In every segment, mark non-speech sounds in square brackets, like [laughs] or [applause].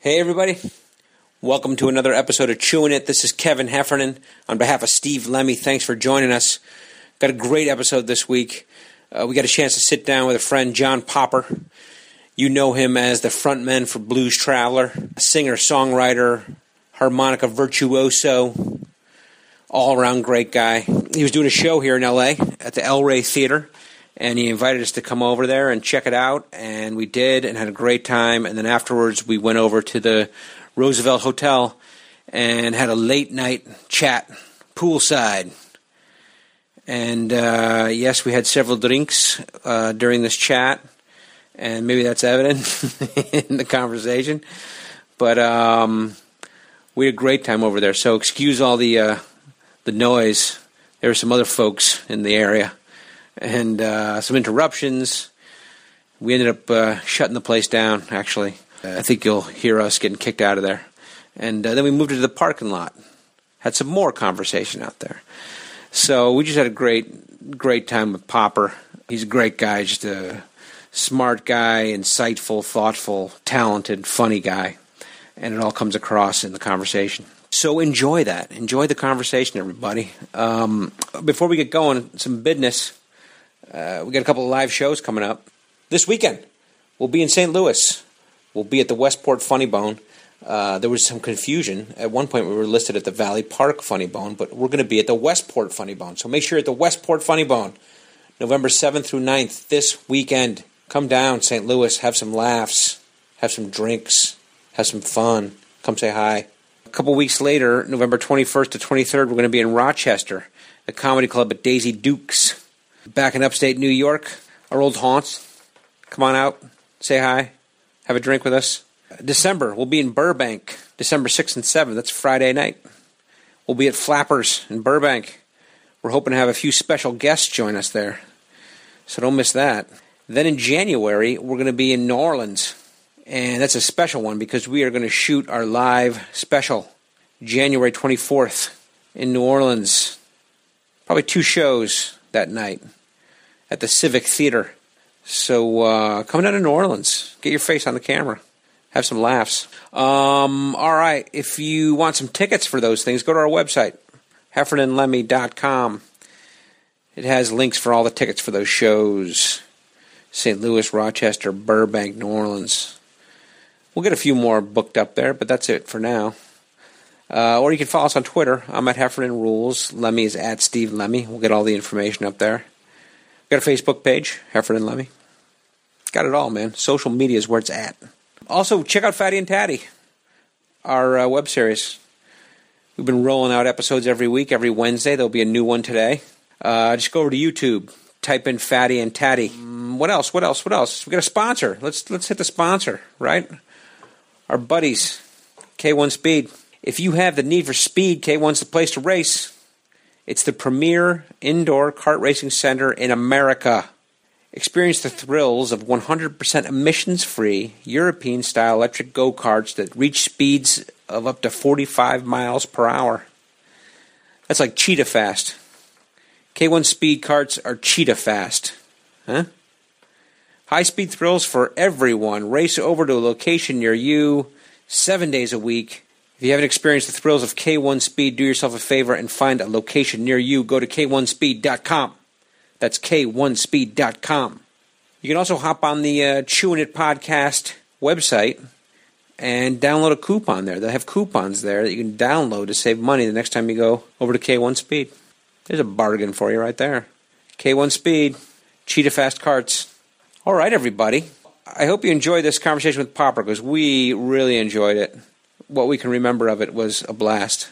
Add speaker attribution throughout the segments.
Speaker 1: Hey, everybody. Welcome to another episode of Chewing It. This is Kevin Heffernan. On behalf of Steve Lemmy, thanks for joining us. Got a great episode this week. Uh, we got a chance to sit down with a friend, John Popper. You know him as the frontman for Blues Traveler, singer, songwriter, harmonica virtuoso, all around great guy. He was doing a show here in LA at the El Rey Theater, and he invited us to come over there and check it out. And we did and had a great time. And then afterwards, we went over to the Roosevelt Hotel and had a late night chat poolside. And uh, yes, we had several drinks uh, during this chat, and maybe that's evident [laughs] in the conversation. But um, we had a great time over there. So excuse all the uh, the noise. There were some other folks in the area, and uh, some interruptions. We ended up uh, shutting the place down. Actually, uh, I think you'll hear us getting kicked out of there. And uh, then we moved into the parking lot. Had some more conversation out there. So we just had a great, great time with Popper. He's a great guy, just a smart guy, insightful, thoughtful, talented, funny guy and it all comes across in the conversation. So enjoy that. Enjoy the conversation, everybody. Um, before we get going, some business. Uh, we got a couple of live shows coming up this weekend. We'll be in St. Louis. We'll be at the Westport Funny Bone. Uh, there was some confusion. At one point, we were listed at the Valley Park Funny Bone, but we're going to be at the Westport Funny Bone. So make sure you're at the Westport Funny Bone, November 7th through 9th, this weekend. Come down, St. Louis, have some laughs, have some drinks, have some fun. Come say hi. A couple weeks later, November 21st to 23rd, we're going to be in Rochester, the comedy club at Daisy Dukes. Back in upstate New York, our old haunts. Come on out, say hi, have a drink with us. December, we'll be in Burbank, December 6th and 7th. That's Friday night. We'll be at Flappers in Burbank. We're hoping to have a few special guests join us there, so don't miss that. Then in January, we're going to be in New Orleans. And that's a special one because we are going to shoot our live special January 24th in New Orleans. Probably two shows that night at the Civic Theater. So uh, come down to New Orleans, get your face on the camera, have some laughs. Um, all right, if you want some tickets for those things, go to our website, heffernanlemmy.com. It has links for all the tickets for those shows St. Louis, Rochester, Burbank, New Orleans. We'll get a few more booked up there, but that's it for now. Uh, or you can follow us on Twitter. I'm at Heffernan Rules. Lemmy is at Steve Lemmy. We'll get all the information up there. Got a Facebook page, Heffernan Lemmy. Got it all, man. Social media is where it's at. Also, check out Fatty and Tatty, our uh, web series. We've been rolling out episodes every week, every Wednesday. There'll be a new one today. Uh, just go over to YouTube, type in Fatty and Tatty. Mm, What else? What else? What else? We got a sponsor. Let's let's hit the sponsor, right? Our buddies, K1 Speed. If you have the need for speed, K1's the place to race. It's the premier indoor kart racing center in America. Experience the thrills of 100% emissions free European style electric go karts that reach speeds of up to 45 miles per hour. That's like cheetah fast. K1 speed carts are cheetah fast. Huh? High speed thrills for everyone. Race over to a location near you seven days a week. If you haven't experienced the thrills of K1 Speed, do yourself a favor and find a location near you. Go to K1Speed.com. That's K1Speed.com. You can also hop on the uh, Chewing It Podcast website and download a coupon there. They have coupons there that you can download to save money the next time you go over to K1 Speed. There's a bargain for you right there. K1 Speed, Cheetah Fast Carts. All right, everybody. I hope you enjoyed this conversation with Popper because we really enjoyed it. What we can remember of it was a blast.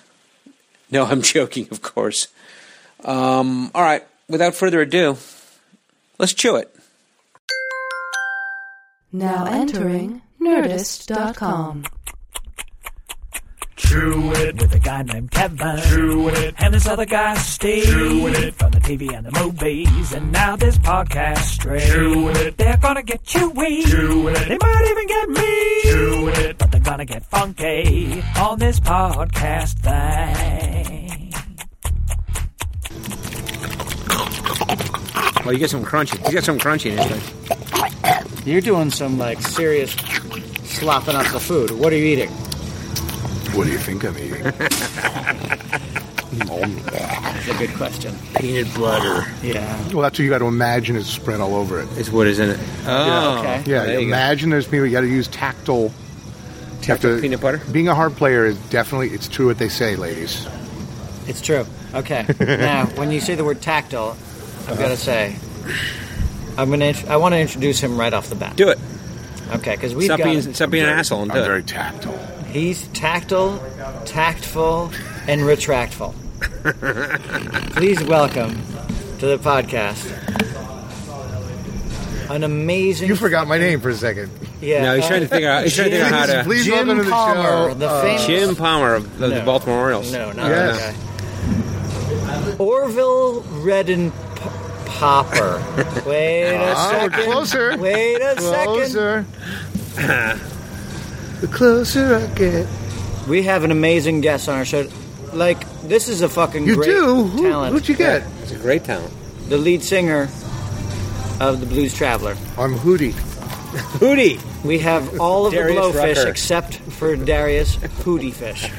Speaker 1: No, I'm [laughs] joking, of course. Um, all right, without further ado, let's chew it.
Speaker 2: Now entering Nerdist.com.
Speaker 3: Chew it
Speaker 4: with a guy named Kevin.
Speaker 3: Chew it.
Speaker 4: And this other guy, Steve.
Speaker 3: Chew it.
Speaker 4: From the TV and the movies. And now this podcast straight.
Speaker 3: Chew it.
Speaker 4: They're gonna get chewy.
Speaker 3: Chew it.
Speaker 4: They might even get me.
Speaker 3: Chew it.
Speaker 4: But they're gonna get funky on this podcast thing.
Speaker 1: Well, you get some crunchy. You got some crunchy in it.
Speaker 5: You're doing some like serious
Speaker 3: slopping up the food. What are you eating?
Speaker 5: What do you think I'm [laughs] eating?
Speaker 3: That's a good question.
Speaker 5: Peanut butter.
Speaker 3: Yeah.
Speaker 5: Well, that's what you got to imagine is spread all over it.
Speaker 1: Is what is in it? Oh,
Speaker 3: okay.
Speaker 5: Yeah,
Speaker 1: There you go.
Speaker 5: imagine there's people. You got to use tactile. you have
Speaker 1: Tactile
Speaker 5: to-
Speaker 1: peanut butter?
Speaker 5: Being a hard player is definitely it's true what they say, ladies.
Speaker 3: It's true.
Speaker 5: [laughs]
Speaker 3: Okay. now, when you say the word tactile, I've
Speaker 5: Uh-huh.
Speaker 3: got to say, I'm gonna. int- I want to introduce him right off the bat.
Speaker 1: Do it.
Speaker 3: Okay, because we've
Speaker 1: Stop
Speaker 3: got.
Speaker 1: being, stop being an asshole and
Speaker 5: I'm
Speaker 1: do
Speaker 5: very
Speaker 1: it.
Speaker 5: tactile.
Speaker 3: He's tactile, tactful, and retractful. Please welcome to the podcast an amazing.
Speaker 5: You forgot my name for a second.
Speaker 3: Yeah.
Speaker 1: No, he's trying to figure out. He's trying to figure out [laughs] how to.
Speaker 5: Please
Speaker 3: Jim
Speaker 5: welcome to the
Speaker 3: Palmer,
Speaker 5: show.
Speaker 3: the
Speaker 5: uh,
Speaker 3: famous.
Speaker 1: Jim Palmer of the, the
Speaker 3: Oh. No.
Speaker 1: Baltimore Orioles.
Speaker 3: No, not
Speaker 5: Yes.
Speaker 3: that guy. Orville Redden P- Popper. Wait a
Speaker 5: Oh,
Speaker 3: second.
Speaker 5: closer.
Speaker 3: Wait a second.
Speaker 5: Closer.
Speaker 1: [laughs]
Speaker 5: the closer I get.
Speaker 3: We have an amazing guest on our show. Like this is a fucking
Speaker 5: You
Speaker 3: great
Speaker 5: do? Who,
Speaker 3: talent.
Speaker 5: who'd you get?
Speaker 1: He's a great talent.
Speaker 3: The lead singer of the Blues Traveler.
Speaker 5: I'm Hootie.
Speaker 1: Hootie.
Speaker 3: We
Speaker 5: [laughs]
Speaker 3: have all of
Speaker 1: Darius
Speaker 3: the blowfish
Speaker 1: Rucker.
Speaker 3: except for Darius Hootie
Speaker 5: [laughs]
Speaker 3: Fish.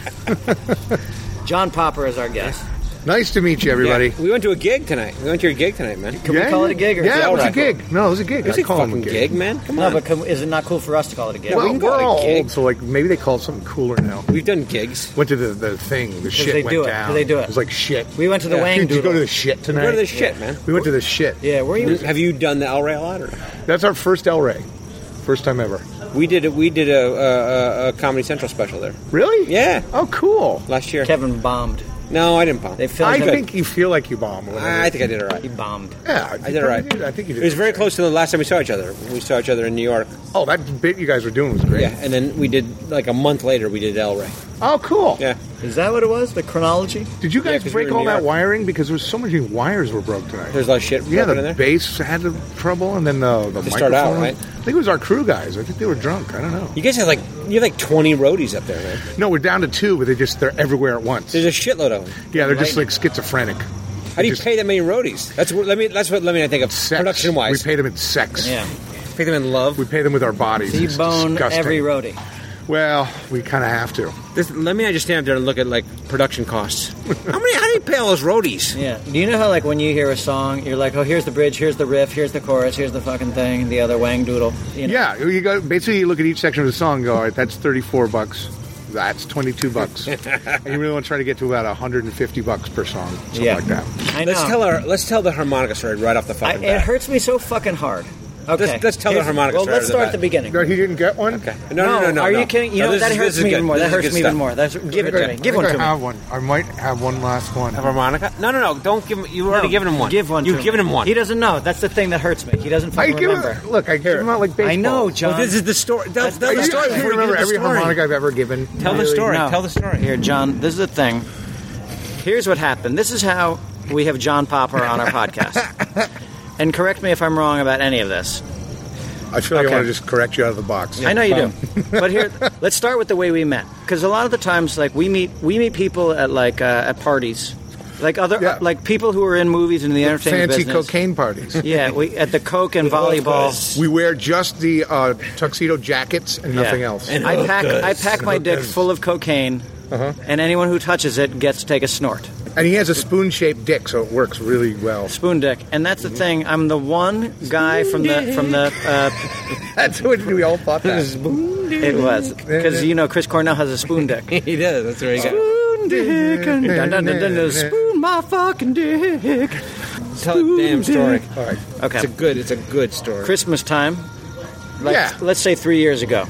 Speaker 3: John Popper is our guest.
Speaker 5: Nice to meet you, everybody.
Speaker 1: Yeah, we went to a gig tonight. We went to your gig tonight, man.
Speaker 3: Can we call it a gig or is
Speaker 5: yeah,
Speaker 3: it
Speaker 5: it
Speaker 3: all
Speaker 5: was a
Speaker 3: right?
Speaker 5: gig. No, it was a gig.
Speaker 1: It's
Speaker 5: I
Speaker 1: a
Speaker 5: call
Speaker 1: fucking
Speaker 5: them a
Speaker 1: gig. man. Come
Speaker 3: No,
Speaker 1: on.
Speaker 3: but can, is it not cool for us to call it a gig?
Speaker 5: Well,
Speaker 1: we can call
Speaker 5: we're
Speaker 1: it a
Speaker 5: all
Speaker 1: gig.
Speaker 5: old, so like maybe they call it something cooler now.
Speaker 1: We've done gigs.
Speaker 5: Went to the, the thing. The shit
Speaker 3: they
Speaker 5: went
Speaker 3: do it.
Speaker 5: down.
Speaker 3: They do it.
Speaker 5: was like shit.
Speaker 3: We went to the
Speaker 1: Yeah.
Speaker 3: Wang
Speaker 5: Dude, did you go
Speaker 3: Doodle.
Speaker 5: to the shit tonight?
Speaker 1: Go to the shit, man.
Speaker 5: We went to the shit.
Speaker 3: yeah, were you?
Speaker 1: Have you done the El Rey a lot? Or?
Speaker 5: That's our first El Rey. First time ever.
Speaker 1: We did. A, we did a, a, a, a Comedy Central special there
Speaker 5: Really?
Speaker 1: Yeah.
Speaker 5: Oh, cool.
Speaker 1: last year.
Speaker 3: Kevin bombed.
Speaker 1: No, I didn't bomb.
Speaker 3: They
Speaker 5: I
Speaker 3: filmed him.
Speaker 5: think you feel like you bomb. a little
Speaker 1: I
Speaker 5: bit.
Speaker 1: think I did it
Speaker 3: He
Speaker 1: right.
Speaker 3: bombed.
Speaker 5: Yeah,
Speaker 1: I did it right.
Speaker 5: I think you did.
Speaker 1: It was very close to the last time we saw each other. We saw each other in New York.
Speaker 5: Oh, that bit you guys were doing was great.
Speaker 1: Yeah, and then we did like a month later. We did El Rey.
Speaker 5: Oh, cool.
Speaker 1: Yeah.
Speaker 3: Is that what it was? The chronology?
Speaker 5: Did you
Speaker 1: Yeah,
Speaker 5: guys
Speaker 1: 'cause we
Speaker 5: break
Speaker 1: were in
Speaker 5: all
Speaker 1: New
Speaker 5: that
Speaker 1: York.
Speaker 5: wiring? Because there was so many wires were broke tonight.
Speaker 1: There's a lot of shit.
Speaker 5: yeah,
Speaker 1: happening in there.
Speaker 5: the bass had the trouble, and then the the
Speaker 1: To start out,
Speaker 5: microphone.
Speaker 1: right?
Speaker 5: I think it was our crew guys. I think they were drunk. I don't know.
Speaker 1: You guys have like you have like 20 roadies up there, man.
Speaker 5: No, we're down to two, but they just they're everywhere at once.
Speaker 1: There's a shitload of them.
Speaker 5: yeah, they're just like schizophrenic.
Speaker 1: How do you
Speaker 5: Just
Speaker 1: pay that many roadies? That's what let me. That's what let me. I think of
Speaker 5: Sex.
Speaker 1: production wise.
Speaker 5: we pay them in sex.
Speaker 3: Yeah.
Speaker 1: pay them in love.
Speaker 5: We pay them with our bodies.
Speaker 3: He
Speaker 5: It's
Speaker 3: boned
Speaker 5: disgusting.
Speaker 3: every roadie.
Speaker 5: Well, we kind of have to.
Speaker 1: This, let me. I just stand up there and look at like production
Speaker 5: [laughs]
Speaker 1: costs. how many? How do you pay all those roadies?
Speaker 3: Yeah. Do you know how, like, when you hear a song, you're like, oh, here's the bridge, here's the riff, here's the chorus, here's the fucking thing, the other wang doodle. You know?
Speaker 5: Yeah, you go basically you look at each section of the song and go, all right, that's 34 bucks. That's 22
Speaker 1: [laughs]
Speaker 5: bucks. and you really want to try to get to about 150 bucks per song, something
Speaker 3: Yeah.
Speaker 5: like that.
Speaker 3: I know.
Speaker 1: Let's tell our. Let's tell the harmonica story right off the
Speaker 3: I,
Speaker 1: fucking.
Speaker 3: it
Speaker 1: bat.
Speaker 3: hurts me so fucking hard. Okay.
Speaker 1: Let's- let's tell the
Speaker 3: Here's-
Speaker 1: harmonica
Speaker 3: Well,
Speaker 1: story
Speaker 3: let's
Speaker 1: out of the
Speaker 3: start at the
Speaker 1: bat.
Speaker 3: beginning.
Speaker 5: No, he didn't get one?
Speaker 1: Okay. No, no, no, no.
Speaker 3: Are
Speaker 1: no.
Speaker 3: you kidding? You
Speaker 1: No,
Speaker 3: know,
Speaker 1: this
Speaker 3: that
Speaker 1: is- this
Speaker 3: hurts
Speaker 1: is
Speaker 3: me
Speaker 1: good.
Speaker 3: even more. That
Speaker 1: This is
Speaker 3: hurts
Speaker 1: good
Speaker 3: me even
Speaker 1: stuff.
Speaker 3: more. That's, give it
Speaker 5: I
Speaker 3: to me.
Speaker 5: think
Speaker 3: Give
Speaker 5: I
Speaker 3: one to
Speaker 5: have
Speaker 3: me.
Speaker 5: one. I might have one last one.
Speaker 1: Have harmonica? No, no, no. Don't give him. You already
Speaker 3: No,
Speaker 1: given him one.
Speaker 3: Give one.
Speaker 1: You've
Speaker 3: to
Speaker 1: given him one.
Speaker 3: He doesn't know. That's the thing that hurts me. He doesn't
Speaker 5: I
Speaker 3: fucking
Speaker 5: give
Speaker 3: remember.
Speaker 5: him, look, I give him out like baseball.
Speaker 3: I know, John.
Speaker 1: Well, Oh, this is the story. Tell,
Speaker 3: That's-
Speaker 1: tell
Speaker 5: Are
Speaker 1: the
Speaker 5: you
Speaker 1: story
Speaker 5: kidding me?
Speaker 1: before you
Speaker 5: remember
Speaker 1: give the
Speaker 5: every
Speaker 1: story.
Speaker 5: harmonica I've ever given?
Speaker 1: Tell the story.
Speaker 3: No.
Speaker 1: Tell the story.
Speaker 3: Here, John, this is the thing. Here's what happened. This is how we have John Popper on our podcast. And correct me if I'm wrong about any of this.
Speaker 5: I feel like
Speaker 3: Okay.
Speaker 5: I want to just correct you out of the box.
Speaker 3: I know you do. But here, let's start with the way we met. Because a lot of the times, like we meet, we meet people at like uh, at parties, like other
Speaker 5: Yeah.
Speaker 3: like people who are in movies and the entertainment
Speaker 5: Fancy
Speaker 3: business. [laughs]
Speaker 5: cocaine parties.
Speaker 3: Yeah, we at the coke and volleyball.
Speaker 5: we wear just the uh, tuxedo jackets and
Speaker 3: Yeah.
Speaker 5: nothing else.
Speaker 1: And
Speaker 3: I pack I
Speaker 1: hookahs.
Speaker 3: pack my dick full of cocaine, and anyone who touches it gets to take a snort.
Speaker 5: And he has a spoon-shaped dick, so it works really
Speaker 3: [laughs]
Speaker 5: well.
Speaker 3: spoon dick and that's the thing i'm the one guy from the from the uh,
Speaker 5: That's what we all thought. That.
Speaker 3: it was because you know chris cornell has a spoon dick
Speaker 1: He does. That's very good.
Speaker 3: spoon dick and dun, dun, dun, dun, dun, spoon my fucking dick
Speaker 1: Tell a damn story.
Speaker 5: All right.
Speaker 1: It's a
Speaker 3: okay
Speaker 1: good. It's a good story.
Speaker 3: christmas time like,
Speaker 5: Yeah.
Speaker 3: let's say three years ago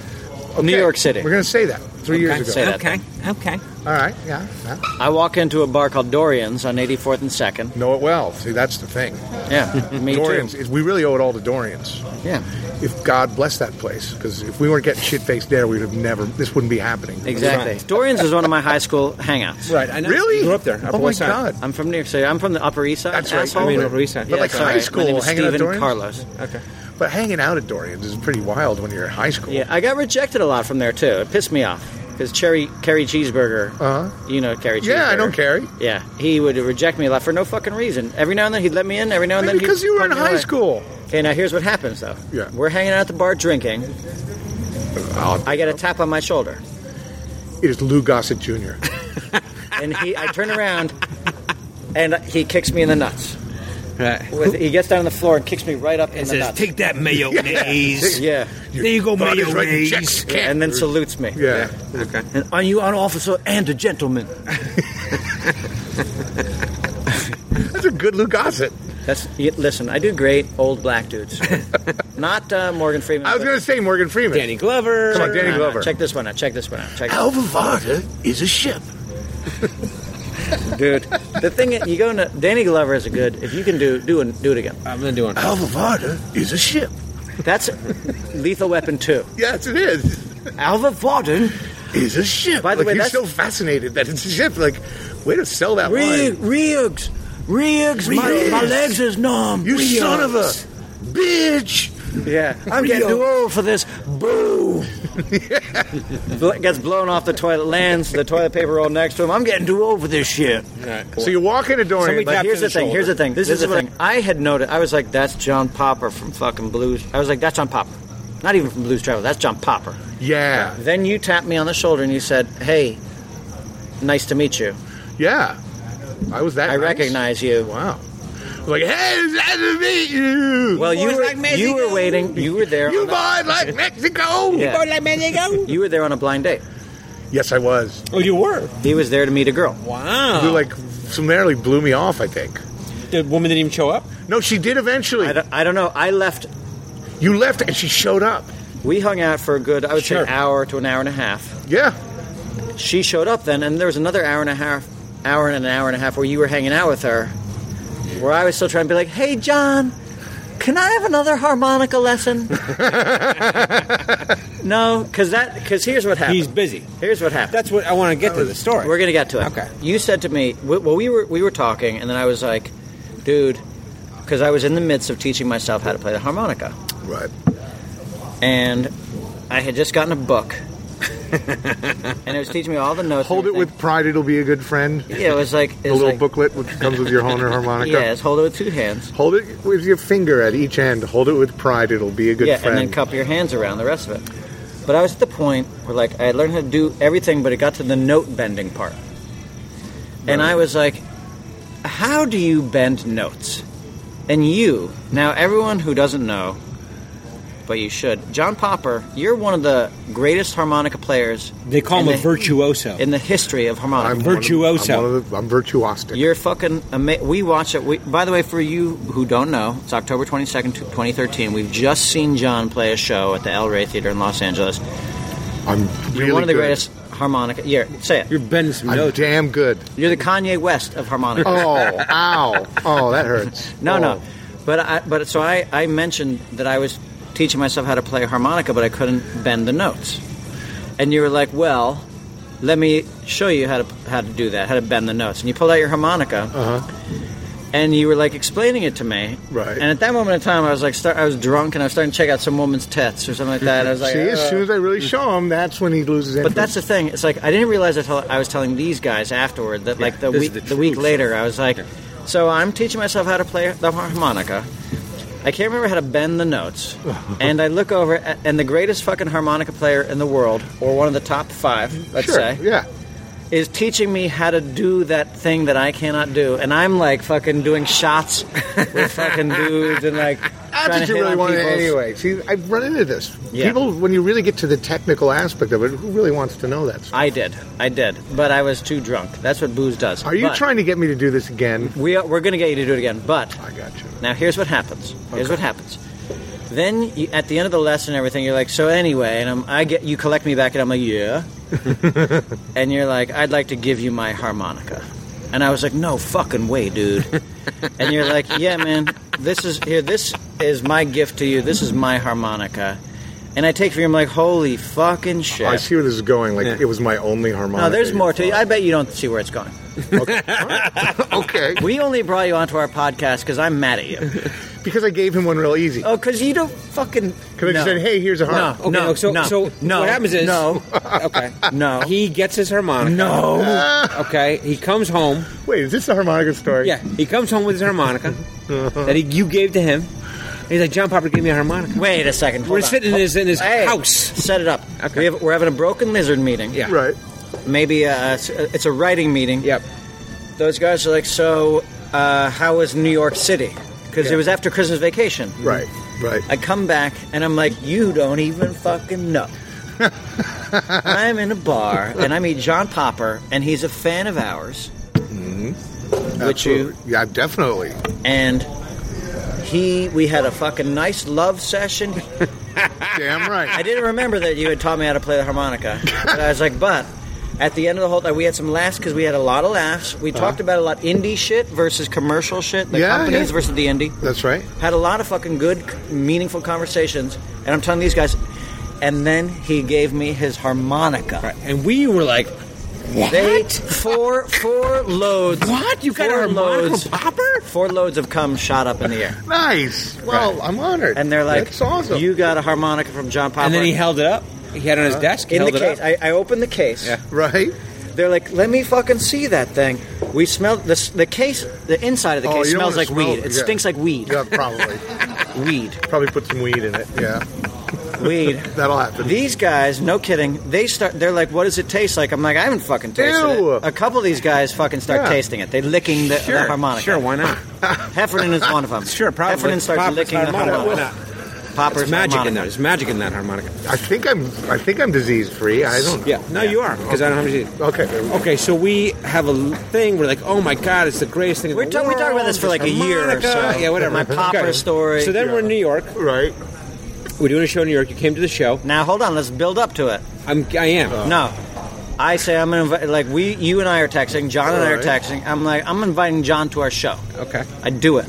Speaker 3: new
Speaker 5: Okay.
Speaker 3: york city
Speaker 5: We're going to say that three years ago.
Speaker 3: say that.
Speaker 1: Okay. Okay.
Speaker 5: All right. Yeah. yeah.
Speaker 3: i walk into a bar called dorian's on 84th and 2nd
Speaker 5: Know it well. See, that's the thing.
Speaker 3: yeah [laughs] me
Speaker 5: Dorians.
Speaker 3: too
Speaker 5: is- We really owe it all to Dorians.
Speaker 3: yeah
Speaker 5: If God bless that place, because if we weren't getting shit faced there, we'd have never. This wouldn't be happening.
Speaker 3: exactly dorian's is one of my high school hangouts
Speaker 1: Right. I know.
Speaker 5: Really?
Speaker 1: You grew up there. Upper
Speaker 5: oh my
Speaker 1: West Side.
Speaker 5: God.
Speaker 3: I'm from New York City. I'm from the Upper East Side.
Speaker 5: That's right.
Speaker 3: asshole.
Speaker 1: I mean, Upper East Side.
Speaker 5: But
Speaker 3: Yeah,
Speaker 5: like
Speaker 3: sorry.
Speaker 5: high school,
Speaker 3: My name is
Speaker 5: hanging out at
Speaker 3: Steven
Speaker 5: Dorian's?
Speaker 3: Carlos.
Speaker 1: Okay.
Speaker 5: But hanging out at Dorian's is pretty wild when you're in high school.
Speaker 3: Yeah, I got rejected a lot from there too. It pissed me off because Cherry Kerry Cheeseburger,
Speaker 5: Uh-huh.
Speaker 3: you know Kerry. Cheeseburger.
Speaker 5: Yeah, I know Kerry.
Speaker 3: Yeah, he would reject me a lot for no fucking reason. Every now and then he'd let me in. Every now and
Speaker 5: Maybe
Speaker 3: then
Speaker 5: because
Speaker 3: he'd
Speaker 5: you were in
Speaker 3: punt me
Speaker 5: high
Speaker 3: away.
Speaker 5: school.
Speaker 3: Okay, now here's what happens though.
Speaker 5: Yeah.
Speaker 3: we're hanging out at the bar drinking,
Speaker 5: I'll-
Speaker 3: I get a tap on my shoulder,
Speaker 5: It is Lou
Speaker 1: [laughs]
Speaker 5: Gossett Jr.
Speaker 3: and he I turn around, and he kicks me in the nuts. With, he gets down on the floor and kicks me right up in
Speaker 6: It
Speaker 3: the
Speaker 6: says,
Speaker 3: nuts.
Speaker 6: "Take that mayonnaise."
Speaker 1: [laughs]
Speaker 3: yeah,
Speaker 6: There you go,
Speaker 5: Fuck, it's writing
Speaker 6: mayonnaise.
Speaker 5: checks.
Speaker 3: and then salutes me.
Speaker 5: Yeah.
Speaker 1: Okay.
Speaker 3: And are you an officer and a gentleman?
Speaker 5: That's a good Lou Gossett.
Speaker 3: That's y- listen. I do great old black dudes, not uh, Morgan Freeman.
Speaker 5: I was
Speaker 3: but-
Speaker 5: going to say Morgan Freeman.
Speaker 1: Danny Glover.
Speaker 5: Come on, Danny
Speaker 3: No, no,
Speaker 5: Glover.
Speaker 3: Check this one out. Check this one out. Check
Speaker 6: Alva Varda is a ship.
Speaker 3: dude. The thing is, you go into Danny Glover is a good. If you can do do and do it again.
Speaker 1: I'm gonna do one.
Speaker 6: Alva Varda is a ship.
Speaker 3: That's Lethal Weapon two.
Speaker 5: Yes, it is.
Speaker 3: Alva Varden.
Speaker 6: Is a ship.
Speaker 3: By the
Speaker 5: Like,
Speaker 3: way,
Speaker 5: he's
Speaker 3: that's
Speaker 5: so fascinated that it's a ship. Like, way to sell that
Speaker 3: Rig-
Speaker 5: line.
Speaker 3: Riggs. Riggs. My,
Speaker 6: Riggs.
Speaker 3: my legs is numb.
Speaker 6: You
Speaker 3: Riggs.
Speaker 6: son of a bitch.
Speaker 3: Yeah, I'm getting
Speaker 6: Riggs.
Speaker 3: too old for this. Boo. Bl- Gets blown off the toilet, lands the toilet paper roll next to him. I'm getting too old for this shit.
Speaker 5: So you walk into Dorian,
Speaker 1: Somebody
Speaker 5: like,
Speaker 1: tapped
Speaker 3: But here's
Speaker 1: him
Speaker 3: the
Speaker 1: in
Speaker 3: thing.
Speaker 1: shoulder.
Speaker 3: Here's the thing. This,
Speaker 1: This
Speaker 3: is,
Speaker 1: is
Speaker 3: the thing. I had noted. I was like, "That's John Popper from fucking Blues." I was like, "That's John Popper." Not even from Blues Travel. That's John Popper.
Speaker 5: yeah,
Speaker 3: Then you tapped me on the shoulder and you said, "Hey, nice to meet you.
Speaker 5: yeah. I was that.
Speaker 3: I
Speaker 5: nice.
Speaker 3: recognize you."
Speaker 5: Wow. Like, hey, it's nice to meet you.
Speaker 3: Well, you
Speaker 1: boys
Speaker 3: were
Speaker 1: like Mexico?
Speaker 3: you were waiting. You were there.
Speaker 5: you
Speaker 3: on a, [laughs]
Speaker 5: boys like Mexico?
Speaker 3: Yeah. you were there on a blind date.
Speaker 5: Yes, I was.
Speaker 1: [laughs] Oh, you were.
Speaker 3: He was there to meet a girl.
Speaker 1: Wow.
Speaker 5: You
Speaker 3: Oh.
Speaker 5: like summarily blew me off. I think.
Speaker 1: the woman didn't even show up.
Speaker 5: No, she did eventually.
Speaker 3: I don't, I don't know. I left.
Speaker 5: You left and she showed up.
Speaker 3: We hung out for a good, I would say,
Speaker 1: Sure.
Speaker 3: an hour to an hour and a half.
Speaker 5: Yeah.
Speaker 3: she showed up then, and there was another hour and a half, hour and an hour and a half where you were hanging out with her, where I was still trying to be like, "Hey, John, can I have another harmonica lesson?" no, because that because here's what happened.
Speaker 1: He's busy.
Speaker 3: Here's what happened.
Speaker 1: That's what I want to get to the story.
Speaker 3: We're gonna get to it.
Speaker 1: Okay.
Speaker 3: You said to me, w- well, we were we were talking, and then I was like, "Dude," because I was in the midst of teaching myself how to play the harmonica
Speaker 5: Right.
Speaker 3: and I had just gotten a book, and it was teaching me all the notes. and
Speaker 5: Hold it with
Speaker 3: everything.
Speaker 5: pride. It'll be a good friend.
Speaker 3: yeah. It was like it
Speaker 5: The
Speaker 3: was
Speaker 5: little
Speaker 3: like,
Speaker 5: booklet which comes
Speaker 3: [laughs]
Speaker 5: with your Honer harmonica.
Speaker 3: Yes, hold it with two hands.
Speaker 5: Hold it with your finger at each end. Hold it with pride. It'll be a good
Speaker 3: yeah,
Speaker 5: friend.
Speaker 3: and then cup your hands around the rest of it. But I was at the point where like I had learned how to do everything, but it got to the note bending part, and I was like, "How do you bend notes?" And you now, everyone who doesn't know, but you should. John Popper, you're one of the greatest harmonica players.
Speaker 1: They call
Speaker 3: in
Speaker 1: him a
Speaker 3: the-
Speaker 1: virtuoso.
Speaker 3: in the history of harmonica.
Speaker 5: I'm one of the-
Speaker 1: Virtuoso.
Speaker 5: I'm, one of the, I'm virtuosic.
Speaker 3: You're fucking amazing. We watch it. We, by the way, for you who don't know, it's October 22nd, 2013. We've just seen John play a show at the El Rey Theater in Los Angeles.
Speaker 5: I'm
Speaker 3: You're
Speaker 5: really
Speaker 3: one of the
Speaker 5: good.
Speaker 3: greatest harmonica. Yeah, say it.
Speaker 1: You're bending some
Speaker 5: I'm
Speaker 1: notes.
Speaker 5: damn
Speaker 3: [laughs]
Speaker 5: good.
Speaker 3: You're the Kanye West of harmonica.
Speaker 5: Oh, ow. Oh, that hurts.
Speaker 3: No,
Speaker 5: oh.
Speaker 3: no. But I, but so I, I mentioned that I was teaching myself how to play harmonica, but I couldn't bend the notes. And you were like, "Well, let me show you how to how to do that, how to bend the notes." And you pulled out your harmonica, and you were like explaining it to me.
Speaker 5: Uh-huh. Right.
Speaker 3: And at that moment in time, I was like, start, I was drunk, and I was starting to check out some woman's tits or something like
Speaker 5: [laughs]
Speaker 3: that. And I was like,
Speaker 5: See, as
Speaker 3: "Uh."
Speaker 5: soon as I really show him, that's when he loses interest.
Speaker 3: But that's the thing. It's like I didn't realize I, tell, I was telling these guys afterward that like the
Speaker 1: this is
Speaker 3: week
Speaker 1: the
Speaker 3: the, week
Speaker 1: truth.
Speaker 3: later I was like, so I'm teaching myself how to play the harmonica. I can't remember how to bend the
Speaker 5: [laughs]
Speaker 3: notes, and I look over, a- and the greatest fucking harmonica player in the world, or one of the top five, let's
Speaker 5: sure.
Speaker 3: say,
Speaker 5: Yeah.
Speaker 3: is teaching me how to do that thing that I cannot do, and I'm like fucking doing
Speaker 5: [laughs]
Speaker 3: shots with fucking dudes and like.
Speaker 5: I
Speaker 3: trying
Speaker 5: think
Speaker 3: to
Speaker 5: you
Speaker 3: hit
Speaker 5: really
Speaker 3: on
Speaker 5: want it
Speaker 3: people's-
Speaker 5: anyway. See, I've run into this.
Speaker 3: Yeah.
Speaker 5: People, when you really get to the technical aspect of it, who really wants to know that? stuff?
Speaker 3: I did, I did, but I was too drunk. That's what booze does.
Speaker 5: Are you
Speaker 3: But-
Speaker 5: trying to get me to do this again?
Speaker 3: We are, we're going to get you to do it again, but
Speaker 5: I got you.
Speaker 3: now here's what happens. Here's what happens. Then you, at the end of the lesson, and everything you're like, so anyway, and I'm, I get you collect me back, and I'm like,
Speaker 5: [laughs]
Speaker 3: yeah, and you're like, I'd like to give you my harmonica, and I was like, no fucking way,
Speaker 5: [laughs]
Speaker 3: dude, and you're like, yeah, man, this is here, this is my gift to you, this is my harmonica, and I take it from you, I'm like, holy fucking shit.
Speaker 5: I see where this is going. Like, it was my only
Speaker 3: no,
Speaker 5: harmonica.
Speaker 3: there's
Speaker 5: you
Speaker 3: more to you. I
Speaker 5: thought.
Speaker 3: bet you don't see where it's going.
Speaker 5: [laughs] okay.
Speaker 3: We only brought you onto our podcast because I'm mad at you.
Speaker 5: Because I gave him one real easy.
Speaker 3: Oh, because you don't fucking.
Speaker 5: Because I just said, hey, here's a harp.
Speaker 3: No.
Speaker 1: Okay, so,
Speaker 3: no,
Speaker 1: so
Speaker 3: no,
Speaker 1: what happens is
Speaker 3: no.
Speaker 1: [laughs] okay
Speaker 3: No.
Speaker 1: he gets his harmonica
Speaker 3: No.
Speaker 1: okay he comes home
Speaker 5: Wait, is this the harmonica
Speaker 3: [laughs]
Speaker 5: story?
Speaker 1: yeah he comes home with his harmonica that he, you gave to him He's like, John Popper gave me a harmonica.
Speaker 3: Wait a second. hold
Speaker 1: We're
Speaker 3: on.
Speaker 1: sitting in his- in his
Speaker 3: Hey,
Speaker 1: house.
Speaker 3: Set it up.
Speaker 1: Okay.
Speaker 3: We have, we're having a broken lizard meeting.
Speaker 1: Yeah.
Speaker 5: Right.
Speaker 3: Maybe uh, it's, it's a writing meeting.
Speaker 1: Yep.
Speaker 3: Those guys are like, so uh, how was New York City? Because it
Speaker 5: Yeah.
Speaker 3: was after Christmas vacation.
Speaker 1: Mm.
Speaker 5: Right. Right.
Speaker 3: I come back and I'm like, you don't even fucking
Speaker 1: [laughs]
Speaker 3: know. I'm in a bar and I meet John Popper and he's a fan of ours. Mm-hmm. Which you
Speaker 5: Absolutely. Yeah, definitely.
Speaker 3: and he we had a fucking nice love session.
Speaker 1: [laughs]
Speaker 5: Damn right.
Speaker 3: I didn't remember that you had taught me how to play the harmonica. But I was like, but at the end of the whole thing, we had some laughs because we had a lot of laughs.
Speaker 1: Uh-huh.
Speaker 3: We talked about a lot indie shit versus commercial shit, the
Speaker 5: Yeah,
Speaker 3: companies
Speaker 5: yeah.
Speaker 3: versus the indie.
Speaker 5: That's right.
Speaker 3: Had a lot of fucking good, meaningful conversations. And I'm telling these guys. And then he gave me his harmonica.
Speaker 1: And we were like, what?
Speaker 3: They four four loads.
Speaker 1: what? You got a
Speaker 3: four
Speaker 1: harmonica
Speaker 3: loads.
Speaker 1: from Popper?
Speaker 3: Four loads of cum shot up in the air.
Speaker 5: Nice. Well, I'm honored.
Speaker 3: And they're like,
Speaker 5: that's awesome.
Speaker 3: you got a harmonica from John Popper. Uh,
Speaker 1: And then he held it up. He had it on his desk. He
Speaker 3: in the
Speaker 1: held it
Speaker 3: case.
Speaker 1: up.
Speaker 3: I, I opened the case.
Speaker 1: Yeah.
Speaker 5: right?
Speaker 3: They're like, let me fucking see that thing. We smelled this, the case, the inside of the
Speaker 5: Oh,
Speaker 3: case
Speaker 5: you don't
Speaker 3: smells
Speaker 5: wanna
Speaker 3: like
Speaker 5: smell
Speaker 3: weed.
Speaker 5: it,
Speaker 3: It
Speaker 5: yeah.
Speaker 3: stinks like weed.
Speaker 5: Yeah, probably.
Speaker 3: Weed.
Speaker 5: [laughs] probably put some weed in it. Yeah,
Speaker 3: Weed.
Speaker 5: that'll happen.
Speaker 3: These guys, no kidding, they start. They're like, "What does it taste like?" I'm like, "I haven't fucking tasted
Speaker 5: Ew.
Speaker 3: it." A couple of these guys fucking start
Speaker 5: Yeah.
Speaker 3: tasting it. They licking the, the
Speaker 1: Sure,
Speaker 3: harmonica.
Speaker 1: sure, why not?
Speaker 3: Heffernan is one of
Speaker 5: [laughs]
Speaker 3: them.
Speaker 1: Sure, probably.
Speaker 3: Heffernan starts
Speaker 1: Popper's
Speaker 3: licking
Speaker 1: harmonica,
Speaker 3: the
Speaker 1: why
Speaker 3: harmonica.
Speaker 1: not?
Speaker 3: Popper's
Speaker 1: There's magic in
Speaker 3: harmonica.
Speaker 1: that. There's magic in that harmonica.
Speaker 5: I think I'm. I think I'm disease free. I don't.
Speaker 1: Yeah. No, you Oh. are because I don't have any.
Speaker 5: Okay. there we go.
Speaker 1: Okay, so we have a l- thing. We're like, oh my god, it's the greatest thing. in
Speaker 3: We're
Speaker 1: the
Speaker 3: talk- we
Speaker 1: world.
Speaker 3: talked about this for like a year or
Speaker 1: harmonica.
Speaker 3: so.
Speaker 1: Yeah, whatever.
Speaker 3: [laughs] My Popper story.
Speaker 1: So then we're in New York.
Speaker 5: Right.
Speaker 1: We're doing a show in New York. You came to the show.
Speaker 3: Now hold on, let's build up to it.
Speaker 1: I'm. I am.
Speaker 3: No. I say I'm gonna invite like we you and I are texting, John and I are
Speaker 5: Alright.
Speaker 3: texting. I'm like I'm inviting John to our show.
Speaker 1: Okay.
Speaker 3: I do it.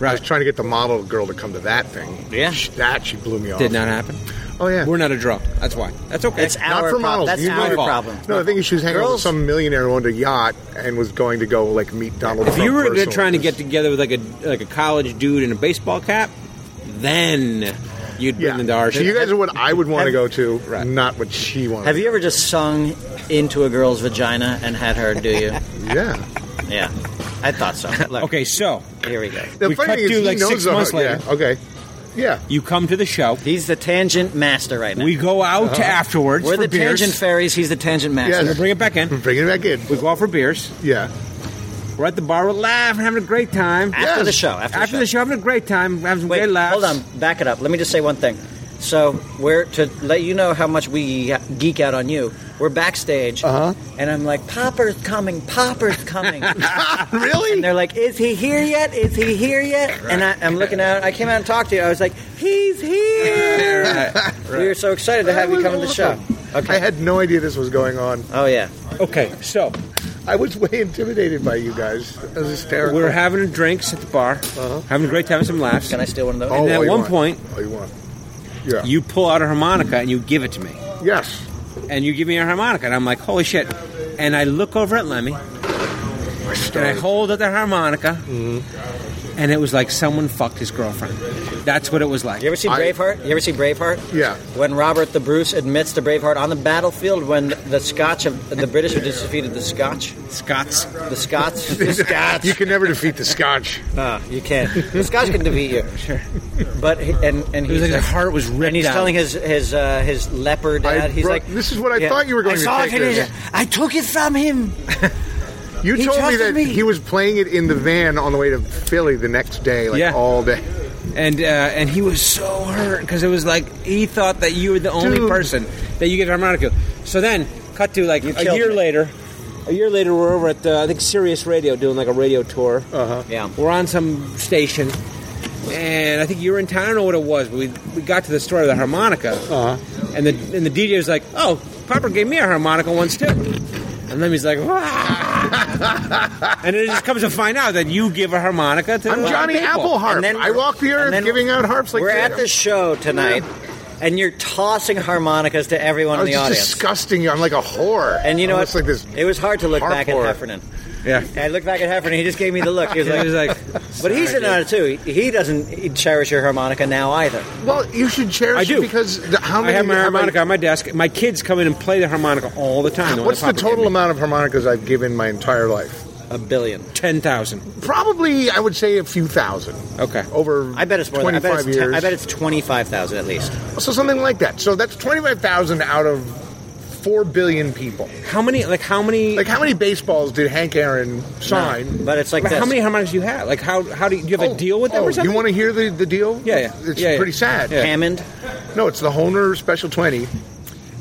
Speaker 5: I was trying to get the model girl to come to that thing.
Speaker 3: Yeah.
Speaker 5: Sh- That she blew me off.
Speaker 1: Did not happen.
Speaker 5: Oh yeah.
Speaker 1: We're not a draw. That's why. That's okay.
Speaker 3: It's our
Speaker 5: for
Speaker 3: problem.
Speaker 5: models.
Speaker 3: That's
Speaker 5: You
Speaker 1: my
Speaker 3: our
Speaker 1: fault.
Speaker 3: problem.
Speaker 5: No, I think she was hanging out with
Speaker 3: Girls-
Speaker 5: some millionaire who owned a yacht and was going to go like meet Donald.
Speaker 1: If
Speaker 5: Trump
Speaker 1: you were
Speaker 5: personally.
Speaker 1: good trying to get together with like a like a college dude in a baseball cap, then you'd bring
Speaker 5: yeah.
Speaker 1: them to our
Speaker 5: So
Speaker 1: show.
Speaker 5: you guys are what I would want to
Speaker 3: Have-
Speaker 5: go to,
Speaker 1: Right.
Speaker 5: not what she wanted.
Speaker 3: Have you ever just sung into a girl's vagina and had her
Speaker 1: [laughs]
Speaker 3: do you?
Speaker 5: Yeah.
Speaker 3: yeah. I thought so. Look,
Speaker 1: okay, so
Speaker 3: Here we go.
Speaker 5: The
Speaker 1: We
Speaker 5: funny
Speaker 1: cut
Speaker 5: thing is,
Speaker 1: to,
Speaker 5: he
Speaker 1: like,
Speaker 5: knows
Speaker 1: six
Speaker 5: the-
Speaker 1: months later.
Speaker 5: Yeah. Okay. Yeah.
Speaker 1: you come to the show.
Speaker 3: He's the tangent master right now.
Speaker 1: We go out to afterwards
Speaker 3: are
Speaker 1: for
Speaker 3: Uh-huh. the
Speaker 1: beers.
Speaker 3: tangent fairies, he's the tangent master.
Speaker 1: We'll bring it back
Speaker 3: [laughs]
Speaker 1: in.
Speaker 5: Bringing it back in.
Speaker 1: We go out for beers. [laughs]
Speaker 5: Yeah.
Speaker 1: We're at the bar. We're laughing, having a great time.
Speaker 3: After
Speaker 5: Yes.
Speaker 3: the show. After,
Speaker 1: After, the show, having a great time, having some great laughs.
Speaker 3: Hold on, back it up. Let me just say one thing. So we're to let you know how much we geek out on you. We're backstage, uh-huh. and I'm like, "Popper's coming! Popper's coming!" [laughs]
Speaker 5: really?
Speaker 3: and they're like, "Is he here yet? Is he here yet?" And I, I'm looking out. I came out and talked to you. I was like, "He's
Speaker 5: [laughs]
Speaker 3: here!" We were so excited to have you
Speaker 5: was
Speaker 3: come to the show.
Speaker 5: I had no idea this was going on.
Speaker 3: Oh yeah,
Speaker 1: [laughs] Okay, so
Speaker 5: I was way intimidated by you guys. That was hysterical.
Speaker 1: we were having drinks at the bar, having a great time, some laughs.
Speaker 3: Uh-huh. can I steal one of those?
Speaker 5: Oh,
Speaker 1: and at
Speaker 5: all you
Speaker 1: one
Speaker 5: want.
Speaker 1: point-
Speaker 5: all you want. Yeah.
Speaker 1: You pull out a harmonica and you give it to me,
Speaker 5: yes.
Speaker 1: and you give me a harmonica, and I'm like, "Holy shit!" And I look over at Lemmy, and I hold up the harmonica,
Speaker 3: Mm-hmm.
Speaker 1: and it was like someone fucked his girlfriend. That's what it was like.
Speaker 3: You ever see
Speaker 5: I-
Speaker 3: Braveheart? You ever see Braveheart?
Speaker 5: Yeah.
Speaker 3: When Robert the Bruce admits to Braveheart on the battlefield when the Scotch, have, the British have just defeated the Scotch,
Speaker 1: Scots.
Speaker 3: the Scots, the
Speaker 5: [laughs]
Speaker 3: Scots.
Speaker 5: You can never defeat the Scotch.
Speaker 3: No, you can't. The Scots can defeat you. Sure. But he- and and
Speaker 1: It was
Speaker 3: he's
Speaker 1: like his heart was ripped
Speaker 3: and he's
Speaker 1: out.
Speaker 3: telling his his uh, his leopard
Speaker 5: I
Speaker 3: dad. He's
Speaker 5: bro-
Speaker 3: like,
Speaker 5: this is what I thought you were going
Speaker 3: I
Speaker 5: to
Speaker 3: saw
Speaker 5: take
Speaker 3: it
Speaker 5: this."
Speaker 3: and I took it from him.
Speaker 5: You
Speaker 3: He
Speaker 5: told me
Speaker 3: trusted
Speaker 5: that
Speaker 3: me.
Speaker 5: he was playing it in the van on the way to Philly the next day, like
Speaker 1: Yeah.
Speaker 5: all day.
Speaker 1: and uh, and he was so hurt because it was like he thought that you were the only
Speaker 5: Dude.
Speaker 1: person that you get harmonica. So then, cut to like a
Speaker 3: killed
Speaker 1: year
Speaker 3: me.
Speaker 1: later. A year later, we're over at uh, I think Sirius Radio doing like a radio tour. Uh huh.
Speaker 5: Uh-huh.
Speaker 3: Yeah.
Speaker 1: We're on some station, and I think you were in town. I don't know what it was, but we we got to the story of the harmonica.
Speaker 5: Uh-huh.
Speaker 1: Uh huh. And the and the DJ was like, "Oh, Popper gave me a harmonica once too," and then he's like, "Wah." [laughs] and it just comes to find out that you give a harmonica to. a
Speaker 5: I'm
Speaker 1: lot of
Speaker 5: Johnny
Speaker 1: people.
Speaker 5: Appleharp.
Speaker 3: And then
Speaker 5: I walk the
Speaker 3: and
Speaker 5: earth
Speaker 3: then
Speaker 5: giving out harps like
Speaker 3: We're
Speaker 5: that.
Speaker 3: at the show tonight, and you're tossing harmonicas to everyone
Speaker 5: I
Speaker 3: in
Speaker 5: was
Speaker 3: the
Speaker 5: just
Speaker 3: audience.
Speaker 5: disgusting. I'm like a whore.
Speaker 3: And you know
Speaker 5: Almost
Speaker 3: what?
Speaker 5: like this.
Speaker 3: it was hard to look
Speaker 5: harp
Speaker 3: back at
Speaker 5: whore.
Speaker 3: Heffernan.
Speaker 1: Yeah.
Speaker 3: I looked back at Heffernan. He just gave me the look. He
Speaker 5: [laughs]
Speaker 3: was
Speaker 1: And
Speaker 3: like,
Speaker 1: he was like,
Speaker 3: but he's in on it too. He he doesn't he cherish your harmonica now either.
Speaker 5: Well, you should cherish
Speaker 1: I do.
Speaker 5: it because the, how many
Speaker 1: I have my
Speaker 5: have
Speaker 1: harmonica on my desk. My kids come in and play the harmonica all the time. one
Speaker 5: What's the
Speaker 1: that Papa gave
Speaker 5: total
Speaker 1: me.
Speaker 5: amount of harmonicas I've given my entire life?
Speaker 3: A billion.
Speaker 1: Ten thousand.
Speaker 5: Probably, I would say a few thousand
Speaker 1: Okay.
Speaker 5: over.
Speaker 3: I bet it's more. Than, I bet
Speaker 5: 25
Speaker 3: it's.
Speaker 5: years.
Speaker 3: Ten, I bet it's twenty-five thousand at least.
Speaker 5: so something like that. So that's twenty-five thousand out of four billion people.
Speaker 1: How many? Like how many?
Speaker 5: Like, how many baseballs did Hank Aaron sign?
Speaker 3: But it's like
Speaker 1: But
Speaker 3: this.
Speaker 1: how many harmonics do you have? Like how how do you, do you have a deal with them
Speaker 5: oh,
Speaker 1: or something?
Speaker 5: You want to hear the, the deal?
Speaker 1: Yeah, yeah.
Speaker 5: It's
Speaker 1: Yeah, yeah.
Speaker 5: pretty sad.
Speaker 1: Yeah.
Speaker 3: Hammond.
Speaker 5: No, it's the Honer Special 20,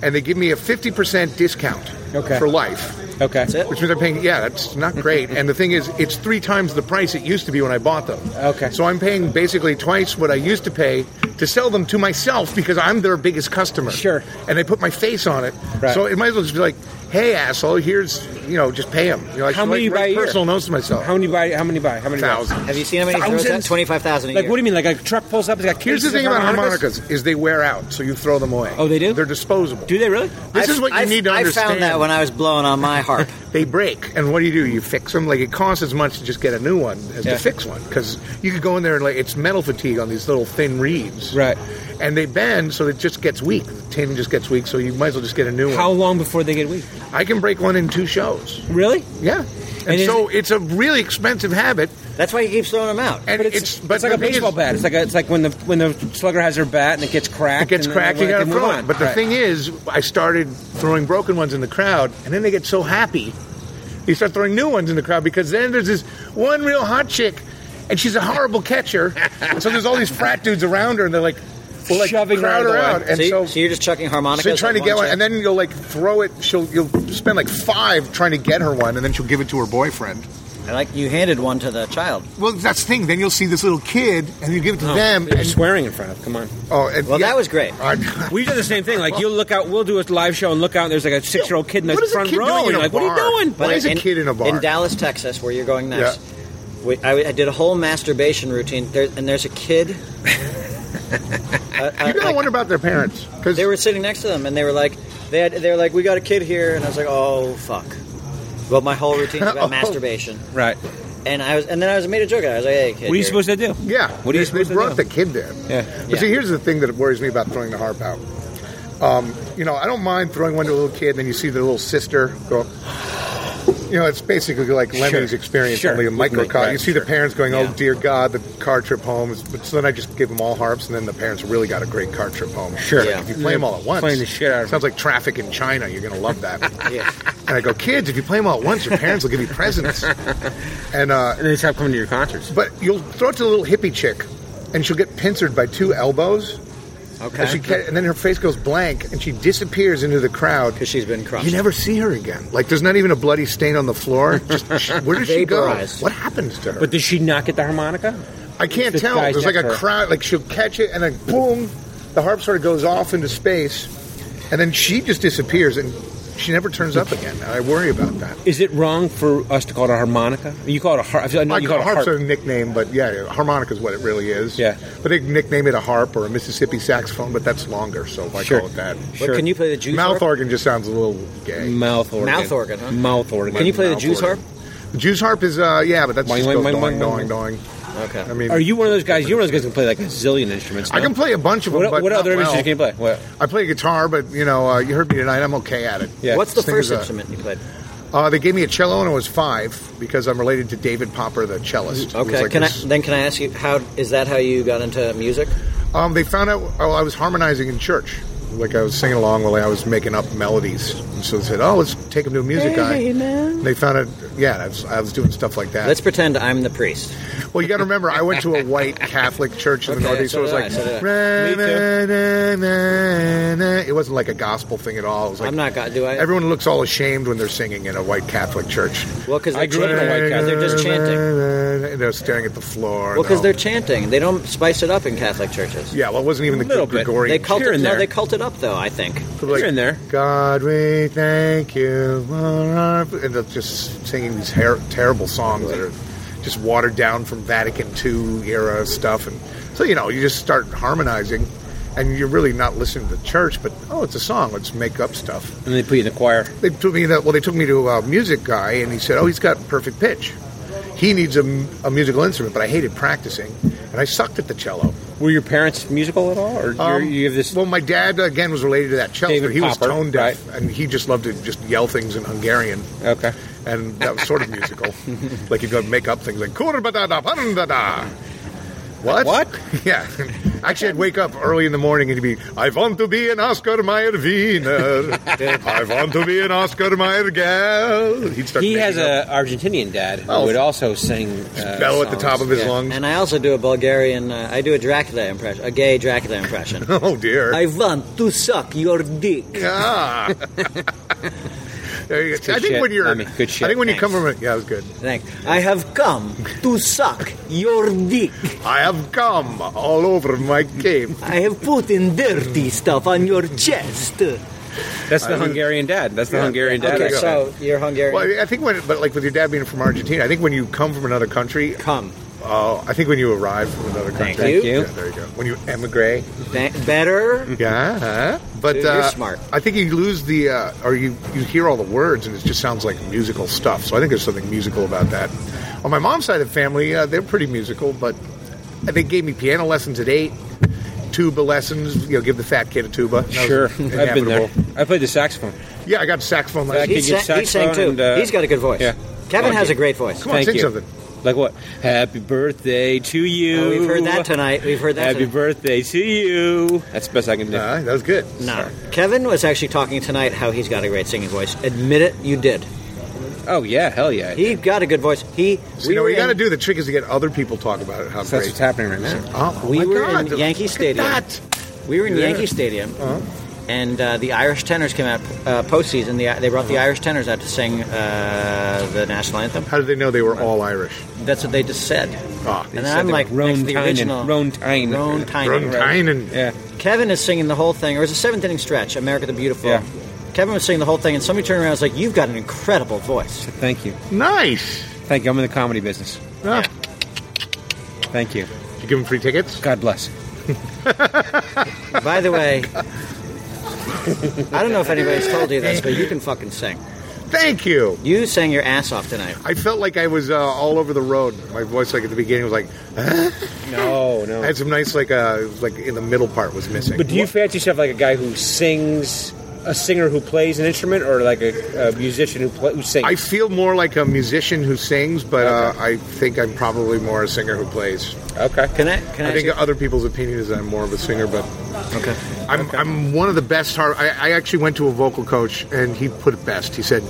Speaker 5: and they give me a 50% discount
Speaker 1: Okay.
Speaker 5: for life.
Speaker 1: okay.
Speaker 3: That's it.
Speaker 5: Which means I'm paying, yeah, that's not great. and the thing is, it's three times the price it used to be when I bought them.
Speaker 1: Okay.
Speaker 5: So I'm paying basically twice what I used to pay to sell them to myself because I'm their biggest customer.
Speaker 1: Sure.
Speaker 5: And they put my face on it.
Speaker 1: Right.
Speaker 5: So it might as well just be like, hey, asshole, here's, you know, just pay them. You know, I
Speaker 1: How
Speaker 5: should
Speaker 1: many
Speaker 5: write-
Speaker 1: by
Speaker 5: write
Speaker 1: year?
Speaker 5: personal notes to myself.
Speaker 1: How many buy? How many buy? How many buy?
Speaker 5: Thousand.
Speaker 3: Have you seen how many he throws at
Speaker 1: Thousands?
Speaker 3: twenty-five thousand a
Speaker 1: Like
Speaker 3: year?
Speaker 1: what do you mean? Like a truck pulls up, it's got.
Speaker 5: Here's the
Speaker 1: cases of
Speaker 5: thing about
Speaker 1: harmonicas?
Speaker 5: harmonicas is they wear out, so you throw them away.
Speaker 1: Oh, they do?
Speaker 5: They're disposable.
Speaker 1: Do they really?
Speaker 5: This is what you
Speaker 3: I've-
Speaker 5: need to
Speaker 3: I
Speaker 5: understand.
Speaker 3: found that when I was blowing on my
Speaker 5: [laughs]
Speaker 3: harp.
Speaker 5: they break, and what do you do? You fix them. Like it costs as much to just get a new one as
Speaker 1: Yeah.
Speaker 5: to fix one, because you could go in there and like it's metal fatigue on these little thin reeds,
Speaker 1: Right.
Speaker 5: And they bend, so it just gets weak. The tin just gets weak, so you might as well just get a new
Speaker 1: How
Speaker 5: one.
Speaker 1: long before they get weak?
Speaker 5: I can break one in two shows.
Speaker 1: Really?
Speaker 5: Yeah, and,
Speaker 1: And is
Speaker 5: so it's a really expensive habit,
Speaker 3: That's why he keeps throwing them out.
Speaker 5: and
Speaker 1: But it's,
Speaker 5: but
Speaker 1: it's like
Speaker 5: the
Speaker 1: a
Speaker 5: thing is-
Speaker 1: baseball bat. It's like a, it's like when the when the slugger has their bat and it gets cracked.
Speaker 5: It gets
Speaker 1: and
Speaker 5: cracked,
Speaker 1: Then
Speaker 5: you
Speaker 1: they
Speaker 5: gotta
Speaker 1: can move
Speaker 5: throw it.
Speaker 1: on.
Speaker 5: But the
Speaker 1: Right.
Speaker 5: thing is, I started throwing broken ones in the crowd, and then they get so happy. You start throwing new ones in the crowd because then there's this one real hot chick, and she's a horrible catcher. and so there's all these frat dudes around her, and they're like, well, like
Speaker 1: Shoving her
Speaker 5: crowd
Speaker 1: out of
Speaker 5: her
Speaker 1: the way.
Speaker 5: out. And
Speaker 3: so, you-
Speaker 5: so,
Speaker 3: so you're just chucking harmonicas.
Speaker 5: so you're trying to
Speaker 3: like
Speaker 5: get one,
Speaker 3: check?
Speaker 5: and then you'll like throw it. She'll you'll spend like five trying to get her one, and then she'll give it to her boyfriend.
Speaker 3: I like you handed one to the child.
Speaker 5: Well, that's the thing. Then you'll see this little kid, and you give it to them.
Speaker 1: Oh, They're
Speaker 5: and-
Speaker 1: swearing in front of. Come on.
Speaker 5: oh, and,
Speaker 3: Well,
Speaker 5: yeah.
Speaker 3: that was
Speaker 5: [laughs]
Speaker 3: great.
Speaker 5: I-
Speaker 1: We do the same thing. Like you'll look out. We'll do a live show and look out. and There's like a six year old kid in the
Speaker 5: What is a
Speaker 1: front
Speaker 5: kid
Speaker 1: row.
Speaker 5: doing in
Speaker 1: and you're
Speaker 5: a
Speaker 1: like, what are
Speaker 5: bar?
Speaker 1: you doing?
Speaker 5: Why is a kid in a bar?
Speaker 3: in Dallas, Texas, where you're going next? We, I, I did a whole masturbation routine, there, and there's a
Speaker 5: [laughs]
Speaker 3: kid.
Speaker 5: You gotta wonder about their parents because
Speaker 3: They were sitting next to them, and they were like, they had, they were like, we got a kid here, and I was like, oh fuck. Well, my whole routine's
Speaker 1: [laughs]
Speaker 3: about
Speaker 5: Oh.
Speaker 3: masturbation,
Speaker 1: Right.
Speaker 3: and I was, and then I was made a joke. of it. I was like, hey, kid,
Speaker 1: What are you
Speaker 3: you're-
Speaker 1: supposed to do?
Speaker 5: Yeah.
Speaker 1: What are you
Speaker 5: they, they
Speaker 1: supposed to
Speaker 5: brought
Speaker 1: do?
Speaker 5: the kid there.
Speaker 1: Yeah.
Speaker 5: But
Speaker 3: Yeah.
Speaker 5: see, here's the thing that worries me about throwing the harp out. Um, you know, I don't mind throwing one to a little kid, and then you see the little sister go. You know, it's basically like Lemmy's experience,
Speaker 1: Sure.
Speaker 5: only a
Speaker 1: With
Speaker 5: microcosm.
Speaker 1: me, right,
Speaker 5: you see
Speaker 1: sure.
Speaker 5: the parents going,
Speaker 3: Yeah.
Speaker 5: "Oh dear God, the car trip home." is- But so then I just give them all harps, and then the parents really got a great car trip home.
Speaker 1: Sure.
Speaker 5: Like, if you play them all at once,
Speaker 1: Playing the shit out of 'em.
Speaker 5: sounds like traffic in China. You're gonna love that.
Speaker 3: [laughs] Yeah.
Speaker 5: And I go, kids, if you play them all at once, your parents will give
Speaker 1: [laughs]
Speaker 5: you presents. And uh,
Speaker 1: And they stop coming to your concerts.
Speaker 5: but you'll throw it to the little hippie chick, and she'll get pincered by two elbows.
Speaker 3: Okay.
Speaker 5: And, she ca- and then her face goes blank, and she disappears into the crowd.
Speaker 3: 'Cause she's been crushed.
Speaker 5: You never see her again. Like there's not even a bloody stain on the floor.
Speaker 1: [laughs]
Speaker 5: Just, sh- where does she go?
Speaker 3: Vaporized.
Speaker 5: What happens to her?
Speaker 1: But did she not get the harmonica?
Speaker 5: I can't
Speaker 1: the
Speaker 5: tell.
Speaker 1: guy
Speaker 5: There's like a
Speaker 1: next to her.
Speaker 5: crowd. Like she'll catch it, and then boom, the harp sort of goes off into space, and then she just disappears, and she never turns up again. I worry about that.
Speaker 1: Is it wrong for us to call it a harmonica? You call it a harp. I feel- I know
Speaker 5: I
Speaker 1: you call it a
Speaker 5: harp's
Speaker 1: harp.
Speaker 5: a nickname, but yeah, harmonica's what it really is.
Speaker 1: Yeah.
Speaker 5: But they nickname it a harp or a Mississippi saxophone, but that's longer, so I
Speaker 1: Sure.
Speaker 5: call it that.
Speaker 3: What, Can you play the juice?
Speaker 5: Mouth
Speaker 3: harp?
Speaker 5: organ just sounds a little gay.
Speaker 1: Mouth organ.
Speaker 3: Mouth organ, huh?
Speaker 1: Mouth organ.
Speaker 3: Can you play the
Speaker 5: Mouth
Speaker 3: Jew's harp?
Speaker 5: organ. The Jew's harp is, uh, yeah, but that's
Speaker 1: Boing,
Speaker 5: just
Speaker 1: boing,
Speaker 5: goes
Speaker 1: boing,
Speaker 5: doing,
Speaker 1: boing,
Speaker 5: doing, doing.
Speaker 3: Okay.
Speaker 5: I mean,
Speaker 1: Are you one of those guys? You're one of those guys who can play like a zillion instruments.
Speaker 5: I
Speaker 1: no?
Speaker 5: can play a bunch of them,
Speaker 1: What,
Speaker 5: but
Speaker 1: what
Speaker 5: not
Speaker 1: other
Speaker 5: well.
Speaker 1: instruments can you play? What?
Speaker 5: I play guitar, but you know, uh, you heard me tonight. I'm okay at it.
Speaker 1: Yeah.
Speaker 3: What's the
Speaker 5: This thing
Speaker 3: first
Speaker 5: is a-
Speaker 3: instrument you played?
Speaker 5: Uh, they gave me a cello when I was five because I'm related to David Popper, the cellist. who was
Speaker 3: Okay,
Speaker 5: like
Speaker 3: can
Speaker 5: this-
Speaker 3: I then can I ask you how is that how you got into music?
Speaker 1: Uh,
Speaker 5: Um, they found out oh, I was harmonizing in church. Like I was singing along while I was making up melodies. And so they said, oh, let's take him to a music guy. And they found out, yeah, I was, I was doing stuff like that.
Speaker 3: Let's pretend I'm the priest.
Speaker 5: well, you got to remember, I went to a white Catholic church in the
Speaker 3: Okay,
Speaker 5: Northeast, so,
Speaker 3: so
Speaker 5: it was
Speaker 3: did I, so
Speaker 5: like,
Speaker 3: did
Speaker 1: Me too.
Speaker 5: "Ra, na, na, na, na." it wasn't like a gospel thing at all. It was like,
Speaker 3: I'm not God. Do I?
Speaker 5: everyone looks all ashamed when they're singing in a white Catholic church.
Speaker 3: well, because
Speaker 1: I
Speaker 3: they're
Speaker 1: grew up in a
Speaker 3: chanting.
Speaker 1: white Catholic-
Speaker 3: They're just chanting.
Speaker 5: And they're staring at the floor.
Speaker 3: Well, because
Speaker 5: They're
Speaker 3: they're chanting. They don't spice it up in Catholic churches.
Speaker 5: yeah, well, it wasn't even the
Speaker 1: Little
Speaker 5: good
Speaker 1: bit.
Speaker 5: Gregorian
Speaker 3: They
Speaker 1: Here
Speaker 3: cult it.
Speaker 1: and
Speaker 3: No,
Speaker 1: there.
Speaker 3: they cult it up though. I think.
Speaker 5: Like,
Speaker 1: You're in there.
Speaker 5: God, we thank you. for our-" And they're just singing these her- terrible songs that are just watered down from Vatican II era stuff. And so, you know, you just start harmonizing and you're really not listening to the church, but oh, it's a song. Let's make up stuff.
Speaker 1: And they put you in the choir.
Speaker 5: They took me that. Well, they took me to a music guy, and he said, "Oh, he's got perfect pitch. He needs a, a musical instrument." But I hated practicing, and I sucked at the cello.
Speaker 1: Were your parents musical at all, or you're
Speaker 5: Um,
Speaker 1: you have this?
Speaker 5: Well, my dad again was related to that Chelsea.
Speaker 1: David
Speaker 5: He was
Speaker 1: Popper,
Speaker 5: tone deaf, and he just loved to just yell things in Hungarian,
Speaker 1: okay,
Speaker 5: and that was sort
Speaker 1: [laughs]
Speaker 5: of musical. like he'd go make up things like "kurbadada pandada." What?
Speaker 1: What?
Speaker 5: [laughs] yeah. Actually, I'd wake up early in the morning and he'd be, "I want to be an Oscar
Speaker 1: [laughs]
Speaker 5: Mayer Wiener. I want to be an Oscar Mayer gal." He'd start.
Speaker 1: he has
Speaker 5: making up
Speaker 1: a Argentinian dad who
Speaker 5: Oh.
Speaker 1: would also sing uh,
Speaker 5: bell at the
Speaker 1: songs.
Speaker 5: top of his
Speaker 1: Yeah.
Speaker 5: lungs.
Speaker 3: And I also do a Bulgarian. Uh, I do a Dracula impression, a gay
Speaker 1: [laughs]
Speaker 3: Dracula impression.
Speaker 5: [laughs] oh dear.
Speaker 3: I want to suck your dick.
Speaker 5: Ah. [laughs] There you go. I think
Speaker 1: shit,
Speaker 5: when you're,
Speaker 1: Lemmy. Good shit.
Speaker 5: I think when you come from,
Speaker 1: Thanks.
Speaker 5: a, yeah, it was good.
Speaker 3: Thanks. I have come to suck your dick.
Speaker 5: I have come all over my cape.
Speaker 3: I have put in dirty stuff on your chest.
Speaker 1: That's the Hungarian dad. That's the
Speaker 5: Yeah.
Speaker 1: Hungarian dad.
Speaker 3: Okay,
Speaker 5: you go.
Speaker 1: accent.
Speaker 3: so you're Hungarian.
Speaker 5: Well, I think when, but like with your dad being from Argentina, I think when you come from another country,
Speaker 3: Come.
Speaker 5: uh, I think when you arrive from another country,
Speaker 1: Thank
Speaker 3: Thank you.
Speaker 1: you.
Speaker 5: Yeah, there you go. When you emigrate,
Speaker 3: Ba-
Speaker 1: Mm.
Speaker 3: better.
Speaker 5: yeah, huh? but
Speaker 3: Dude,
Speaker 5: uh,
Speaker 3: you're smart.
Speaker 5: I think you lose the, uh, or you you hear all the words and it just sounds like musical stuff. So I think there's something musical about that. On my mom's side of the family, uh, they're pretty musical, but they gave me piano lessons at eight, tuba lessons. You know, give the fat kid a tuba. That was
Speaker 1: sure, I've been there.
Speaker 5: inevitable.
Speaker 1: I played the saxophone.
Speaker 5: Yeah, I got saxophone lessons.
Speaker 1: He
Speaker 3: He,
Speaker 1: could get
Speaker 3: sang, he sang too.
Speaker 1: saxophone and, uh,
Speaker 3: He's got a good voice.
Speaker 1: yeah.
Speaker 3: Kevin
Speaker 1: Thank
Speaker 3: has
Speaker 1: you.
Speaker 3: a great voice.
Speaker 5: Come on,
Speaker 1: Thank
Speaker 5: sing
Speaker 1: you.
Speaker 5: something.
Speaker 1: Like what? Happy birthday to you.
Speaker 3: Uh, we've heard that tonight. We've heard that.
Speaker 1: Happy
Speaker 3: tonight.
Speaker 1: birthday to you. That's the best I can do.
Speaker 5: Uh, that was good.
Speaker 3: No. Kevin was actually talking tonight how he's got a great singing voice. Admit it, you did.
Speaker 1: oh yeah, hell yeah.
Speaker 3: He got a good voice. He.
Speaker 5: So, you know,
Speaker 3: were
Speaker 5: what you got to
Speaker 3: in-
Speaker 5: do the trick is to get other people to talk about it. How
Speaker 1: So that's
Speaker 5: great.
Speaker 1: what's happening right now.
Speaker 5: Oh, oh
Speaker 3: We
Speaker 5: my
Speaker 3: were
Speaker 5: God.
Speaker 3: in Yankee
Speaker 5: Look at
Speaker 3: Stadium.
Speaker 5: that.
Speaker 3: We were in
Speaker 5: Yeah.
Speaker 3: Yankee Stadium,
Speaker 1: Uh-huh.
Speaker 3: and uh, the Irish tenors came out uh, postseason. The, they brought the
Speaker 1: Uh-huh.
Speaker 3: Irish tenors out to sing uh, the national anthem.
Speaker 5: How did they know they were all Irish?
Speaker 3: That's what they just said.
Speaker 5: Ah,
Speaker 3: and
Speaker 1: said
Speaker 3: I'm
Speaker 1: they
Speaker 3: like,
Speaker 1: were Roan
Speaker 3: next to the
Speaker 1: Tynan.
Speaker 3: original
Speaker 1: Roan Tynan.
Speaker 3: Roan Tynan.
Speaker 5: Tynan.
Speaker 1: Yeah.
Speaker 3: Kevin is singing the whole thing. It was a seventh inning stretch, America the Beautiful.
Speaker 1: Yeah.
Speaker 3: Kevin was singing the whole thing, and somebody turned around and was like, You've got an incredible voice.
Speaker 1: Thank you.
Speaker 5: Nice.
Speaker 1: Thank you. I'm in the comedy business.
Speaker 5: Ah,
Speaker 1: Thank you.
Speaker 5: Did you give them free tickets?
Speaker 1: God bless.
Speaker 3: By the way, I don't know if anybody's told you this, but you can fucking sing.
Speaker 5: Thank you.
Speaker 3: You sang your ass off tonight.
Speaker 5: I felt like I was uh, all over the road. My voice, like at the beginning, was like
Speaker 1: No, no.
Speaker 5: I had some nice, like uh, it was, like in the middle part was missing.
Speaker 1: But do you fancy yourself like a guy who sings, a singer who plays an instrument, or like a, a musician who play, who sings?
Speaker 5: I feel more like a musician who sings, but uh, I think I'm probably more a singer who plays.
Speaker 1: okay.
Speaker 3: Can I? Can I?
Speaker 5: I think
Speaker 3: ask
Speaker 5: other people's opinion is that I'm more of a singer, but
Speaker 3: you- okay.
Speaker 5: I'm, I'm one of the best. Har- I, I actually went to a vocal coach, and he put it best. He said,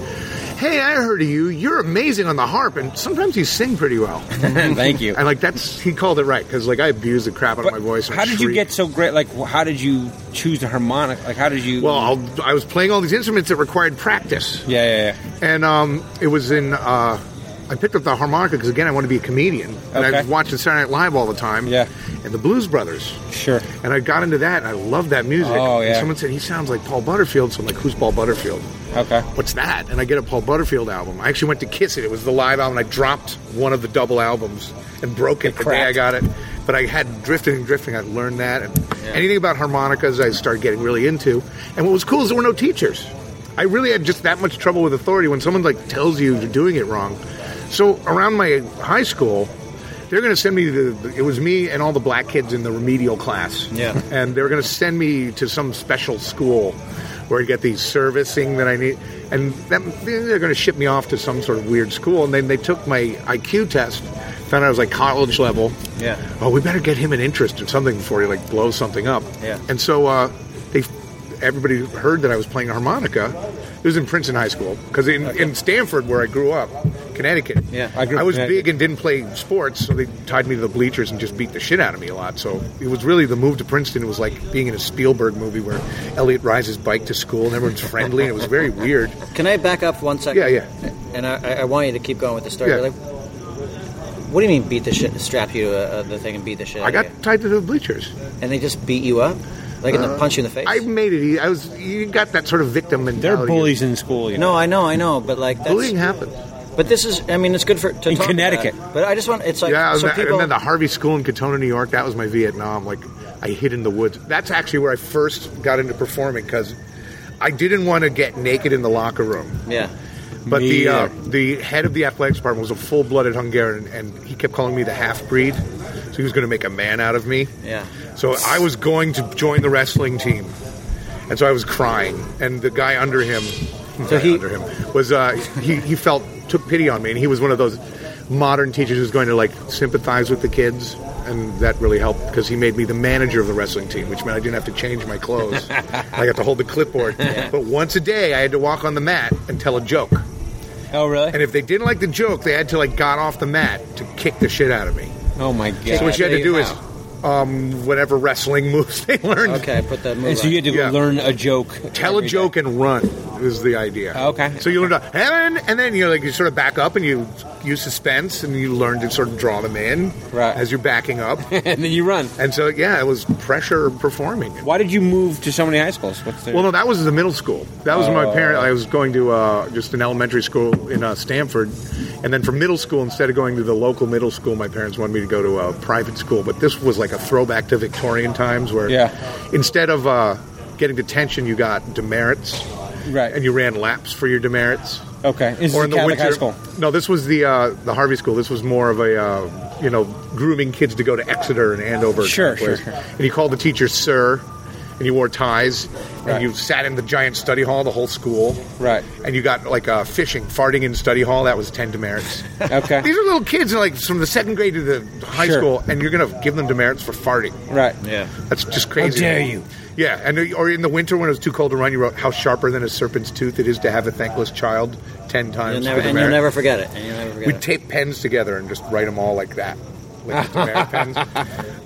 Speaker 5: "Hey, I heard of you. You're amazing on the harp, and sometimes you sing pretty well." [laughs]
Speaker 1: Thank you.
Speaker 5: and like that's he called it right because like I abused the crap out of my voice. and
Speaker 1: how did you
Speaker 5: shrieked.
Speaker 1: get so great? Like, wh- how did you choose the harmonic? Like, how did you?
Speaker 5: Well, I'll, I was playing all these instruments that required practice,
Speaker 1: yeah, yeah, yeah.
Speaker 5: and um, it was in. Uh, I picked up the harmonica because again, I want to be a comedian, and
Speaker 1: Okay.
Speaker 5: I was watching Saturday Night Live all the time.
Speaker 1: Yeah.
Speaker 5: and the Blues Brothers.
Speaker 1: Sure.
Speaker 5: And I got into that, and I loved that music.
Speaker 1: Oh,
Speaker 5: And
Speaker 1: yeah.
Speaker 5: someone said he sounds like Paul Butterfield, so I'm like, "Who's Paul Butterfield?"
Speaker 1: Okay.
Speaker 5: what's that? And I get a Paul Butterfield album. I actually went to Kiss It. It was the live album. I dropped one of the double albums and broke it, the day I
Speaker 1: cracked.
Speaker 5: got it. But I had drifting and drifting. I learned that. And anything about harmonicas, I started getting really into. And what was cool is there were no teachers. I really had just that much trouble with authority when someone like tells you you're doing it wrong. So around my high school, they're going to send me to the. It was me and all the black kids in the remedial class.
Speaker 3: Yeah.
Speaker 5: And they were going to send me to some special school where I'd get the servicing that I need. And that, they're going to ship me off to some sort of weird school. And then they took my IQ test, found out I was like college level.
Speaker 3: Yeah.
Speaker 5: Oh, we better get him an interest in something before he like blows something up.
Speaker 3: Yeah.
Speaker 5: And so uh, they, everybody heard that I was playing harmonica. It was in Princeton High School because in, in Stanford, where I grew up, Connecticut.
Speaker 3: Yeah.
Speaker 5: I,
Speaker 1: I grew up
Speaker 5: was
Speaker 1: in
Speaker 5: big and didn't play sports, so they tied me to the bleachers and just beat the shit out of me a lot. So it was really the move to Princeton. It was like being in a Spielberg movie where Elliot rides his bike to school and everyone's friendly, and it was very weird.
Speaker 3: Can I back up one second?
Speaker 5: Yeah, yeah.
Speaker 3: And I, I- I want you to keep going with the story.
Speaker 5: Yeah.
Speaker 3: Like, what do you mean beat the shit, strap you to uh, the thing and beat the shit?
Speaker 5: I
Speaker 3: out of
Speaker 5: got tied to the bleachers.
Speaker 3: you? And they just beat you up, like and then punch you in the face.
Speaker 5: Uh, I made it. e- I was. You got that sort of victim
Speaker 1: There
Speaker 5: mentality.
Speaker 1: are bullies in school, you know.
Speaker 3: no, I know, I know, but like that's,
Speaker 5: Bullying happens.
Speaker 3: But this is, I mean, it's good for to
Speaker 1: In
Speaker 3: talk about,
Speaker 1: Connecticut.
Speaker 3: but I just want it's like
Speaker 5: yeah,
Speaker 3: so
Speaker 5: and
Speaker 3: people.
Speaker 5: then the Harvey School in Katona, New York. That was my Vietnam. Like, I hid in the woods. That's actually where I first got into performing because I didn't want to get naked in the locker room.
Speaker 3: yeah,
Speaker 5: But
Speaker 1: Me
Speaker 5: the uh,
Speaker 1: either.
Speaker 5: the head of the athletics department was a full blooded Hungarian, and he kept calling me the half breed. So he was going to make a man out of me.
Speaker 3: Yeah.
Speaker 5: So I was going to join the wrestling team, and so I was crying. And the guy under him, guy
Speaker 3: he-
Speaker 5: under him was uh, he, he felt took pity on me, and he was one of those modern teachers who's going to like sympathize with the kids, and that really helped because he made me the manager of the wrestling team, which meant I didn't have to change
Speaker 3: [laughs]
Speaker 5: my clothes. I got to hold the clipboard, but once a day I had to walk on the mat and tell a joke.
Speaker 1: Oh, really?
Speaker 5: And if they didn't like the joke, they had to like got off the mat to kick the shit out of me.
Speaker 1: Oh, my God.
Speaker 5: So what you had
Speaker 3: there
Speaker 5: to do
Speaker 3: you
Speaker 5: is um, whatever wrestling [laughs] moves they learned.
Speaker 3: Okay, put that move.
Speaker 1: and so you had to
Speaker 5: Yeah.
Speaker 1: learn a joke.
Speaker 5: Tell a
Speaker 1: every
Speaker 5: joke
Speaker 1: day. Oh,
Speaker 5: and run is the idea.
Speaker 1: Okay.
Speaker 5: So you learned to and and then you like you sort of back up and you use suspense and you learn to sort of draw them in
Speaker 1: Right.
Speaker 5: as you're
Speaker 1: [laughs]
Speaker 5: backing up.
Speaker 1: and then you run.
Speaker 5: and so yeah, it was pressure performing.
Speaker 1: Why did you move to so many high schools? What's the
Speaker 5: Well, no, that was the middle school. That was my parent. I was going to uh, just an elementary school in uh, Stanford, and then for middle school, instead of going to the local middle school, my parents wanted me to go to a private school. But this was like a throwback to Victorian times, where
Speaker 1: Yeah.
Speaker 5: instead of uh, getting detention, you got demerits,
Speaker 1: Right.
Speaker 5: And you ran laps for your demerits.
Speaker 1: Okay. This is a Catholic high school.
Speaker 5: No, this was the uh, the Harvey School. This was more of a uh, you know grooming kids to go to Exeter and Andover.
Speaker 1: Sure,
Speaker 5: kind of place.
Speaker 1: sure, sure.
Speaker 5: And you called the teacher sir, and you wore ties,
Speaker 1: Right.
Speaker 5: and you sat in the giant study hall, the whole school.
Speaker 1: Right.
Speaker 5: And you got like uh, fishing, farting in study hall. That was ten demerits.
Speaker 1: [laughs] Okay.
Speaker 5: [laughs] These are little kids, like from the second grade to the high
Speaker 1: Sure.
Speaker 5: school, and you're gonna give them demerits for farting.
Speaker 1: Right.
Speaker 3: Yeah.
Speaker 5: That's just crazy.
Speaker 1: dare you.
Speaker 5: Yeah, and or in the winter when it was too cold to run, you wrote how sharper than a serpent's tooth it is to have a thankless child ten times.
Speaker 3: You'll
Speaker 5: for
Speaker 3: never, and
Speaker 5: demerit."
Speaker 3: you'll never forget it. And you'll never forget
Speaker 5: We'd
Speaker 3: it.
Speaker 5: tape pens together and just write them all like that. Like the
Speaker 3: [laughs]
Speaker 5: demerit pens.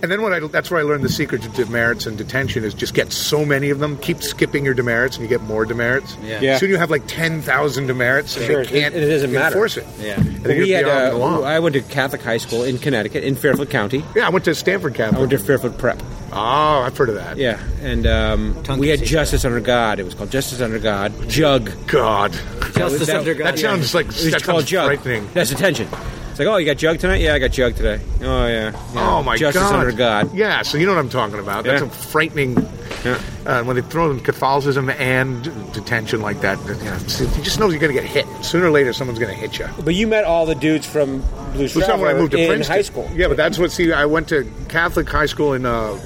Speaker 5: And then what I, that's where I learned the secret to demerits and detention is just get so many of them, keep skipping your demerits, and you get more demerits.
Speaker 3: Yeah.
Speaker 1: Yeah.
Speaker 5: Soon you have like 10,000 demerits, and
Speaker 1: Sure,
Speaker 5: they can't
Speaker 1: it- it doesn't matter.
Speaker 5: enforce it.
Speaker 3: Yeah.
Speaker 5: And then
Speaker 1: we
Speaker 5: you're
Speaker 1: had,
Speaker 5: beyond
Speaker 1: uh,
Speaker 5: the law.
Speaker 1: I went to Catholic high school in Connecticut, in Fairfield County.
Speaker 5: yeah, I went to Stanford
Speaker 1: I went
Speaker 5: Catholic.
Speaker 1: to Fairfield Prep.
Speaker 5: Oh, I've heard of that.
Speaker 1: Yeah, and um,
Speaker 3: Tongue
Speaker 1: we had
Speaker 3: kiss.
Speaker 1: Justice Under God. It was called Justice Under God. Jug.
Speaker 5: God.
Speaker 3: Justice
Speaker 1: that-
Speaker 3: under God.
Speaker 5: That
Speaker 3: yeah.
Speaker 5: sounds
Speaker 1: It
Speaker 5: like
Speaker 1: was
Speaker 5: that
Speaker 1: called
Speaker 5: sounds
Speaker 1: Jug.
Speaker 5: frightening.
Speaker 1: That's attention. It's like, oh, you got Jug tonight? Yeah, I got Jug today. Oh yeah. Yeah.
Speaker 5: Oh my
Speaker 1: Justice
Speaker 5: God!
Speaker 1: Under God.
Speaker 5: Yeah, so you know what I'm talking about. That's
Speaker 1: Yeah.
Speaker 5: a frightening.
Speaker 1: Yeah.
Speaker 5: Uh, when they throw in Catholicism and detention like that, you, know, it's- you just know you're going to get hit sooner or later. Someone's going to hit you.
Speaker 1: But you met all the dudes from Blues
Speaker 5: That's not when I moved to
Speaker 1: in
Speaker 5: Princeton.
Speaker 1: high school.
Speaker 5: Yeah, but that's what. See, I went to Catholic high school in uh,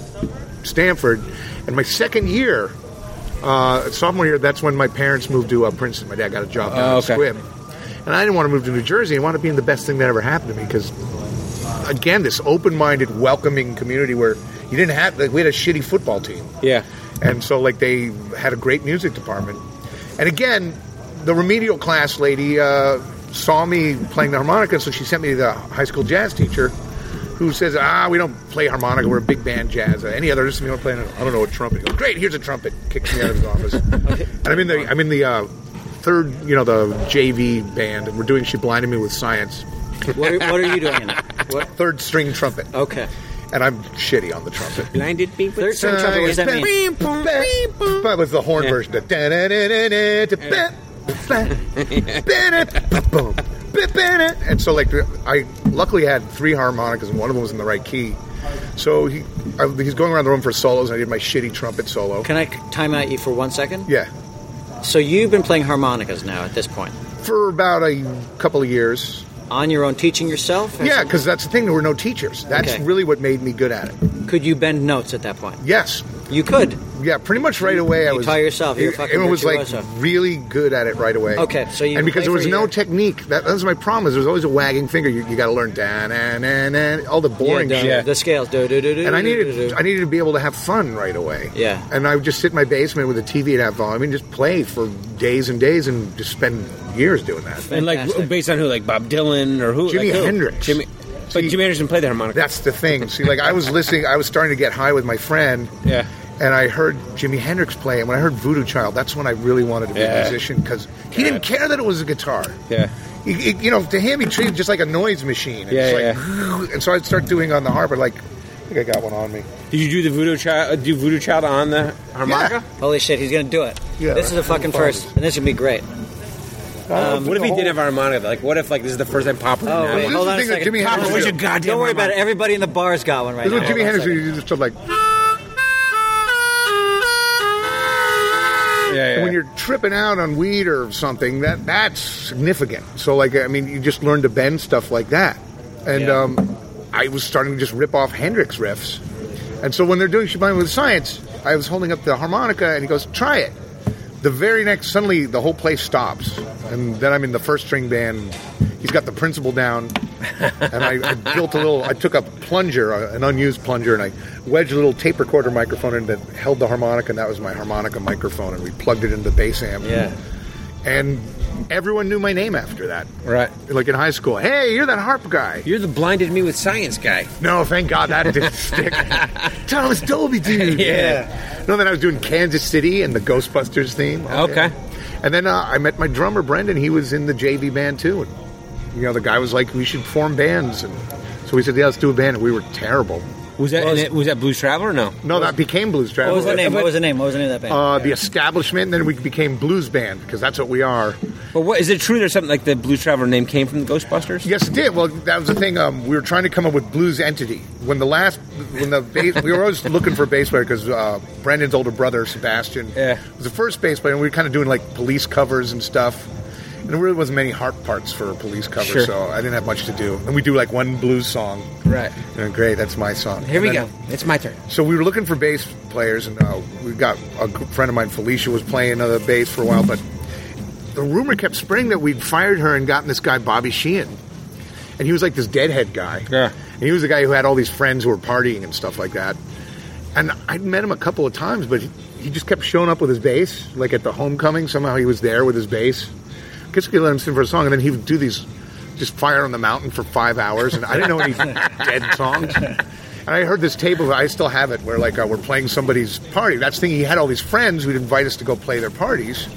Speaker 5: Stanford, and my second year, uh, sophomore year, that's when my parents moved to uh, Princeton. My dad got a job down
Speaker 1: Oh,
Speaker 5: at
Speaker 1: okay.
Speaker 5: Squibb, and I didn't want to move to New Jersey. I wanted to be in the best thing that ever happened to me because, again, this open-minded, welcoming community where you didn't have. Like, we had a shitty football team.
Speaker 1: Yeah.
Speaker 5: And so, like, they had a great music department. And again, the remedial class lady uh, saw me playing the harmonica, so she sent me to the high school jazz teacher who says, Ah, we don't play harmonica, we're a big band jazz. Uh, any other instrument you want to play? I don't know what trumpet. He goes, Great, here's a trumpet. Kicks me out of his office. And I'm in the, I'm in the uh, third, you know, the JV band, and we're doing She Blinded Me with Science,
Speaker 3: What are, what are you
Speaker 5: [laughs]
Speaker 3: doing? in it? What?
Speaker 5: third string trumpet.
Speaker 3: Okay.
Speaker 5: And I'm shitty on the trumpet.
Speaker 1: Blinded me with
Speaker 5: uh,
Speaker 3: Third string trumpet. What does that mean?
Speaker 5: That was the horn
Speaker 1: Yeah.
Speaker 5: version.
Speaker 3: [laughs]
Speaker 5: And so, like, I luckily had three harmonicas, and one of them was in the right key. So he, I, he's going around the room for solos, and I did my shitty trumpet solo.
Speaker 3: Can I time out you for one second?
Speaker 5: Yeah,
Speaker 3: So you've been playing harmonicas now at this point,
Speaker 5: for about a couple of years.
Speaker 3: on your own, teaching yourself. Or
Speaker 5: Yeah, because that's the thing. There were no teachers. That's
Speaker 3: Okay.
Speaker 5: really what made me good at it.
Speaker 3: Could you bend notes at that point?
Speaker 5: Yes,
Speaker 3: You could.
Speaker 5: Yeah, pretty much right away. I
Speaker 3: you
Speaker 5: was
Speaker 3: taught yourself. You're
Speaker 5: It,
Speaker 3: fucking
Speaker 5: it was like
Speaker 3: virtuoso.
Speaker 5: really good at it right away.
Speaker 3: Okay, so you
Speaker 5: and because
Speaker 3: play
Speaker 5: there
Speaker 3: for
Speaker 5: was
Speaker 3: a
Speaker 5: no
Speaker 3: year.
Speaker 5: technique. That, that was my problem. Is there was always a wagging finger. You, you got to learn da na na na all the boring
Speaker 3: yeah,
Speaker 5: shit.
Speaker 3: uh, The, the scales. Do, do, do, do,
Speaker 5: And I
Speaker 3: do, do,
Speaker 5: needed
Speaker 3: do.
Speaker 5: I needed to be able to have fun right away.
Speaker 3: Yeah.
Speaker 5: And I would just sit in my basement with a TV at half volume and just play for days and days and just spend years doing that.
Speaker 1: And like
Speaker 3: Fantastic.
Speaker 1: based on who, like Bob Dylan or who?
Speaker 5: Jimi
Speaker 1: like who?
Speaker 5: Hendrix.
Speaker 1: Jimmy, but
Speaker 5: See-
Speaker 1: Jimmy Anderson played the harmonica.
Speaker 5: That's the thing. See, like I was listening, I was starting to get high with my friend.
Speaker 1: Yeah.
Speaker 5: And I heard Jimi Hendrix play, and when I heard Voodoo Child, that's when I really wanted to be
Speaker 1: Yeah.
Speaker 5: a musician because he didn't care that it was a guitar.
Speaker 1: Yeah.
Speaker 5: He- he- you know, to him, he treated it just like a noise machine. And
Speaker 1: Yeah,
Speaker 5: it's
Speaker 1: yeah,
Speaker 5: like, And so I'd start doing on the harp, but like, I think I got one on me.
Speaker 1: Did you do the voodoo child? Do voodoo child on the harmonica?
Speaker 3: Holy shit, he's gonna do it.
Speaker 5: Yeah,
Speaker 3: this is a
Speaker 5: that's
Speaker 3: fucking first, and this is gonna be great.
Speaker 1: Um, What if he did have a harmonica? Like, what if like this is the first time Pop?
Speaker 3: Oh,
Speaker 1: had
Speaker 3: wait,
Speaker 1: one?
Speaker 5: this
Speaker 3: hold
Speaker 5: is
Speaker 3: on
Speaker 5: the
Speaker 3: a
Speaker 5: thing that
Speaker 3: second.
Speaker 5: Jimi Hendrix
Speaker 1: Where's your
Speaker 5: did.
Speaker 1: goddamn?
Speaker 3: Don't worry about
Speaker 1: harmonica?
Speaker 3: it. Everybody in the bar's got one right
Speaker 5: This is
Speaker 3: now.
Speaker 5: what Jimi
Speaker 3: Hold on a
Speaker 5: Hendrix
Speaker 3: second.
Speaker 5: did. He did stuff like.
Speaker 1: Yeah, yeah.
Speaker 5: When you're tripping out on weed or something, that that's significant. So, like, I mean, you just learn to bend stuff like that, and
Speaker 3: Yeah.
Speaker 5: um, I was starting to just rip off Hendrix riffs. And so when they're doing Shebang with Science, I was holding up the harmonica and he goes, try it. The very next, suddenly the whole place stops. And then I'm in the first string band. He's got the principal down. And I, I built a little, I took a plunger, a- an unused plunger, and I wedged a little tape recorder microphone in that held the harmonica, and that was my harmonica microphone. And we plugged it into the bass amp.
Speaker 3: Yeah.
Speaker 5: And everyone knew my name after that.
Speaker 1: Right.
Speaker 5: Like in high school, hey, you're that harp guy.
Speaker 1: You're the blinded me with science guy.
Speaker 5: No, thank God
Speaker 3: [laughs]
Speaker 5: that didn't stick. Thomas Dolby, dude.
Speaker 1: Yeah.
Speaker 5: No, then I was doing Kansas City and the Ghostbusters theme. Oh,
Speaker 1: Okay.
Speaker 5: And then uh, I met my drummer Brendan. He was in the JV band too. And you know, the guy was like, "We should form bands," and so we said, "Yeah, let's do a band." And we were terrible.
Speaker 1: Was that was, was that Blues Traveler? or No.
Speaker 5: No, that became Blues Traveler.
Speaker 3: What was the name? What was the name? What was the name of that band?
Speaker 5: Uh, the establishment, and then we became Blues Band because that's what we are.
Speaker 1: But what is it true there's something like the Blues Traveler name came from the Ghostbusters?
Speaker 5: Yes, it did. Well, that was the thing. Um, we were trying to come up with blues entity. When the last, when the bass, we were always looking for a bass player because uh, Brandon's older brother Sebastian
Speaker 1: Yeah.
Speaker 5: was the first bass player, and we were kind of doing like police covers and stuff. And there really wasn't many harp parts for a police cover,
Speaker 1: Sure.
Speaker 5: so I didn't have much to do. And we do like one blues song.
Speaker 1: Right.
Speaker 5: And great, that's my song.
Speaker 1: Here
Speaker 5: And
Speaker 1: we
Speaker 5: then-
Speaker 1: go. It's my turn.
Speaker 5: so we were looking for bass players, and uh, we got a g- friend of mine, Felicia, was playing uh, bass for a while. But the rumor kept spreading that we'd fired her and gotten this guy Bobby Sheehan, and he was like this deadhead guy.
Speaker 1: Yeah.
Speaker 5: and he was the guy who had all these friends who were partying and stuff like that. And I'd met him a couple of times, but he, he just kept showing up with his bass. Like at the homecoming, somehow he was there with his bass. Guess we could let him sing for a song, and then he would do these, just fire on the mountain for five hours, and I didn't know any dead songs. And I heard this table, I still have it, where like uh, we're playing somebody's party. That's the thing, he had all these friends who'd invite us to go play their parties.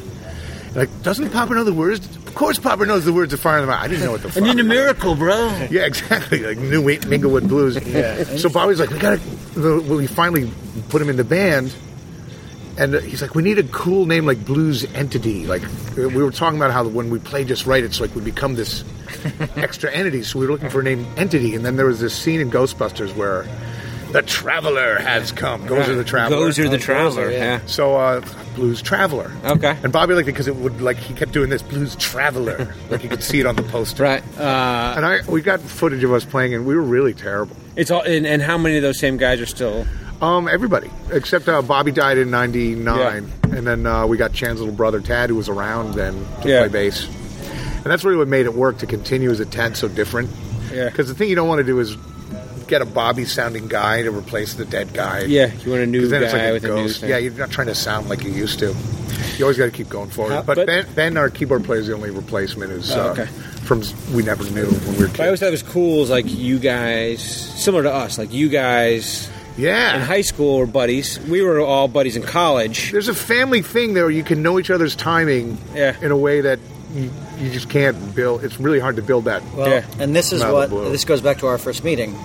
Speaker 5: And, like, doesn't Papa know the words? Of course Papa knows the words of Fire on the Mountain. I didn't know what the fuck.
Speaker 3: miracle, bro.
Speaker 5: Yeah, exactly. Like New Minglewood Blues. So Bobby's like, we gotta. The, well, he finally put him in the band, and he's like, we need a cool name like Blues Entity. Like we were talking about how when we play just right, it's like we become this extra entity. So we were looking for a name Entity, and then there was this scene in Ghostbusters where the Traveler has come. Goes are the Traveler.
Speaker 1: Those are the Traveler. Yeah.
Speaker 5: So uh, blues traveler.
Speaker 1: Okay.
Speaker 5: And Bobby liked it because it would like he kept doing this blues traveler, like you could see it on the poster.
Speaker 1: Right. Uh,
Speaker 5: And I we got footage of us playing, and we were really terrible.
Speaker 1: it's all. And, and how many of those same guys are still?
Speaker 5: Um, everybody except uh, Bobby died in '99, and then uh, we got Chan's little brother Tad, who was around then to
Speaker 1: Yeah.
Speaker 5: play bass. And that's really what made it work to continue is that Tad's so different.
Speaker 1: Yeah.
Speaker 5: Because the thing you don't want to do is get a Bobby sounding guy to replace the dead guy.
Speaker 1: Yeah, you want a new
Speaker 5: 'Cause then it's
Speaker 1: guy
Speaker 5: like a
Speaker 1: with a new
Speaker 5: ghost.
Speaker 1: thing.
Speaker 5: Yeah, you're not trying to sound like you used to. You always got to keep going forward.
Speaker 1: How-
Speaker 5: but
Speaker 1: but-
Speaker 5: ben, ben, our keyboard player, is the only replacement. Is
Speaker 1: Oh,
Speaker 5: uh,
Speaker 1: okay.
Speaker 5: from s- we never knew when we were kids.
Speaker 1: But I always thought it was cool. Is like you guys, similar to us, like you guys
Speaker 5: yeah.
Speaker 1: in high school were buddies. We were all buddies in college.
Speaker 5: There's a family thing there. You can know each other's timing
Speaker 1: Yeah.
Speaker 5: in a way that you, you just can't build. It's really hard to build that.
Speaker 3: Well,
Speaker 1: Yeah.
Speaker 3: and this is
Speaker 5: Malibu
Speaker 3: what
Speaker 5: Blue.
Speaker 3: this goes back to our first meeting.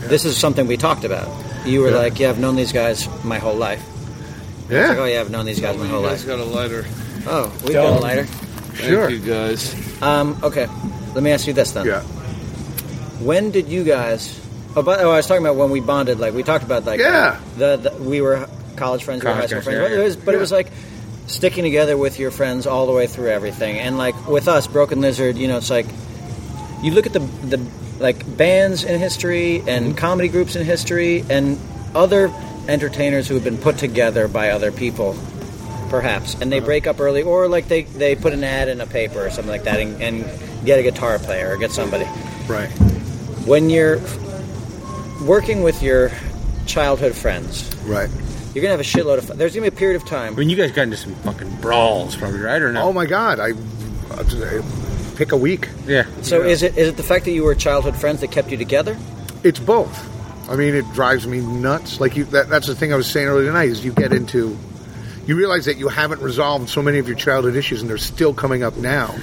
Speaker 3: This is something we talked about. You were
Speaker 5: Yeah.
Speaker 3: like, "Yeah, I've known these guys my whole life." I was like, oh
Speaker 5: yeah,
Speaker 3: yeah, I've known these guys my whole
Speaker 7: Guys
Speaker 3: life.
Speaker 7: got a lighter.
Speaker 3: Oh, we got a lighter.
Speaker 5: sure.
Speaker 7: Thank you guys.
Speaker 3: Um, okay, let me ask you this then.
Speaker 5: Yeah,
Speaker 3: When did you guys? Oh, but, oh, I was talking about when we bonded. Like we talked about, like
Speaker 5: Yeah.
Speaker 3: the, the we were college friends, we were high
Speaker 1: College
Speaker 3: school
Speaker 1: friends,
Speaker 3: friends,
Speaker 1: yeah,
Speaker 3: but, it was, but it
Speaker 5: yeah.
Speaker 3: was like sticking together with your friends all the way through everything. And like with us, Broken Lizard, you know, it's like you look at the the like bands in history and
Speaker 1: Mm-hmm.
Speaker 3: comedy groups in history and other entertainers who have been put together by other people perhaps and they
Speaker 1: Uh-huh.
Speaker 3: break up early or like they, they put an ad in a paper or something like that and, and get a guitar player or get somebody
Speaker 5: right.
Speaker 3: when you're working with your childhood friends,
Speaker 5: Right.
Speaker 3: you're gonna have a shitload of. There's gonna be a period of time.
Speaker 1: I mean, you guys got into some fucking brawls, probably right or not?
Speaker 5: Oh my God! I, I just- I- pick a week.
Speaker 1: yeah.
Speaker 3: So is it is it the fact that you were childhood friends that kept you together?
Speaker 5: It's both. I mean, it drives me nuts. Like you, that, that's the thing I was saying earlier tonight. Is you get into, you realize that you haven't resolved so many of your childhood issues, and they're still coming
Speaker 3: [laughs]
Speaker 5: up now,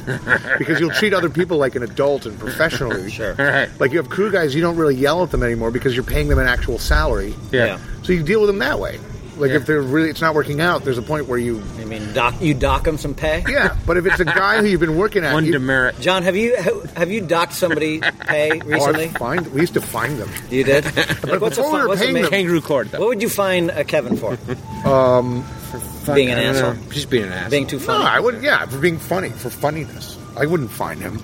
Speaker 5: because you'll treat other people like an adult and professionally.
Speaker 3: Sure.
Speaker 1: Right.
Speaker 5: Like you have crew guys, you don't really yell at them anymore because you're paying them an actual salary.
Speaker 1: Yeah.
Speaker 5: So you deal with them that way. Like
Speaker 1: Yeah.
Speaker 5: if they're really, it's not working out. There's a point where you,
Speaker 3: I mean, doc, you dock them some pay.
Speaker 5: yeah. But if it's a guy who you've been working at,
Speaker 1: One
Speaker 5: you,
Speaker 1: demerit.
Speaker 3: John, have you have you docked somebody
Speaker 5: [laughs]
Speaker 3: pay
Speaker 5: Oh, I
Speaker 3: recently?
Speaker 5: find we used to find them.
Speaker 3: you
Speaker 5: [laughs]
Speaker 3: did. Like, what's a fine-
Speaker 5: before we were
Speaker 3: what's a
Speaker 5: paying
Speaker 3: ma-
Speaker 5: them- Um,
Speaker 1: Kangaroo court, though.
Speaker 3: What would you fine a Kevin for?
Speaker 1: Fuck,
Speaker 3: being an
Speaker 1: I don't
Speaker 3: asshole.
Speaker 1: know. Just being an asshole.
Speaker 3: Being too
Speaker 5: No,
Speaker 3: funny.
Speaker 5: I would. Yeah, for being funny, for funniness, I wouldn't find him.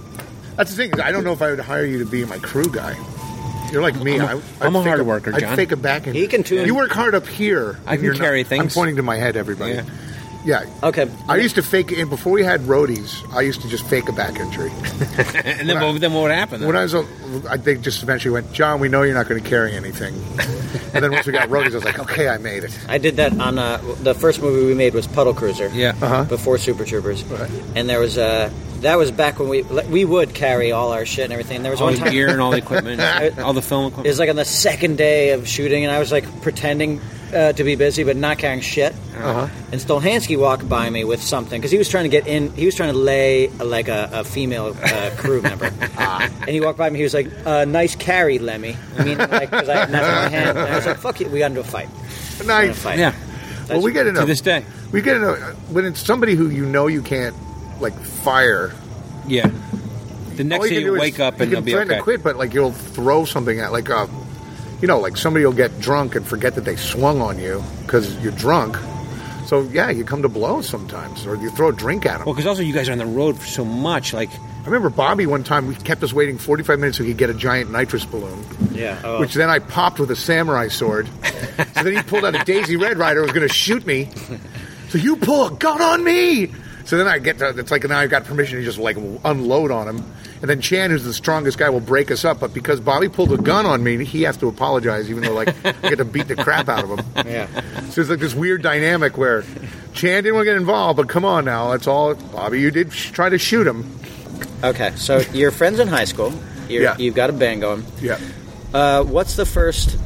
Speaker 5: That's the thing. is I don't know if I would hire you to be my crew guy. You're like me.
Speaker 1: I'm a-
Speaker 5: I, I'd
Speaker 1: I'm a
Speaker 5: fake
Speaker 1: hard
Speaker 5: a-
Speaker 1: worker, John.
Speaker 5: I'd fake a back end.
Speaker 3: He can tune.
Speaker 5: You work hard up here.
Speaker 1: I
Speaker 5: and
Speaker 1: can
Speaker 5: you're not-
Speaker 1: carry things.
Speaker 5: I'm pointing to my head, everybody.
Speaker 1: Yeah.
Speaker 5: Yeah.
Speaker 3: Okay.
Speaker 5: I used to fake, and before we had roadies, I used to just fake a
Speaker 1: [laughs]
Speaker 5: back injury.
Speaker 1: and then, what then what would happen? then?
Speaker 5: When I was, a, I think just eventually went, John, we know you're not going to carry anything. and then once we got roadies, I was like, okay, I
Speaker 1: [laughs]
Speaker 5: made it.
Speaker 3: I did that on uh, the first movie we made was Puddle Cruiser.
Speaker 1: Yeah. Uh-huh.
Speaker 3: Before Super Troopers. And there was uh, that was back when we like, we would carry all our shit and everything. There was
Speaker 1: all
Speaker 3: one
Speaker 1: the
Speaker 3: time
Speaker 1: gear and all the
Speaker 5: [laughs]
Speaker 1: equipment, all the film
Speaker 3: it
Speaker 1: equipment.
Speaker 3: was like on the second day of shooting, and I was like pretending uh, to be busy but not carrying shit. Uh-huh. And Stolhansky walked by me with something because he was trying to get in. He was trying to lay uh, like a, a female uh,
Speaker 1: [laughs]
Speaker 3: crew member,
Speaker 1: Ah.
Speaker 3: and he walked by me. He was like, uh, "Nice carry, Lemmy." I mean, like because I had nothing in my hand. And I was like, "Fuck it, we got into a fight. We got into a
Speaker 5: Nice.
Speaker 3: fight."
Speaker 1: Yeah.
Speaker 5: Well, we get
Speaker 1: To
Speaker 5: enough.
Speaker 1: this day.
Speaker 5: We get enough. When it's somebody who you know you can't, like, fire.
Speaker 1: Yeah. The
Speaker 5: all
Speaker 1: next day
Speaker 5: can
Speaker 1: you
Speaker 5: do is-
Speaker 1: wake up and
Speaker 5: you
Speaker 1: you'll
Speaker 5: can
Speaker 1: be
Speaker 5: threaten
Speaker 1: okay.
Speaker 5: to quit, but, like, you'll throw something at, like, uh, you know, like somebody will get drunk and forget that they swung on you because you're drunk. So, yeah, you come to blows sometimes, or you throw a drink at them.
Speaker 1: Well, because also you guys are on the road for so much. Like,
Speaker 5: I remember Bobby one time, we kept us waiting 45 minutes so he could get a giant nitrous balloon.
Speaker 3: Yeah. Oh.
Speaker 5: Which then I popped with a samurai sword. so then he pulled out a Daisy Red Rider who was going to shoot me. So you pull a gun on me. So then I get to, it's like now I've got permission to just like unload on him. And then Chan, who's the strongest guy, will break us up. But because Bobby pulled a gun on me, he has to apologize, even though like I get to beat the crap out of him.
Speaker 3: Yeah.
Speaker 5: So it's like this weird dynamic where Chan didn't want to get involved, but come on now, that's all. Bobby, you did sh- try to shoot him.
Speaker 3: Okay. So your friends in high school. You're,
Speaker 5: Yeah.
Speaker 3: You've got a band going.
Speaker 5: Yeah.
Speaker 3: Uh, what's the first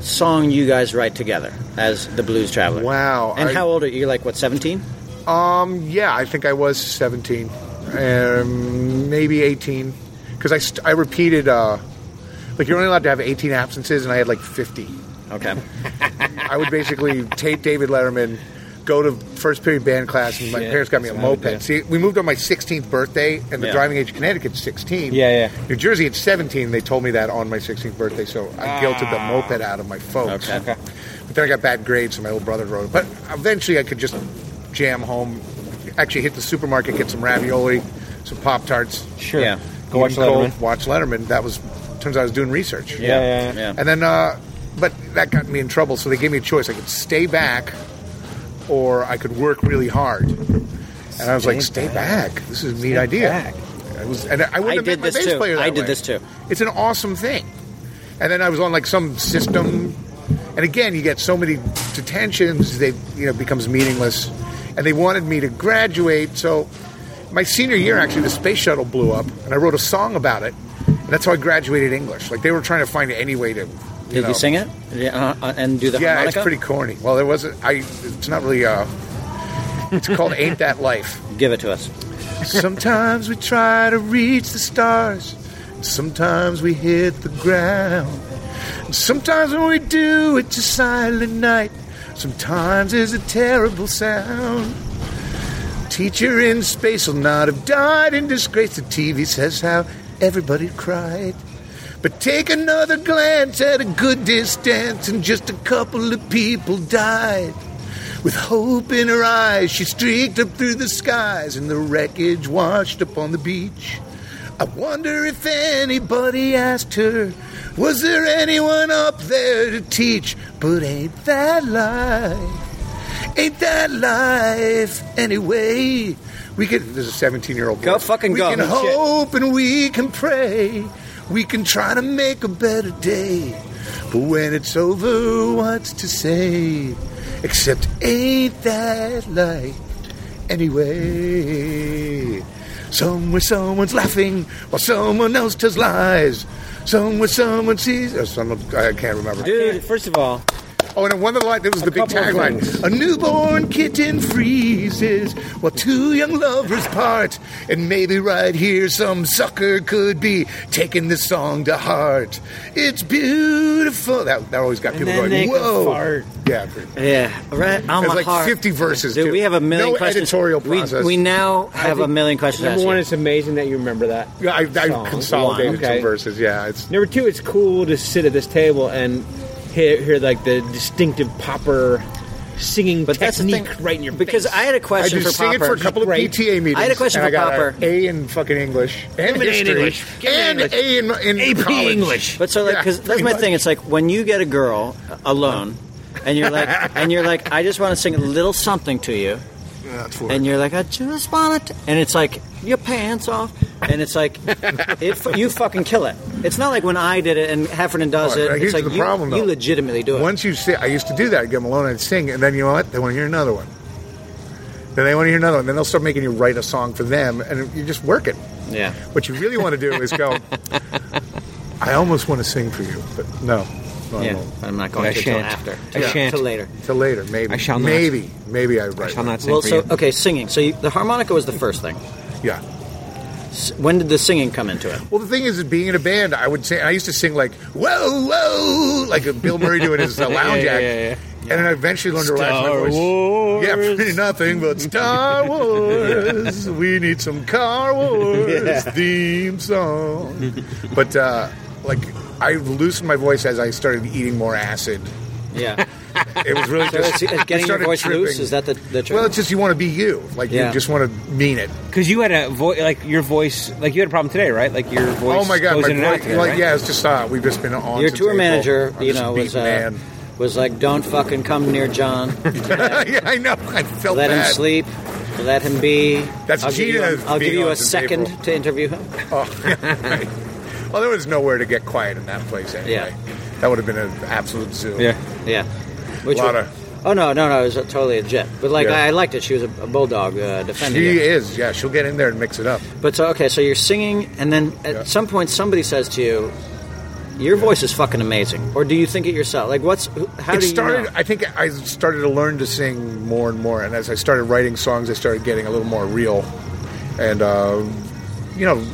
Speaker 3: song you guys write together as the Blues Traveler?
Speaker 5: Wow,
Speaker 3: And
Speaker 5: I-
Speaker 3: how old are you? You're like what, 17?
Speaker 5: Um, yeah, I think I was 17, um, maybe 18, because I, st- I repeated, uh, like you're only allowed to have 18 absences, and I had like 50.
Speaker 3: Okay.
Speaker 5: I
Speaker 1: [laughs]
Speaker 5: would basically tape David Letterman, go to first period band class, and my
Speaker 1: Shit,
Speaker 5: parents got me a
Speaker 1: that's what I would
Speaker 5: moped.
Speaker 1: do.
Speaker 5: See, we moved on my 16th birthday, and the
Speaker 3: Yeah.
Speaker 5: driving age in Connecticut's 16.
Speaker 1: Yeah, yeah.
Speaker 5: New Jersey at 17, they told me that on my 16th birthday, so I
Speaker 1: Ah.
Speaker 5: guilted the moped out of my folks.
Speaker 3: Okay. Okay.
Speaker 5: But then I got bad grades, so my old brother wrote it. But eventually I could just jam home, actually hit the supermarket, get some ravioli, some Pop Tarts.
Speaker 1: sure.
Speaker 3: Yeah.
Speaker 1: Go watch Letterman.
Speaker 5: Watch Letterman. That was, turns out I was doing research.
Speaker 1: Yeah, yeah, yeah.
Speaker 3: Yeah.
Speaker 5: And then, uh, but that got me in trouble. So they gave me a choice: I could stay back, or I could work really hard. And I was like, "Stay back. This is a neat idea."
Speaker 1: back.
Speaker 5: I was, and I, wouldn't
Speaker 3: I
Speaker 5: have
Speaker 3: did
Speaker 5: met my
Speaker 3: this
Speaker 5: bass
Speaker 3: too.
Speaker 5: player that
Speaker 3: I did
Speaker 5: way.
Speaker 3: this too.
Speaker 5: It's an awesome thing. And then I was on like some system, and again, you get so many detentions. They, you know, it becomes meaningless. And they wanted me to graduate, so my senior year, actually, the space shuttle blew up, and I wrote a song about it. And that's how I graduated English. Like they were trying to find any way to.
Speaker 3: Did
Speaker 5: know-
Speaker 3: you sing it? Yeah, uh, uh, and do the
Speaker 5: Yeah,
Speaker 3: harmonica?
Speaker 5: it's pretty corny. Well, there wasn't. I. It's not really. Uh, it's called "Ain't That Life."
Speaker 3: Give it to us.
Speaker 5: Sometimes we try to reach the stars. Sometimes we hit the ground. Sometimes when we do, it's a silent night. Sometimes it's a terrible sound. Teacher in space will not have died in disgrace. The TV says how everybody cried. But take another glance at a good distance, and just a couple of people died. With hope in her eyes, she streaked up through the skies, and the wreckage washed up on the beach. I wonder if anybody asked her, Was there anyone up there to teach? But ain't that life? Ain't that life anyway? We can. There's a 17 year old.
Speaker 3: Go fucking
Speaker 5: we
Speaker 3: go.
Speaker 5: We can
Speaker 3: Shit.
Speaker 5: hope and we can pray. We can try to make a better day. But when it's over, what's to say? Except ain't that life anyway? Somewhere someone's laughing while someone else tells lies. Somewhere someone sees. Oh, someone, I can't remember.
Speaker 3: Dude, first of all,
Speaker 5: Oh, and one of the line that was the big
Speaker 1: couple of
Speaker 5: tagline: "A newborn kitten freezes while two young lovers part, and maybe right here some sucker could be taking this song to heart. It's beautiful." That, that always got people
Speaker 3: then they
Speaker 5: going,
Speaker 3: could
Speaker 5: "Whoa!"
Speaker 3: fart.
Speaker 5: Yeah, pretty-
Speaker 3: yeah, right on
Speaker 5: It's
Speaker 3: my
Speaker 5: like
Speaker 3: heart.
Speaker 5: 50 verses,
Speaker 3: Dude,
Speaker 5: too.
Speaker 3: we have a million
Speaker 5: No
Speaker 3: questions.
Speaker 5: editorial
Speaker 3: We-
Speaker 5: process.
Speaker 3: We, now have a million questions. to
Speaker 7: Number
Speaker 3: ask
Speaker 7: one,
Speaker 3: you.
Speaker 7: it's amazing that you remember that.
Speaker 5: yeah. I,
Speaker 7: Song.
Speaker 5: I consolidated
Speaker 7: One, okay.
Speaker 5: some verses. Yeah, it's
Speaker 7: Number two, it's cool to sit at this table and hear, hear like the distinctive popper
Speaker 1: singing
Speaker 3: But that's the
Speaker 1: technique
Speaker 3: thing,
Speaker 1: right in your
Speaker 3: because
Speaker 1: face.
Speaker 3: I had a
Speaker 5: I
Speaker 3: question
Speaker 5: did
Speaker 3: for
Speaker 5: sing
Speaker 3: Popper.
Speaker 5: it for a couple of
Speaker 1: Great.
Speaker 5: PTA meetings.
Speaker 3: I had a question
Speaker 5: and
Speaker 3: for
Speaker 5: I got a
Speaker 3: Popper.
Speaker 5: A in fucking English and
Speaker 6: me an A in
Speaker 5: history
Speaker 6: English. Give me an
Speaker 5: and
Speaker 6: English.
Speaker 5: A in, in
Speaker 6: AP
Speaker 5: college.
Speaker 6: English.
Speaker 3: But so like,
Speaker 5: Yeah,
Speaker 3: because that's
Speaker 5: pretty
Speaker 3: my
Speaker 5: much.
Speaker 3: thing. It's like when you get a girl alone, and you're
Speaker 5: [laughs]
Speaker 3: like, and you're like, I just want to sing a little something to you,
Speaker 5: Yeah, that's for
Speaker 3: and
Speaker 5: it.
Speaker 3: you're like, I just want it, and it's like your pants off, and it's
Speaker 5: [laughs]
Speaker 3: like, it, fu- you fucking kill it. It's not like when I did it and Heffernan does
Speaker 5: All right,
Speaker 3: it. it's
Speaker 5: here's
Speaker 3: like
Speaker 5: the
Speaker 3: you,
Speaker 5: problem, though.
Speaker 3: you legitimately do it.
Speaker 5: Once you sing, I used to do that. I'd get them alone, I'd sing, and then you know what? They want to hear another one. Then they want to hear another one. Then they'll start making you write a song for them, and you just work it.
Speaker 3: yeah.
Speaker 5: What you really want to do
Speaker 1: [laughs]
Speaker 5: is go. I almost want to sing for you, but no, no, I
Speaker 3: Yeah,
Speaker 5: won't.
Speaker 3: I'm not
Speaker 1: But
Speaker 3: going
Speaker 1: I
Speaker 3: to till
Speaker 1: shan't.
Speaker 3: after.
Speaker 1: I
Speaker 3: Till-
Speaker 1: shan't.
Speaker 3: Till later.
Speaker 5: Till later, maybe.
Speaker 1: I shall not.
Speaker 5: Maybe, maybe I write.
Speaker 1: I shall
Speaker 5: one.
Speaker 1: not sing
Speaker 3: Well,
Speaker 1: for
Speaker 3: so
Speaker 1: you.
Speaker 3: okay, singing. So you, the harmonica was the first thing.
Speaker 5: Yeah.
Speaker 3: S- When did the singing come into it?
Speaker 5: Well, the thing is, is being in a band, I would say I used to sing like "Whoa, whoa," like Bill Murray doing his uh,
Speaker 1: [laughs]
Speaker 5: lounge
Speaker 1: yeah,
Speaker 5: act,
Speaker 1: yeah, yeah.
Speaker 5: and then I eventually learned to relax my
Speaker 1: Star
Speaker 5: voice.
Speaker 1: Wars.
Speaker 5: Yeah, pretty nothing but Star
Speaker 1: [laughs]
Speaker 5: Wars. We need some Car Wars theme song. But uh, like, I loosened my voice as I started eating more acid.
Speaker 3: Yeah.
Speaker 5: [laughs] It was really
Speaker 3: So it's,
Speaker 5: just
Speaker 3: it's
Speaker 5: I
Speaker 3: getting your
Speaker 5: started
Speaker 3: voice
Speaker 5: tripping.
Speaker 3: loose. Is that the, the trick?
Speaker 5: Well, it's just you want to be you. Like
Speaker 3: Yeah.
Speaker 5: you just want to mean it.
Speaker 1: Because you had a voice, like your voice, like you had a problem today, right? Like your voice.
Speaker 5: oh my god,
Speaker 1: goes
Speaker 5: my
Speaker 1: in and out
Speaker 5: voice.
Speaker 1: today,
Speaker 5: like
Speaker 1: right?
Speaker 5: yeah, it's just uh, we've just been on.
Speaker 3: Your
Speaker 5: since
Speaker 3: tour
Speaker 5: April.
Speaker 3: manager,
Speaker 5: I'm
Speaker 3: you
Speaker 5: just
Speaker 3: know,
Speaker 5: a
Speaker 3: was
Speaker 5: beaten
Speaker 3: uh,
Speaker 5: man.
Speaker 3: was like, "Don't fucking come near
Speaker 5: [laughs]
Speaker 3: John.
Speaker 5: yeah, I know. I felt
Speaker 3: Let him
Speaker 5: bad.
Speaker 3: sleep. Let him be."
Speaker 5: That's
Speaker 3: I'll give you
Speaker 5: Gina's
Speaker 3: a- I'll give
Speaker 5: being
Speaker 3: you
Speaker 5: on
Speaker 3: a
Speaker 5: since
Speaker 3: second
Speaker 5: April.
Speaker 3: to interview
Speaker 5: [laughs]
Speaker 3: him.
Speaker 5: Oh, Well, there was nowhere to get quiet in that place anyway.
Speaker 3: Yeah.
Speaker 5: That would have been an absolute zoo.
Speaker 1: Yeah.
Speaker 3: Yeah. Which
Speaker 5: Lot
Speaker 3: one-
Speaker 5: of-
Speaker 3: Oh no, no, no! It was totally legit. But like,
Speaker 5: Yeah.
Speaker 3: I, I liked it. She was a, a bulldog uh,
Speaker 5: She
Speaker 3: defending. it.
Speaker 5: is, yeah. She'll get in there and mix it up.
Speaker 3: But so okay, so you're singing, and then at
Speaker 5: Yeah.
Speaker 3: some point somebody says to you, "Your voice is fucking amazing," or do you think it yourself? Like, what's who- how
Speaker 5: it
Speaker 3: do
Speaker 5: started.
Speaker 3: you know?
Speaker 5: I think I started to learn to sing more and more, and as I started writing songs, I started getting a little more real, and uh, you know,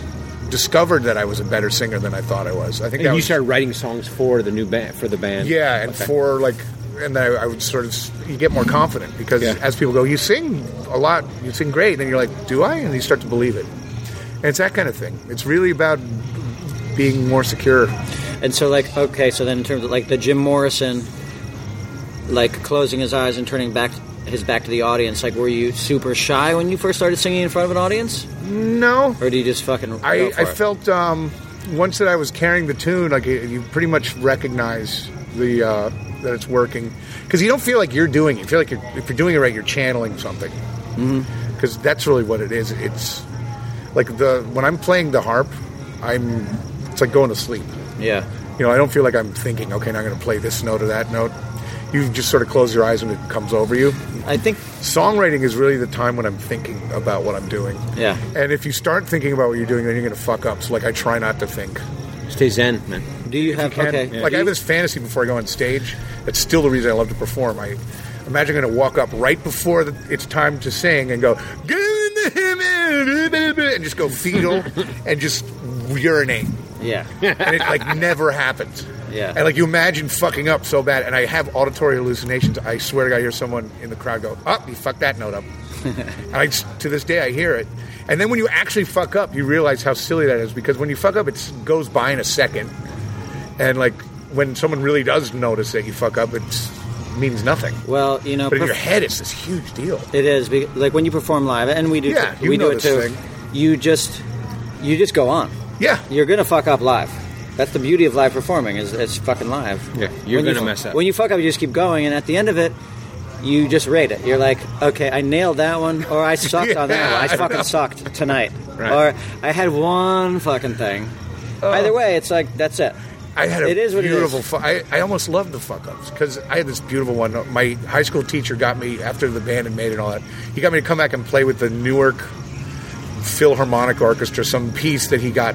Speaker 5: discovered that I was a better singer than I thought I was. I think that
Speaker 1: And you
Speaker 5: was,
Speaker 1: started writing songs for the new band, for the band.
Speaker 5: yeah, and
Speaker 1: Okay.
Speaker 5: for like, and then I, I would sort of s- you get more confident because
Speaker 1: Yeah.
Speaker 5: as people go, you sing a lot, you sing great, and you're like, do I? And you start to believe it, and it's that kind of thing. It's really about being more secure.
Speaker 3: And so like, okay, so then in terms of like the Jim Morrison, like closing his eyes and turning back his back to the audience, like, were you super shy when you first started singing in front of an audience,
Speaker 5: No,
Speaker 3: or do you just fucking?
Speaker 5: I,
Speaker 3: go for
Speaker 5: I
Speaker 3: it?
Speaker 5: felt um, once that I was carrying the tune, like you you pretty much recognize the uh, that it's working because you don't feel like you're doing it. You feel like you're, if you're doing it right, you're channeling something.
Speaker 3: Mm-hmm.
Speaker 5: Because that's really what it is. It's like the when I'm playing the harp, I'm it's like going to sleep.
Speaker 3: yeah,
Speaker 5: You know, I don't feel like I'm thinking. Okay, now I'm going to play this note or that note. You just sort of close your eyes when it comes over you.
Speaker 3: I think
Speaker 5: Songwriting is really the time when I'm thinking about what I'm doing.
Speaker 3: yeah.
Speaker 5: And if you start thinking about what you're doing, then you're going to fuck up. So, like, I try not to think.
Speaker 1: Stay zen, man.
Speaker 3: Do you have
Speaker 5: And,
Speaker 3: okay?
Speaker 5: Like,
Speaker 3: do
Speaker 5: I have
Speaker 3: you-
Speaker 5: this fantasy before I go on stage. That's still the reason I love to perform. I imagine I'm going to walk up right before the, it's time to sing and go, "Get in the hammer," and just
Speaker 3: [laughs]
Speaker 5: go fetal and just urinate.
Speaker 3: yeah.
Speaker 5: And it, like, never happens.
Speaker 3: Yeah.
Speaker 5: And, like, you imagine fucking up so bad. And I have auditory hallucinations. I swear to God, I hear someone in the crowd go, oh, you fucked that note up. And I, to this day, I hear it. And then when you actually fuck up, you realize how silly that is because when you fuck up, it goes by in a second. And like when someone really does notice that you fuck up, it means nothing.
Speaker 3: Well, you know,
Speaker 5: But in
Speaker 3: [laughs] perf-
Speaker 5: your head, it's this huge deal.
Speaker 3: It is be- like when you perform live, and we do.
Speaker 5: Yeah,
Speaker 3: too,
Speaker 5: you
Speaker 3: we
Speaker 5: know
Speaker 3: do it
Speaker 5: this
Speaker 3: too.
Speaker 5: thing.
Speaker 3: You just, you just go on.
Speaker 5: Yeah.
Speaker 3: You're gonna fuck up live. That's the beauty of live performing is it's fucking live.
Speaker 1: Yeah, you're
Speaker 3: When you
Speaker 1: gonna
Speaker 3: fu-
Speaker 1: mess up.
Speaker 3: When you fuck up, you just keep going, and at the end of it, you just rate it. You're like, okay, I nailed that one, or I sucked on that
Speaker 5: Yeah,
Speaker 1: [laughs]
Speaker 3: one. I
Speaker 5: I
Speaker 3: fucking
Speaker 5: know.
Speaker 3: sucked tonight,
Speaker 1: Right. Oh.
Speaker 3: or I had one fucking thing. Either way, it's like that's it.
Speaker 5: I had a
Speaker 3: It is what it
Speaker 5: beautiful.
Speaker 3: is.
Speaker 5: Fu- I, I almost loved the fuck ups because I had this beautiful one. My high school teacher got me after the band had made it and all that. He got me to come back and play with the Newark Philharmonic Orchestra some piece that he got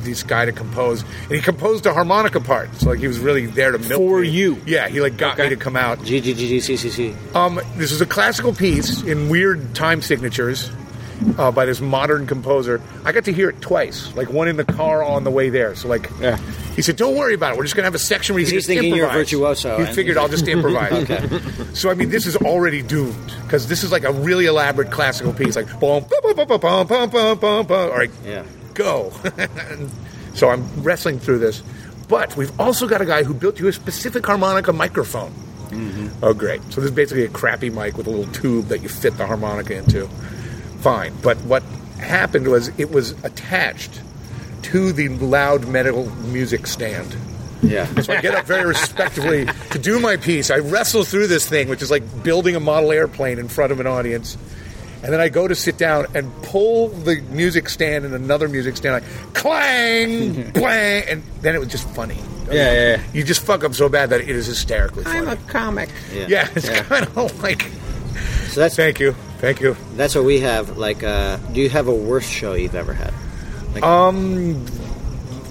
Speaker 5: this guy to compose, and he composed a harmonica part. So like he was really there to milk
Speaker 1: For
Speaker 5: me.
Speaker 1: you.
Speaker 5: Yeah, he like got
Speaker 1: Okay.
Speaker 5: me to come out.
Speaker 3: G G G G C C C.
Speaker 5: Um, this is a classical piece in weird time signatures uh, by this modern composer. I got to hear it twice, like one in the car on the way there. So like,
Speaker 1: Yeah.
Speaker 5: he said, "Don't worry about it. We're just gonna have a section where you can
Speaker 3: He's
Speaker 5: just
Speaker 3: thinking you're a
Speaker 5: improvise."
Speaker 3: virtuoso,
Speaker 5: He
Speaker 3: and
Speaker 5: figured
Speaker 3: he's
Speaker 5: I'll just
Speaker 3: [laughs]
Speaker 5: improvise.
Speaker 3: Okay.
Speaker 5: So I mean, this is already doomed because this is like a really elaborate classical piece, like boom, boom, boom, boom, boom, boom, boom, boom, boom. All right,
Speaker 3: Yeah.
Speaker 5: go. [laughs] so I'm wrestling through this, but we've also got a guy who built you a specific harmonica microphone.
Speaker 3: Mm-hmm.
Speaker 5: Oh, great. So this is basically a crappy mic with a little tube that you fit the harmonica into. Fine. But what happened was it was attached to the loud metal music stand.
Speaker 1: [laughs]
Speaker 3: Yeah.
Speaker 5: So I get up very respectfully to do my piece. I wrestle through this thing, which is like building a model airplane in front of an audience. And then I go to sit down and pull the music stand and another music stand, like clang, clang, and then it was just funny.
Speaker 3: Yeah, yeah, yeah.
Speaker 5: You just fuck up so bad that it is hysterically funny.
Speaker 1: comic.
Speaker 5: yeah, it's
Speaker 3: Yeah.
Speaker 5: kind of like.
Speaker 3: So that's
Speaker 5: Thank you, thank you.
Speaker 3: that's what we have. Like, uh, do you have a worst show you've ever had?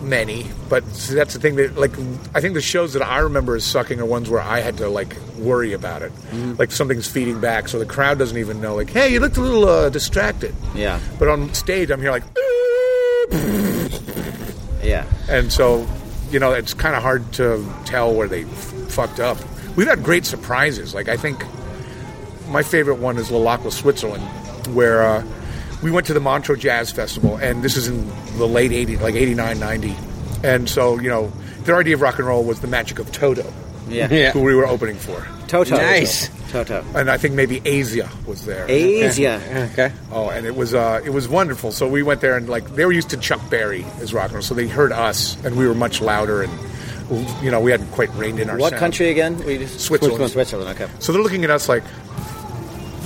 Speaker 5: many, but see, that's the thing that like I think the shows that I remember as sucking are ones where I had to like worry about it, like something's feeding back, so the crowd doesn't even know. Like, hey, you looked a little uh, distracted.
Speaker 3: Yeah.
Speaker 5: But on stage, I'm here like, "Ooh,"
Speaker 3: Yeah.
Speaker 5: and so you know it's kind of hard to tell where they f- fucked up. We've had great surprises. Like I think my favorite one is Lalakwa, Switzerland, where uh, we went to the Montreux Jazz Festival, and this is in the late 80s, like 89, 90. And so, you know, their idea of rock and roll was the magic of Toto,
Speaker 3: Yeah.
Speaker 1: Yeah.
Speaker 5: who we were opening for.
Speaker 3: Toto.
Speaker 1: Nice.
Speaker 3: Toto.
Speaker 5: And I think maybe Asia was there.
Speaker 3: Asia.
Speaker 1: Okay.
Speaker 5: Oh, and it was uh, it was wonderful. So we went there, and like they were used to Chuck Berry as rock and roll, so they heard us, and we were much louder, and you know we hadn't quite reined in our.
Speaker 3: What
Speaker 5: sound.
Speaker 3: country again? We just
Speaker 5: Switzerland.
Speaker 3: Switzerland. Okay.
Speaker 5: So they're looking at us like,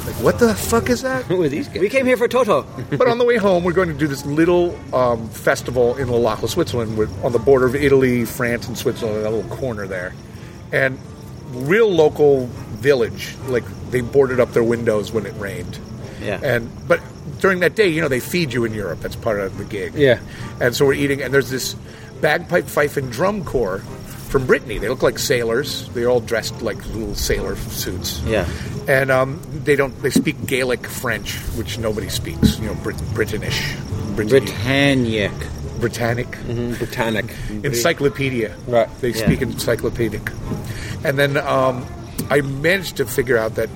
Speaker 5: like what the fuck is that?
Speaker 1: Who are these guys?
Speaker 3: We came here for Toto.
Speaker 5: but on the way home, we're going to do this little um, festival in Lalacqua, Switzerland, with, on the border of Italy, France, and Switzerland, that little corner there. And real local village, like they boarded up their windows when it rained.
Speaker 3: Yeah.
Speaker 5: And but during that day, you know, they feed you in Europe. That's part of the gig.
Speaker 1: Yeah.
Speaker 5: And so we're eating, and there's this bagpipe, fife, and drum corps from Brittany. They look like sailors. They're all dressed like little sailor suits
Speaker 3: Yeah.
Speaker 5: and um, they don't they speak Gaelic French, which nobody speaks. You know, Brit- Britannish, Britannic,
Speaker 3: Britannic.
Speaker 5: Britannic,
Speaker 1: Mm-hmm, Britannic.
Speaker 5: encyclopedia.
Speaker 1: Right.
Speaker 5: They
Speaker 3: Yeah.
Speaker 5: speak encyclopedic, and then um, I managed to figure out that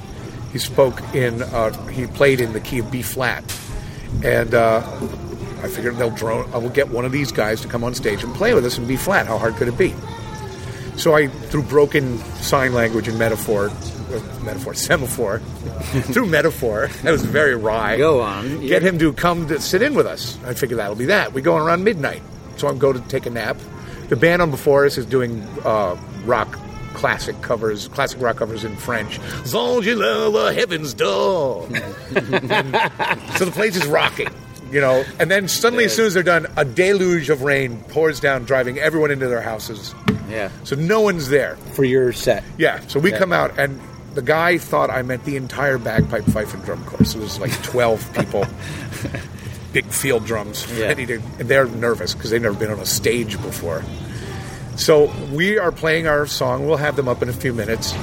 Speaker 5: he spoke in uh, he played in the key of B flat, and. Uh, I figured they'll drone. I will get one of these guys to come on stage and play with us in B flat. How hard could it be? So I, through broken sign language and metaphor, uh, metaphor, [laughs] semaphore, through metaphor, that was very wry.
Speaker 3: Go on.
Speaker 5: Get him to come to sit in with us. I figure that'll be that. We go on around midnight. So I'm going to take a nap. The band on before us is doing uh, rock classic covers, classic rock covers in French. Zangela, la
Speaker 3: [laughs]
Speaker 5: heaven's door. So the place is rocking, you know. And then suddenly, as soon as they're done, a deluge of rain pours down, driving everyone into their houses.
Speaker 3: Yeah.
Speaker 5: So no one's there.
Speaker 1: For your set.
Speaker 5: Yeah. So we
Speaker 1: Yeah.
Speaker 5: come out, and the guy thought I meant the entire bagpipe, fife, and drum corps. So there's like 12 people, big field drums,
Speaker 3: Yeah.
Speaker 5: ready to. And they're nervous because they've never been on a stage before. So we are playing our song. We'll have them up in a few minutes.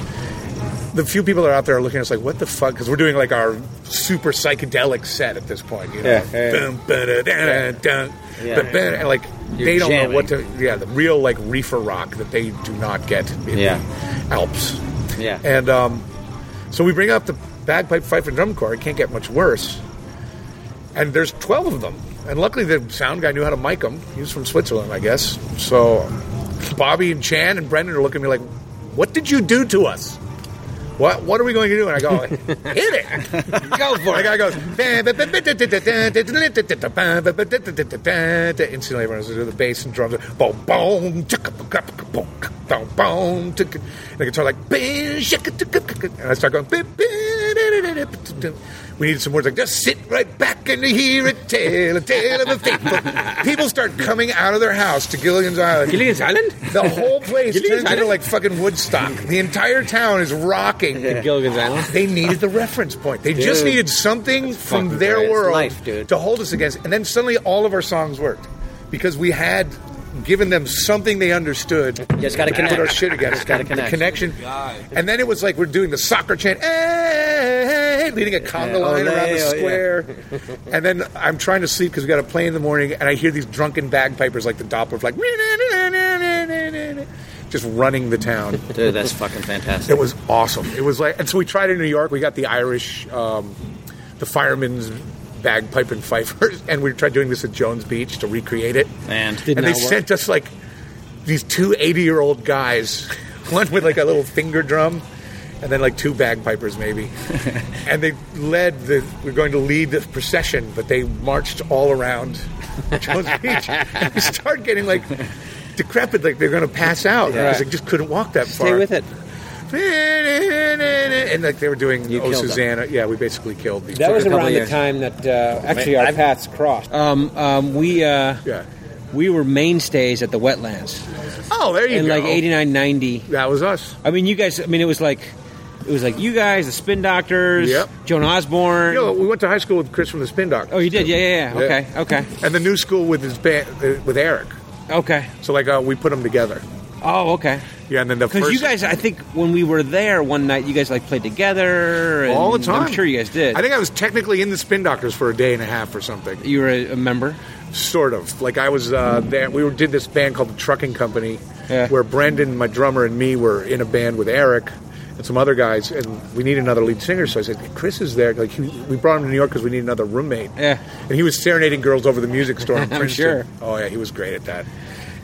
Speaker 5: The few people that are out there are looking at us like, "What the fuck?" Because we're doing like our super psychedelic set at this point. You know?
Speaker 1: Yeah, yeah, yeah.
Speaker 5: Dun, ba-da-da-da, dun,
Speaker 3: Yeah.
Speaker 5: ba-ba-da, and, like
Speaker 3: You're
Speaker 5: they don't know what to.
Speaker 3: jamming.
Speaker 5: Yeah, the real like reefer rock that they do not get in
Speaker 3: Yeah.
Speaker 5: the Alps.
Speaker 3: Yeah.
Speaker 5: And um, so we bring up the bagpipe, fife, and drum corps. It can't get much worse. And there's 12 of them. And luckily, the sound guy knew how to mic them. He was from Switzerland, I guess. So Bobby and Chan and Brendan are looking at me like, "What did you do to us? What What are we going to do?" And I [laughs] go, "Hit it, go for it." The guy goes, instantly everyone's doing the bass and drums, boom, boom, chicka, boom, boom, boom, chicka. and the guitar like, "Bing, shaka, chicka, chicka." and I start going. "Bing, bing, da, da, da, da, da, da." We needed some words like just sit right back and hear a tale, a tale of a faithful. People start coming out of their house to Gilligan's Island.
Speaker 1: Gilligan's Island?
Speaker 5: The whole place
Speaker 1: Gilligan's
Speaker 5: turns into
Speaker 1: Island?
Speaker 5: like fucking Woodstock. The entire town is rocking.
Speaker 1: Gilligan's [laughs] Island.
Speaker 5: They needed the reference point. They just
Speaker 3: Dude.
Speaker 5: needed something from
Speaker 3: fucking
Speaker 5: their
Speaker 3: great. It's
Speaker 5: world
Speaker 3: life, dude.
Speaker 5: to hold us against. And then suddenly all of our songs worked because we had given them something they understood.
Speaker 3: Just gotta
Speaker 5: to Put our
Speaker 3: connect.
Speaker 5: shit together.
Speaker 3: Just gotta
Speaker 5: The
Speaker 3: connect.
Speaker 5: connection. And then it was like we're doing the soccer chant, "Hey!" leading a conga
Speaker 3: Yeah,
Speaker 5: line
Speaker 3: ole,
Speaker 5: around the
Speaker 3: oh, yeah.
Speaker 5: square. and then I'm trying to sleep because we got to play in the morning, and I hear these drunken bagpipers like [laughs] the Doppler, like just running the town.
Speaker 3: Dude, that's fucking fantastic.
Speaker 5: It was awesome. It was like, and so we tried it in New York. We got the Irish, um, the firemen's bagpipe and fifers, [laughs] and we tried doing this at Jones Beach to recreate it.
Speaker 3: And
Speaker 1: Did
Speaker 5: and they
Speaker 1: not work.
Speaker 5: sent [laughs] us like these two 80 year old guys, one with like a little finger drum, and then like two bagpipers maybe. and they led the we're going to lead the procession, but they marched all around [laughs] Jones Beach. [laughs] And we started getting like decrepit, like they're going to pass out. And I was
Speaker 1: Right.
Speaker 5: like, just couldn't walk that far.
Speaker 1: Stay with it.
Speaker 5: And like they were doing
Speaker 3: You
Speaker 5: Oh
Speaker 3: killed them.
Speaker 5: Susanna. Yeah, we basically killed these.
Speaker 1: That
Speaker 5: two.
Speaker 1: was
Speaker 3: a couple
Speaker 1: around the
Speaker 3: years.
Speaker 1: time that uh, actually our
Speaker 3: I've-
Speaker 1: paths crossed. Um, um, we uh,
Speaker 5: Yeah.
Speaker 1: we were mainstays at the wetlands
Speaker 5: Oh, there you
Speaker 1: in
Speaker 5: go.
Speaker 1: like 89, 90.
Speaker 5: That was us.
Speaker 1: I mean, you guys. I mean, it was like it was like you guys, the Spin Doctors,
Speaker 5: Yep.
Speaker 1: Joan Osborne.
Speaker 5: Yo, we went to high school with Chris from the Spin Doctors.
Speaker 1: oh, you did.
Speaker 5: too.
Speaker 1: Yeah, yeah, yeah.
Speaker 5: Yeah.
Speaker 1: Okay, okay,
Speaker 5: And the new school with his band uh, with Eric.
Speaker 1: okay.
Speaker 5: So like uh, we put them together.
Speaker 1: Oh, okay.
Speaker 5: Yeah, and then the
Speaker 1: Because
Speaker 5: first
Speaker 1: you guys, I think when we were there one night, you guys like played together and
Speaker 5: all the time.
Speaker 1: I'm sure you guys did.
Speaker 5: I think I was technically in the Spin Doctors for a day and a half or something.
Speaker 1: you were a, a member.
Speaker 5: Sort of. Like I was uh, there. We were, did this band called the Trucking Company,
Speaker 1: Yeah.
Speaker 5: where Brendan, my drummer, and me were in a band with Eric. And some other guys, and we need another lead singer. So I said, "Chris is there." Like he, we brought him to New York because we need another roommate.
Speaker 1: Yeah.
Speaker 5: and he was serenading girls over the music store. in
Speaker 1: [laughs] I'm
Speaker 5: Princeton.
Speaker 1: sure.
Speaker 5: Oh yeah, he was great at that.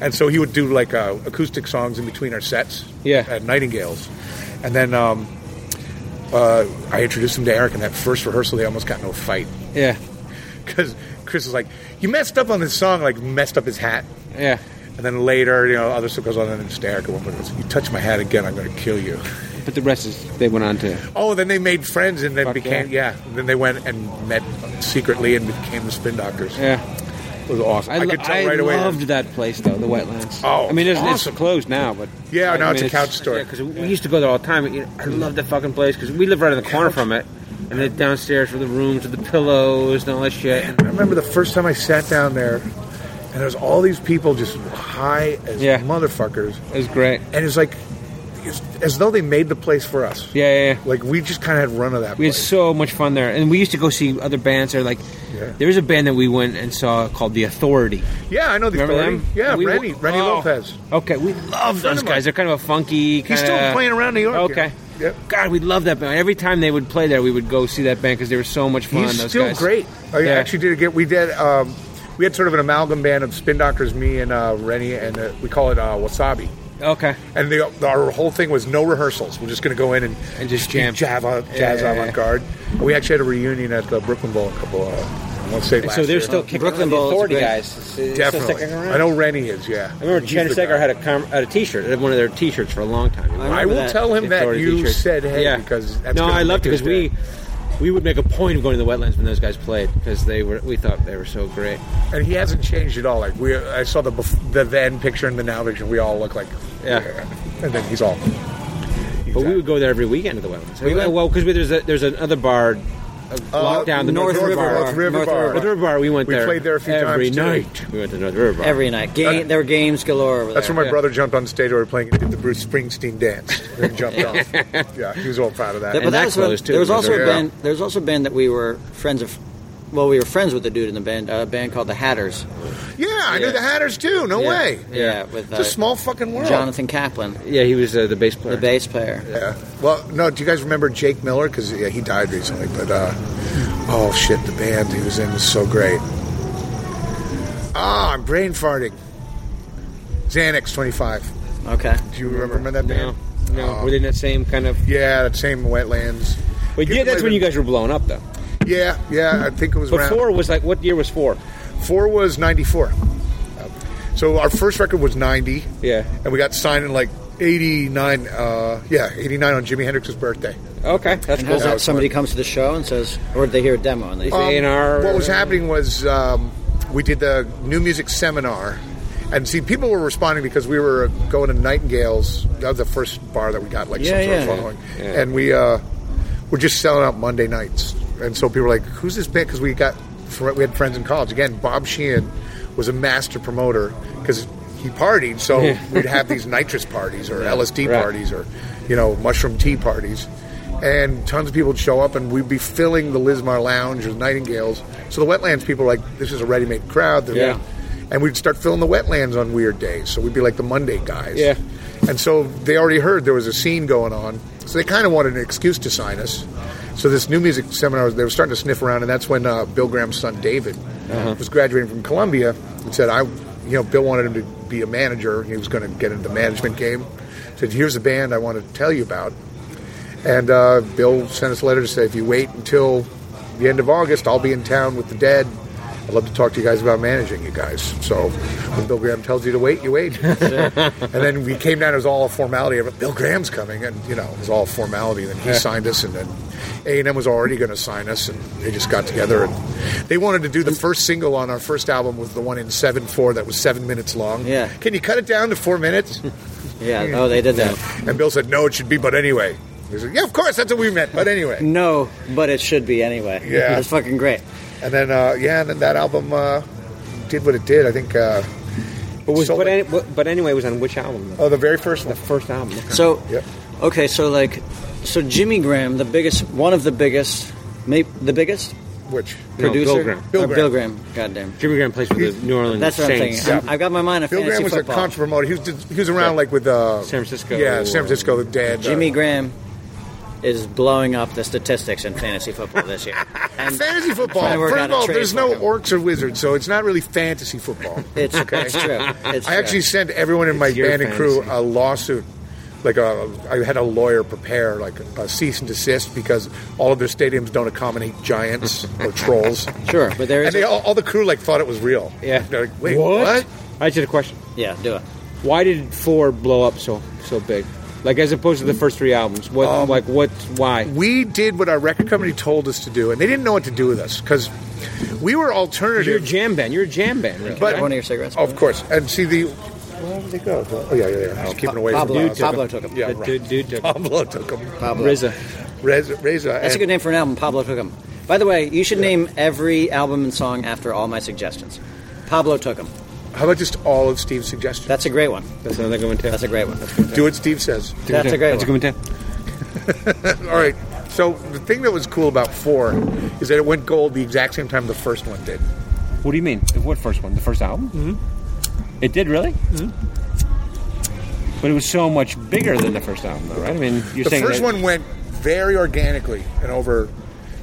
Speaker 5: And so he would do like uh, acoustic songs in between our sets.
Speaker 1: Yeah.
Speaker 5: At Nightingales, and then um, uh, I introduced him to Eric. In that first rehearsal, they almost got into a fight
Speaker 1: Yeah,
Speaker 5: because Chris was like, "You messed up on this song," like messed up his hat.
Speaker 1: yeah.
Speaker 5: And then later, you know, other stuff goes on, and it's Eric at one point goes, "You touch my hat again, I'm going to kill you."
Speaker 1: But the rest is they went on to.
Speaker 5: Oh, then they made friends, and then
Speaker 1: Fuck
Speaker 5: became yeah. Then they went and met secretly and became the Spin Doctors.
Speaker 1: Yeah,
Speaker 5: It was awesome. I,
Speaker 1: lo-
Speaker 5: could tell right away.
Speaker 1: loved that place though, the wetlands.
Speaker 5: Oh,
Speaker 1: I mean, it's, it's
Speaker 5: awesome.
Speaker 1: closed now, but
Speaker 5: Yeah,
Speaker 1: I
Speaker 5: now
Speaker 1: mean,
Speaker 5: it's a couch store.
Speaker 1: Yeah, because we used to go there all the time. You know, I love that fucking place because we live right in the corner from it, and then downstairs were the rooms with the pillows and all that shit.
Speaker 5: I remember the first time I sat down there, and there was all these people just high as
Speaker 1: Yeah.
Speaker 5: motherfuckers,
Speaker 1: It was great.
Speaker 5: and it's like it's, as though they made the place for us.
Speaker 1: Yeah, yeah. yeah.
Speaker 5: Like we just kind of had run of that.
Speaker 1: We had
Speaker 5: place.
Speaker 1: so much fun there, and we used to go see other bands there. Like,
Speaker 5: Yeah.
Speaker 1: there was a band that we went and saw called The Authority.
Speaker 5: yeah, I know these.
Speaker 1: Remember
Speaker 5: Authority.
Speaker 1: them?
Speaker 5: Yeah,
Speaker 1: We-
Speaker 5: Rennie, Rennie
Speaker 1: oh.
Speaker 5: Lopez.
Speaker 1: Okay, we love
Speaker 5: Friend
Speaker 1: those
Speaker 5: of mine.
Speaker 1: guys. They're kind of a funky. Kinda,
Speaker 5: He's still playing around New York.
Speaker 1: Uh, Okay.
Speaker 5: yeah. Yep.
Speaker 1: God, we love that band. Every time they would play there, we would go see that band because they were so much fun.
Speaker 5: He's
Speaker 1: those
Speaker 5: still
Speaker 1: guys.
Speaker 5: great. I
Speaker 1: Yeah.
Speaker 5: actually did get. We did. Um, we had sort of an amalgam band of spin doctors, me and uh, Rennie, and uh, we call it uh, Wasabi.
Speaker 1: Okay.
Speaker 5: And the, our whole thing was no rehearsals. We're just going to go in and,
Speaker 1: And just
Speaker 5: do
Speaker 1: jam.
Speaker 5: jazz, uh, jazz
Speaker 1: Yeah.
Speaker 5: avant garde. We actually had a reunion at the Brooklyn Bowl a couple. Uh, I want to say last
Speaker 1: so they're
Speaker 5: year.
Speaker 1: still kicking
Speaker 3: Brooklyn
Speaker 1: Brooklyn the
Speaker 3: Bowl is
Speaker 1: Authority
Speaker 3: great.
Speaker 1: guys. It's- it's still
Speaker 5: definitely.
Speaker 1: sticking around.
Speaker 5: I know Rennie is. Yeah,
Speaker 1: I remember
Speaker 5: He's
Speaker 1: Chen
Speaker 5: the
Speaker 1: Segar
Speaker 5: guy.
Speaker 1: had a com- had a T-shirt. They had one of their T-shirts for a long time.
Speaker 3: I
Speaker 5: I
Speaker 3: remember
Speaker 5: will
Speaker 3: that.
Speaker 5: tell him that
Speaker 1: Authority
Speaker 5: you
Speaker 1: T-shirt.
Speaker 5: said hey because that's
Speaker 1: no,
Speaker 5: gonna
Speaker 1: I loved it
Speaker 5: make his
Speaker 1: because we
Speaker 5: day.
Speaker 1: we would make a point of going to the wetlands when those guys played because they were we thought they were so great.
Speaker 5: and he hasn't changed at all. Like we, I saw the bef- the then picture and the now picture. We all look like
Speaker 1: Yeah.
Speaker 5: and then he's all.
Speaker 1: But we would go there every weekend to the wetlands.
Speaker 3: We went-
Speaker 1: well, because there's a, there's another bar, locked down the
Speaker 3: North River Bar.
Speaker 5: Uh, North River
Speaker 3: North
Speaker 5: Bar.
Speaker 3: River
Speaker 1: North River Bar. We went
Speaker 5: We
Speaker 1: there.
Speaker 5: played there a few
Speaker 1: every
Speaker 5: times, too.
Speaker 1: night. We went to North River Bar
Speaker 3: Every night, Ga- there were games galore. Over
Speaker 5: That's
Speaker 3: there.
Speaker 5: when my
Speaker 1: Yeah.
Speaker 5: brother jumped on stage. We were playing and did the Bruce Springsteen dance and jumped off. Yeah, he was all proud of that.
Speaker 3: Th-
Speaker 1: And that
Speaker 3: was when-
Speaker 1: closed, too,
Speaker 3: There was also
Speaker 5: yeah.
Speaker 3: a band. There was also a band that we were friends of. Well, we were friends with the dude in the band. A band called the Hatters.
Speaker 5: yeah, I knew
Speaker 3: Yeah.
Speaker 5: the Hatters too. No
Speaker 3: yeah,
Speaker 5: way.
Speaker 3: Yeah, with uh,
Speaker 5: It's a small fucking world.
Speaker 3: Jonathan Kaplan,
Speaker 1: Yeah, he was uh, the bass player.
Speaker 3: the bass player.
Speaker 5: Yeah. Well, no. Do you guys remember Jake Miller? Because yeah, he died recently. But uh, oh shit, the band he was in was so great. Ah, I'm brain farting. Xanax 25.
Speaker 3: Okay.
Speaker 5: Do you remember, that
Speaker 1: no,
Speaker 5: band?
Speaker 1: no,
Speaker 5: Oh.
Speaker 1: were they in that same kind of?
Speaker 5: Yeah, that same wetlands.
Speaker 1: But yeah, that's when you guys were blowing up though.
Speaker 5: Yeah, yeah. I think it was
Speaker 1: But
Speaker 5: around.
Speaker 1: four was like, what year was four?
Speaker 5: Four was 94. So our first record was 90.
Speaker 1: Yeah.
Speaker 5: And we got signed in like 89. Uh, yeah, 89 on Jimi Hendrix's birthday.
Speaker 1: Okay, that's
Speaker 3: And
Speaker 1: cool.
Speaker 3: how's
Speaker 5: Yeah,
Speaker 3: that?
Speaker 5: it's
Speaker 3: Somebody
Speaker 5: fun. Oh,
Speaker 3: comes to the show and says, or they hear a demo and they say,
Speaker 1: Um, A&R or
Speaker 5: what was
Speaker 1: whatever?
Speaker 5: happening was um, we did the new music seminar. And see, people were responding because we were going to Nightingale's. That was the first bar that we got like
Speaker 3: Yeah,
Speaker 5: some sort
Speaker 3: yeah.
Speaker 5: of following. And we uh, were just selling out Monday nights. And so people were like, who's this band? Because we got we had friends in college. Again, Bob Sheehan was a master promoter because he partied. So we'd have these nitrous parties or
Speaker 3: [laughs]
Speaker 5: LSD
Speaker 1: right.
Speaker 5: parties or, you know, mushroom tea parties. And tons of people would show up and we'd be filling the Lismar Lounge or the Nightingales. So the Wetlands people were like, this is a ready made crowd. They're
Speaker 1: Yeah.
Speaker 5: and we'd start filling the wetlands on weird days. So we'd be like the Monday guys.
Speaker 1: Yeah.
Speaker 5: And so they already heard there was a scene going on. So they kind of wanted an excuse to sign us. So this new music seminar, they were starting to sniff around, and that's when uh, Bill Graham's son David was graduating from Columbia and said, "I, you know, Bill wanted him to be a manager. He was going to get into the management game. Said, here's a band I want to tell you about." And uh, Bill sent us a letter to say, if you wait until the end of August, I'll be in town with the dead. I'd love to talk to you guys about managing you guys. So when Bill Graham tells you to wait, you wait. [laughs] and then we came down. It was all a formality. Of Bill Graham's coming, and you know it was all formality. Then he signed us, and then A and M was already going to sign us, and they just got together and they wanted to do the first single on our first album was the one in seven four that was seven minutes long.
Speaker 3: Yeah.
Speaker 5: Can you cut it down to four minutes?
Speaker 3: Yeah. Oh, they did that.
Speaker 5: And Bill said, "No, it should be, but anyway." He said, "Yeah, of course, that's what we meant, but anyway."
Speaker 3: No, but it should be anyway.
Speaker 5: Yeah.
Speaker 3: That's fucking great.
Speaker 5: And then, uh, yeah, and then that album uh, did what it did. I think. Uh,
Speaker 1: But was
Speaker 5: So-
Speaker 1: but, any, but, but anyway, it was on which album? Though?
Speaker 5: oh, the very first
Speaker 1: The
Speaker 5: one.
Speaker 1: first album. okay.
Speaker 3: So,
Speaker 5: Yep.
Speaker 3: okay, so like, so Jimmy Graham, the biggest, one of the biggest, maybe the biggest
Speaker 5: Which?
Speaker 1: No, Bill
Speaker 3: producer,
Speaker 1: Graham.
Speaker 5: Bill
Speaker 3: Or
Speaker 5: Graham.
Speaker 3: Bill Graham. Goddamn.
Speaker 1: Jimmy Graham plays for the New Orleans
Speaker 3: That's what
Speaker 1: Saints.
Speaker 3: I'm thinking. i I've got my mind on
Speaker 5: Bill
Speaker 3: fantasy
Speaker 5: Graham was
Speaker 3: football.
Speaker 5: a concert promoter. He was, he was around like with uh,
Speaker 1: San Francisco.
Speaker 5: Yeah, San Francisco. The Dead.
Speaker 3: Jimmy
Speaker 5: uh,
Speaker 3: Graham is blowing up the statistics in fantasy football this
Speaker 5: [laughs]
Speaker 3: year. And
Speaker 5: Fantasy football.
Speaker 3: Trying to work
Speaker 5: First
Speaker 3: out
Speaker 5: of
Speaker 3: a
Speaker 5: all,
Speaker 3: trade
Speaker 5: there's no
Speaker 3: for him.
Speaker 5: orcs or wizards, so it's not really fantasy football.
Speaker 3: it's, it's true. [laughs] It's uh,
Speaker 5: I actually
Speaker 3: true.
Speaker 5: sent everyone in my
Speaker 1: It's your
Speaker 5: band and crew
Speaker 1: fantasy.
Speaker 5: a lawsuit. Like a, I had a lawyer prepare like a cease and desist because all of their stadiums don't accommodate giants or trolls.
Speaker 3: Sure, but there
Speaker 5: And
Speaker 3: is.
Speaker 5: they all, all the crew like thought it was real.
Speaker 1: Yeah.
Speaker 5: They're like, wait, what?
Speaker 1: I just had a question.
Speaker 3: yeah, do it.
Speaker 1: Why did four blow up so so big? Like as opposed to the first three albums, what like what why?
Speaker 5: We did what our record company told us to do, and they didn't know what to do with us because we were
Speaker 1: You're a
Speaker 5: alternative.
Speaker 1: jam band. You're a jam band. Really.
Speaker 5: But
Speaker 3: Can I have one of your cigarettes?
Speaker 5: Of course. And see the. Where did they go? Oh yeah, yeah, yeah. I was keeping away
Speaker 3: Pablo-
Speaker 5: from
Speaker 3: Pablo took 'em.
Speaker 5: Yeah,
Speaker 1: The
Speaker 5: right.
Speaker 1: dude, dude took
Speaker 5: Pablo took him.
Speaker 3: Pablo.
Speaker 1: RZA.
Speaker 5: Reza, Reza
Speaker 3: That's a
Speaker 5: and-
Speaker 3: good name for an album, Pablo Tookum. By the way, you should name every album and song after all my suggestions. Pablo Tookum.
Speaker 5: How about just all of Steve's suggestions?
Speaker 3: That's a great one.
Speaker 1: That's another good one too.
Speaker 3: That's a great one.
Speaker 5: Do what Steve says.
Speaker 3: That's a great
Speaker 1: That's a
Speaker 3: one.
Speaker 1: good one too.
Speaker 5: All right. So the thing that was cool about four is that it went gold the exact same time the first one did.
Speaker 1: What do you mean? What first one? The first album? Mm-hmm. It did really. Mm-hmm. But it was so much bigger than the first album, though, right? I mean, you're
Speaker 5: The
Speaker 1: saying
Speaker 5: first
Speaker 1: that-
Speaker 5: one went very organically and over,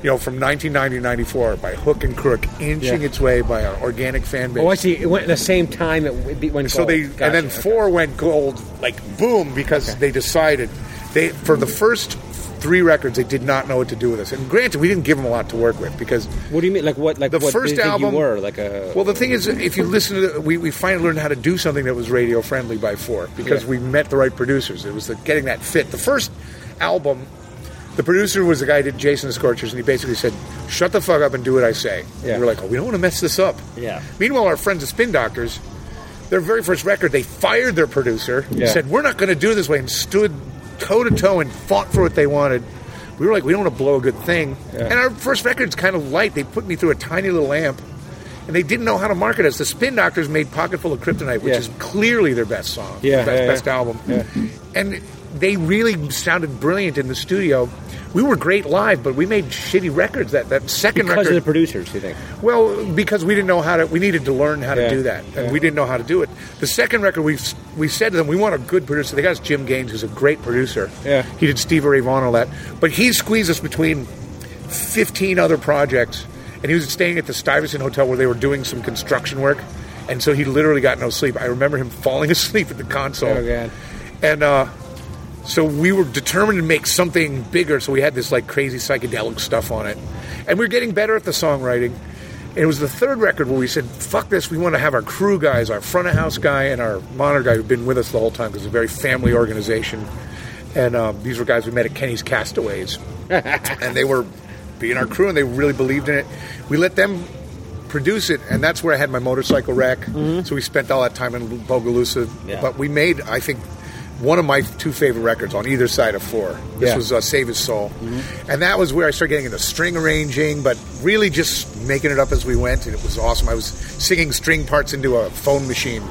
Speaker 5: you know, from 1990 94 by hook and crook, inching
Speaker 1: Yeah.
Speaker 5: its way by our organic fan base.
Speaker 1: Oh, I see. It went at the same time. It w- it went
Speaker 5: So
Speaker 1: gold.
Speaker 5: they
Speaker 1: Gotcha.
Speaker 5: and then
Speaker 1: Okay.
Speaker 5: four went gold like boom because they decided they for the first three records they did not know what to do with us. And granted, we didn't give them a lot to work with because
Speaker 1: What do you mean? Like what? Like
Speaker 5: the
Speaker 1: what
Speaker 5: first
Speaker 1: did
Speaker 5: album
Speaker 1: you were like a.
Speaker 5: well the thing is if you listen to the, we, we finally learned how to do something that was radio friendly by four because
Speaker 1: Yeah.
Speaker 5: we met the right producers it was the, getting that fit the first album the producer was the guy who did jason the scorchers and he basically said shut the fuck up and do what i say
Speaker 1: Yeah.
Speaker 5: and we are like oh we don't want to mess this up
Speaker 3: Yeah.
Speaker 5: meanwhile our friends the spin doctors their very first record they fired their producer
Speaker 1: Yeah.
Speaker 5: said we're not going to do it this way and stood toe to toe and fought for what they wanted we were like we don't want to blow a good thing and our first record's kind of light they put me through a tiny little amp and they didn't know how to market us. The Spin Doctors made "Pocketful of Kryptonite," which
Speaker 1: Yeah.
Speaker 5: is clearly their best song,
Speaker 1: Yeah,
Speaker 5: best,
Speaker 1: yeah, yeah.
Speaker 5: best album, and they really sounded brilliant in the studio. We were great live, but we made shitty records. That that second
Speaker 1: because
Speaker 5: record,
Speaker 1: of the producers, you think?
Speaker 5: well, because we didn't know how to, we needed to learn how
Speaker 1: Yeah.
Speaker 5: to do that, and
Speaker 1: Yeah.
Speaker 5: we didn't know how to do it. The second record, we we said to them, we want a good producer. They got us Jim Gaines, who's a great producer.
Speaker 1: Yeah.
Speaker 5: he did Steve Ray Vaughan and all that, but he squeezed us between fifteen other projects, and he was staying at the Stuyvesant Hotel where they were doing some construction work, and so he literally got no sleep. I remember him falling [laughs] asleep at the console.
Speaker 1: Oh, God.
Speaker 5: And uh, so we were determined to make something bigger. So we had this like crazy psychedelic stuff on it, and we were getting better at the songwriting. And it was the third record where we said, "Fuck this! We want to have our crew guys, our front of house guy, and our monitor guy who've been with us the whole time because it's a very family organization." And um, these were guys we met at
Speaker 1: [laughs]
Speaker 5: Kenny's Castaways, and they were being our crew, and they really believed in it. We let them produce it, and that's where I had my motorcycle wreck. So we spent all that time in Bogalusa,
Speaker 3: Yeah.
Speaker 5: but we made, I think, one of my two favorite records on either side of four. This
Speaker 1: Yeah.
Speaker 5: was uh, Save His Soul, and that was where I started getting into string arranging, but really just making it up as we went, and it was awesome. I was singing string parts into a phone machine.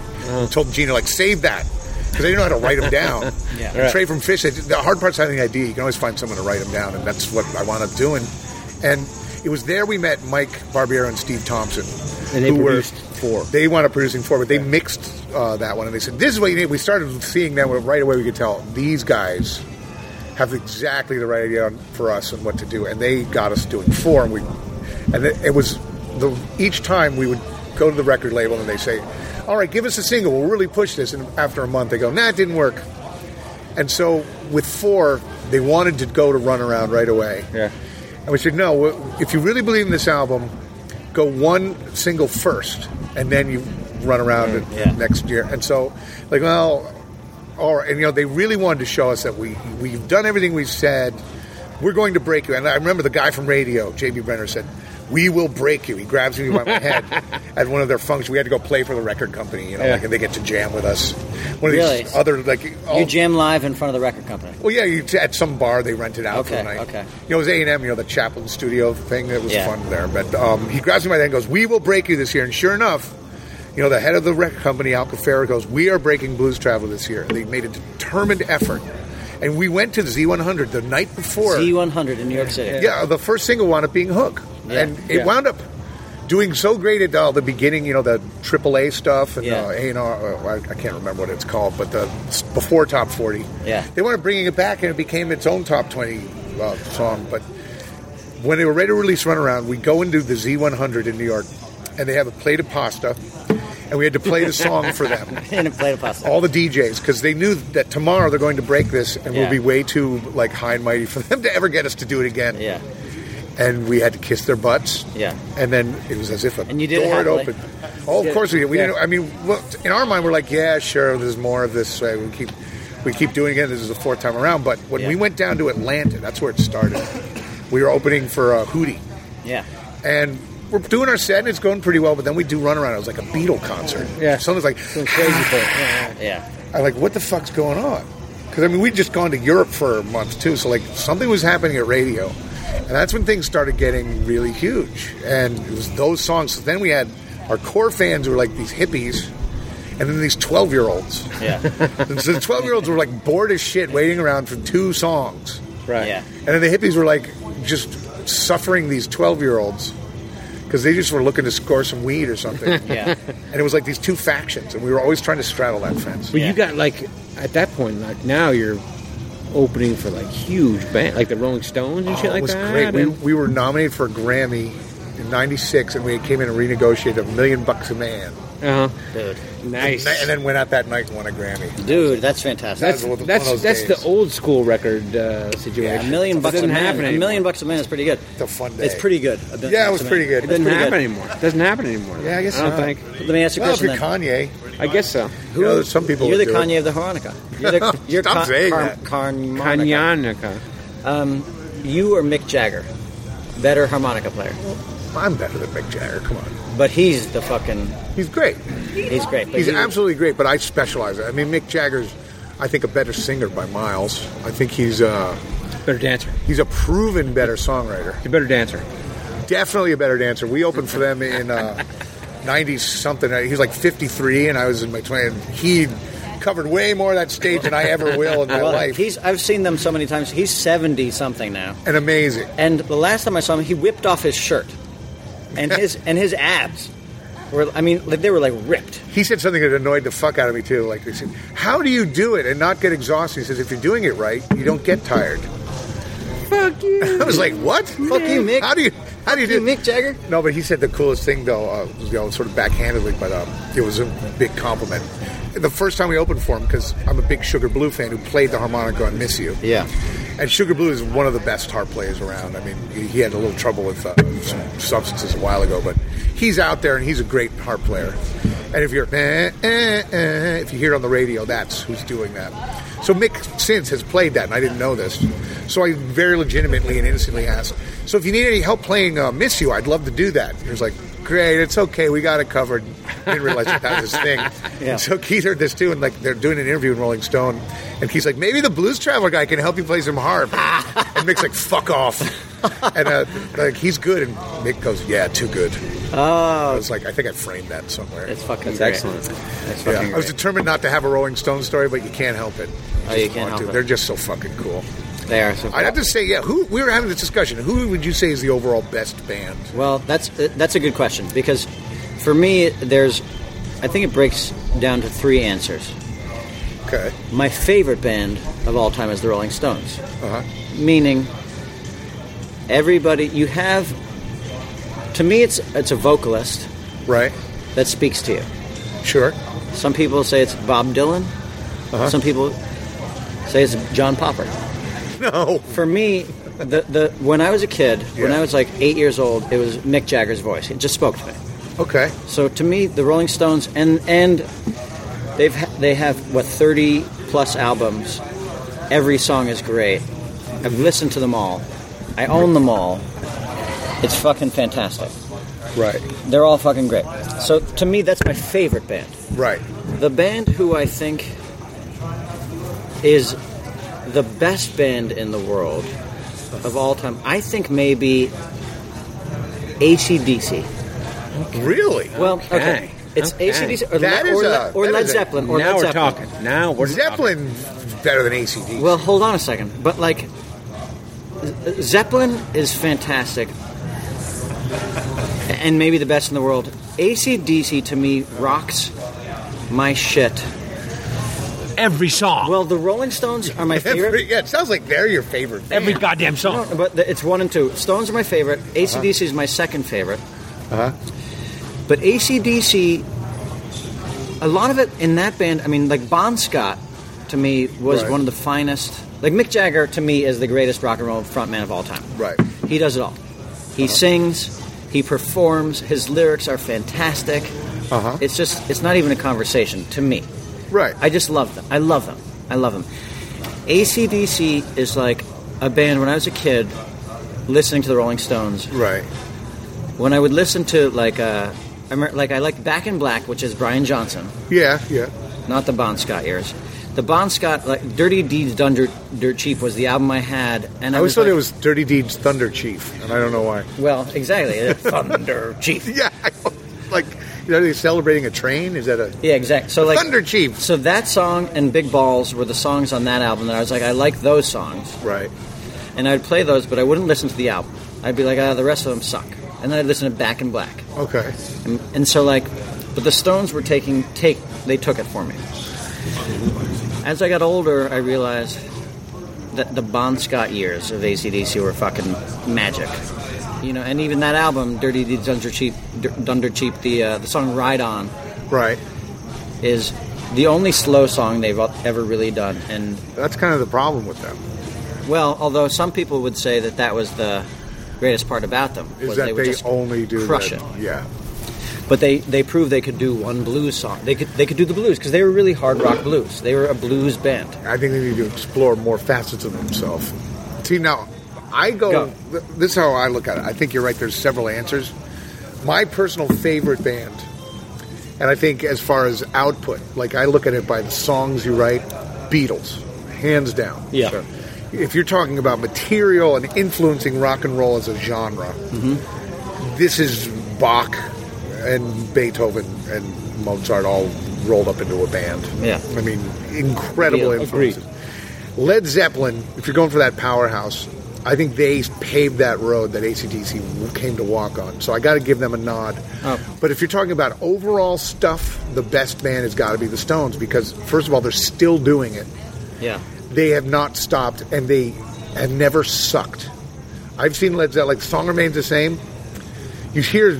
Speaker 5: Told Gina like, save that. Because I didn't know how to write them
Speaker 1: [laughs]
Speaker 5: down. yeah. Trey from Fish, said, the hard part's having the idea. You can always find someone to write them down, and that's what I wound up doing. And it was there we met Mike Barbiero and Steve Thompson,
Speaker 1: And they
Speaker 5: who
Speaker 1: produced
Speaker 5: were,
Speaker 1: four.
Speaker 5: They wound up producing four, but they mixed uh, that one, and they said, "This is what you need." We started seeing them right away. We could tell these guys have exactly the right idea on, for us and what to do, and they got us doing four, and we, and it, it was the each time we would go to the record label and they say, "All right, give us a single. We'll really push this." And after a month, they go, "Nah, it didn't work." And so with four, they wanted to go to Run Around right away.
Speaker 3: Yeah.
Speaker 5: And we said, no, if you really believe in this album, go one single first, and then you run around it
Speaker 3: yeah.
Speaker 5: next year. And so, like, well, all right. And, you know, they really wanted to show us that we, we've done everything we've said. We're going to break you. And I remember the guy from radio, J.B. Brenner, said, we will break you. He grabs me by my head
Speaker 3: [laughs]
Speaker 5: at one of their functions. We had to go play for the record company, you know,
Speaker 3: Yeah.
Speaker 5: like, and they get to jam with us. One of
Speaker 3: Really?
Speaker 5: these other, like...
Speaker 3: You
Speaker 5: all-
Speaker 3: jam live in front of the record company.
Speaker 5: well, yeah, you, at some bar they rented out for the
Speaker 3: Okay,
Speaker 5: night.
Speaker 3: okay.
Speaker 5: You know, it was A and M. You know, the Chaplin Studio thing. It was
Speaker 3: Yeah.
Speaker 5: fun there. But um, he grabs me by the hand, and goes, "We will break you this year." And sure enough, you know, the head of the record company, Al Kaffer, goes, "We are breaking Blues Traveler this year." They made a determined effort, and we went to the Z100 the night before.
Speaker 3: Z100 in New York City. [laughs]
Speaker 5: Yeah, the first single wound up being Hook.
Speaker 3: Yeah.
Speaker 5: And it
Speaker 3: Yeah.
Speaker 5: wound up doing so great at uh, the beginning, you know, the AAA stuff and
Speaker 3: Yeah.
Speaker 5: uh, A&R, uh, I, I can't remember what it's called, but the s- before Top 40.
Speaker 3: Yeah.
Speaker 5: They wound up bringing it back and it became its own Top 20 uh, song. But when they were ready to release Runaround, we go into the Z100 in New York and they have a plate of pasta and we had to play the song
Speaker 3: [laughs]
Speaker 5: for them
Speaker 3: and a plate of pasta.
Speaker 5: all the DJs because they knew that tomorrow they're going to break this and
Speaker 3: Yeah.
Speaker 5: we'll be way too like high and mighty for them to ever get us to do it again.
Speaker 3: yeah.
Speaker 5: And we had to kiss their butts.
Speaker 3: Yeah.
Speaker 5: And then it was as if a
Speaker 3: And you did it
Speaker 5: door had
Speaker 3: happily.
Speaker 5: opened. Oh,
Speaker 3: Yeah.
Speaker 5: of course we did. We
Speaker 3: Yeah.
Speaker 5: didn't. I mean, well, in our mind, we're like, yeah, sure. There's more of this. uh, We keep we keep doing it. This is the fourth time around. But when
Speaker 3: Yeah.
Speaker 5: we went down to Atlanta, that's where it started. we were opening for uh, Hootie,
Speaker 3: Yeah.
Speaker 5: and. We're doing our set and it's going pretty well, but then we do run around. It was like a Beatle concert.
Speaker 3: Yeah.
Speaker 5: Someone's like,
Speaker 3: Some
Speaker 5: [sighs]
Speaker 3: crazy thing. Yeah. yeah.
Speaker 5: I'm like, what the fuck's going on? Because I mean, we'd just gone to Europe for a month too, so like something was happening at radio, and that's when things started getting really huge. And it was those songs. So then we had our core fans who were like these hippies, and then these twelve year olds. [laughs]
Speaker 3: Yeah.
Speaker 5: And so the twelve year olds were like bored as shit, waiting around for two songs,
Speaker 1: Right.
Speaker 3: Yeah.
Speaker 5: and then the hippies were like just suffering these twelve year olds because they just were looking to score some weed or something.
Speaker 3: Yeah.
Speaker 5: And it was like these two factions, and we were always trying to straddle that fence.
Speaker 1: But
Speaker 3: Yeah.
Speaker 1: you got like at that point, like now you're opening for like huge band, like the Rolling Stones and shit
Speaker 5: Oh,
Speaker 1: like
Speaker 5: it was
Speaker 1: that.
Speaker 5: great. We,
Speaker 1: and-
Speaker 5: we were nominated for a Grammy in '96, and we came in and renegotiated a million bucks a man,
Speaker 1: uh-huh.
Speaker 3: Dude.
Speaker 1: Nice.
Speaker 5: and then went out that night and won a Grammy.
Speaker 3: Dude, that's fantastic.
Speaker 1: that's
Speaker 5: That was one of
Speaker 1: that's
Speaker 5: those
Speaker 1: that's
Speaker 5: days.
Speaker 1: the old school record uh,
Speaker 3: Yeah,
Speaker 1: situation.
Speaker 3: a million
Speaker 1: It
Speaker 3: bucks a
Speaker 1: doesn't
Speaker 3: man.
Speaker 1: happen
Speaker 3: A
Speaker 1: anymore.
Speaker 3: million bucks a man is pretty good.
Speaker 5: It's a fun
Speaker 3: It's
Speaker 5: day.
Speaker 3: pretty good. A million
Speaker 5: Yeah, it
Speaker 3: bucks
Speaker 5: was
Speaker 3: a man.
Speaker 5: pretty good.
Speaker 1: It doesn't
Speaker 3: Pretty
Speaker 1: happen
Speaker 3: good.
Speaker 1: anymore. It doesn't happen anymore.
Speaker 5: Yeah, I guess
Speaker 1: I don't
Speaker 5: not.
Speaker 1: think.
Speaker 3: Let me ask you a
Speaker 5: Well, if
Speaker 3: question.
Speaker 5: you're
Speaker 3: then.
Speaker 5: Kanye,
Speaker 1: I guess so.
Speaker 5: who you know, some people
Speaker 3: You're
Speaker 5: would
Speaker 3: the
Speaker 5: do it.
Speaker 3: Kanye of the harmonica. You're the you're
Speaker 5: [laughs] Stop
Speaker 3: Con-
Speaker 5: saying
Speaker 3: Car-
Speaker 5: that.
Speaker 3: Carmonica.
Speaker 1: Kanyanaka.
Speaker 3: You are Mick Jagger, better harmonica player,
Speaker 5: I'm better than Mick Jagger. Come on,
Speaker 3: but he's the fucking
Speaker 5: he's great.
Speaker 3: he's great. But
Speaker 5: He's
Speaker 3: you-
Speaker 5: absolutely great. But I specialize. I mean, Mick Jagger's, I think, a better singer by miles. I think he's uh,
Speaker 1: Better dancer.
Speaker 5: he's a proven better songwriter.
Speaker 1: He's a better dancer.
Speaker 5: definitely a better dancer. We opened for them in uh, 90 something. He was like 53, and I was in my 20s. and He covered way more of that stage than I ever will in my
Speaker 3: well,
Speaker 5: life.
Speaker 3: he's I've seen them so many times. He's seventy something now,
Speaker 5: and amazing.
Speaker 3: and the last time I saw him, he whipped off his shirt, and [laughs] his and his abs were I mean like, they were like ripped.
Speaker 5: He said something that annoyed the fuck out of me, too. Like, he said, How do you do it and not get exhausted? He says, If you're doing it right, you don't get tired.
Speaker 1: Fuck you.
Speaker 5: [laughs] I was like, What? Fuck
Speaker 3: you, Mick.
Speaker 5: How do you, how do you do
Speaker 3: Mick Jagger.
Speaker 5: No, but he said the coolest thing though, uh, was, you know, sort of backhandedly, but um, it was a big compliment. The first time we opened for him, because I'm a big Sugar Blue fan who played the harmonica on "Miss You."
Speaker 3: Yeah.
Speaker 5: and Sugar Blue is one of the best harp players around. I mean, he he had a little trouble with uh, some substances a while ago, but he's out there and he's a great harp player. And if you're eh, eh, eh, if you hear it on the radio, that's who's doing that. So Mick since has played that, and I didn't know this. So I very legitimately and innocently asked, "So if you need any help playing uh, "Miss You," I'd love to do that." He was like, "Great, it's okay, we got it covered." Didn't realize that that was his thing.
Speaker 3: Yeah.
Speaker 5: So Keith heard this too, and like they're doing an interview in Rolling Stone, and Keith's like, maybe the blues traveler guy can help you play some harp. and Mick's like, fuck off. And uh, like he's good, and Mick goes, yeah, too good. Oh, I was like, I think I framed that somewhere.
Speaker 3: That's fucking
Speaker 1: That's
Speaker 3: great.
Speaker 1: excellent.
Speaker 3: That's
Speaker 5: Yeah.
Speaker 3: fucking
Speaker 5: I was
Speaker 3: great.
Speaker 5: determined not to have a Rolling Stone story, but you can't help it.
Speaker 3: Oh,
Speaker 5: just
Speaker 3: you can't
Speaker 5: want
Speaker 3: help
Speaker 5: to.
Speaker 3: it.
Speaker 5: They're just so fucking cool.
Speaker 3: They are so
Speaker 5: I'd have
Speaker 3: cool.
Speaker 5: to say, yeah. Who we were having this discussion? Who would you say is the overall best band?
Speaker 3: Well, that's that's a good question because for me, there's I think it breaks down to three answers.
Speaker 5: Okay,
Speaker 3: My favorite band of all time is the Rolling Stones,
Speaker 5: uh-huh.
Speaker 3: meaning everybody you have. To me, it's it's a vocalist
Speaker 5: right?
Speaker 3: that speaks to you.
Speaker 5: Sure. Uh-huh.
Speaker 3: Some people say it's Bob Dylan. Some people Say it's John Popper.
Speaker 5: No.
Speaker 3: For me, the, the when I was a kid, when
Speaker 5: Yeah.
Speaker 3: I was like eight years old, it was Mick Jagger's voice. It just spoke to me.
Speaker 5: Okay.
Speaker 3: So to me, the Rolling Stones and and they've ha- they have what thirty plus albums. Every song is great. I've listened to them all. I own them all. It's fucking fantastic.
Speaker 5: Right.
Speaker 3: They're all fucking great. So to me, that's my favorite band.
Speaker 5: Right.
Speaker 3: The band who I think is the best band in the world of all time, I think maybe ACDC.
Speaker 5: Really?
Speaker 3: Well, okay.
Speaker 1: Okay.
Speaker 3: It's
Speaker 1: Okay.
Speaker 3: ACDC or,
Speaker 5: That
Speaker 3: Le-
Speaker 5: is
Speaker 3: or,
Speaker 5: a-
Speaker 3: Le- or
Speaker 5: that
Speaker 3: Led
Speaker 5: is a-
Speaker 3: Zeppelin. Or
Speaker 1: now
Speaker 3: Led
Speaker 1: we're
Speaker 3: Zeppelin.
Speaker 1: talking. Now we're talking.
Speaker 5: Zeppelin better than ACD. [laughs]
Speaker 3: Well, hold on a second. But, like, Z- Zeppelin is fantastic. And maybe the best in the world. ACDC to me rocks my shit.
Speaker 7: Every song.
Speaker 3: Well, the Rolling Stones are
Speaker 5: [laughs]
Speaker 3: my favorite.
Speaker 5: Every- yeah, it sounds like they're your favorite.
Speaker 7: Every
Speaker 5: band.
Speaker 7: goddamn song.
Speaker 3: No, but the, it's one and two. Stones are my favorite. ACDC is my second favorite. Uh-huh. But ACDC, a lot of it in that band, I mean, like Bon Scott, to me, was
Speaker 5: Right.
Speaker 3: one of the finest. Like Mick Jagger, to me, is the greatest rock and roll frontman of all time.
Speaker 5: Right. Uh-huh.
Speaker 3: He does it all. He sings, he performs, his lyrics are fantastic.
Speaker 5: Uh-huh.
Speaker 3: It's just, it's not even a conversation to me.
Speaker 5: Right.
Speaker 3: I just love them. I love them. I love them. ACDC is like a band when I was a kid listening to the Rolling Stones.
Speaker 5: right.
Speaker 3: When I would listen to like uh, I remember, like I liked Back in Black, which is Brian Johnson,
Speaker 5: Yeah. Yeah.
Speaker 3: not the Bon Scott years. The Bon Scott like Dirty Deeds Done Dirt, Dirt Cheap was the album I had, and I,
Speaker 5: I always
Speaker 3: was
Speaker 5: thought
Speaker 3: like,
Speaker 5: it was Dirty Deeds Thunder Chief, and I don't know why.
Speaker 3: well exactly Thunder Cheap.
Speaker 5: [laughs] Yeah. I, like, you know, are they celebrating a train? Is that a
Speaker 3: Yeah, exactly. So like
Speaker 5: Thunder Chief?
Speaker 3: So that song and Big Balls were the songs on that album that I was like, I like those songs.
Speaker 5: Right.
Speaker 3: and I'd play those, but I wouldn't listen to the album. I'd be like, ah, the rest of them suck, and then I'd listen to Back in Black,
Speaker 5: Okay.
Speaker 3: and, and so like, but the Stones were taking take they took it for me. As I got older, I realized that the Bon Scott years of ACDC were fucking magic, you know, and even that album, Dirty Deeds Under Cheap, D- Dunder Cheap, the uh, the song Ride On
Speaker 5: Right.
Speaker 3: is the only slow song they've ever really done, and
Speaker 5: That's kind of the problem with them.
Speaker 3: Well, although some people would say that that was the greatest part about them
Speaker 5: Is
Speaker 3: was
Speaker 5: that
Speaker 3: they, would
Speaker 5: they
Speaker 3: just
Speaker 5: only do
Speaker 3: crush
Speaker 5: that.
Speaker 3: it.
Speaker 5: Yeah.
Speaker 3: But they they proved they could do one blues song. They could they could do the blues because they were really hard rock blues. They were a blues band.
Speaker 5: I think they need to explore more facets of themselves. See, now, I go,
Speaker 3: Go.
Speaker 5: th- this is how I look at it. I think you're right, there's several answers. My personal favorite band, and I think as far as output, like I look at it by the songs you write, Beatles, hands down.
Speaker 3: Yeah.
Speaker 5: So, if you're talking about material and influencing rock and roll as a genre,
Speaker 3: Mm-hmm.
Speaker 5: this is Bach and Beethoven and Mozart all rolled up into a band.
Speaker 3: Yeah.
Speaker 5: I mean, incredible
Speaker 3: Yeah,
Speaker 5: influences. Led Zeppelin, if you're going for that powerhouse, I think they paved that road that ACDC came to walk on. So I got to give them a nod.
Speaker 3: Oh.
Speaker 5: But if you're talking about overall stuff, the best band has got to be the Stones because, first of all, they're still doing it
Speaker 3: Yeah,
Speaker 5: they have not stopped and they have never sucked. I've seen Led Zeppelin, like Song Remains the Same. You hear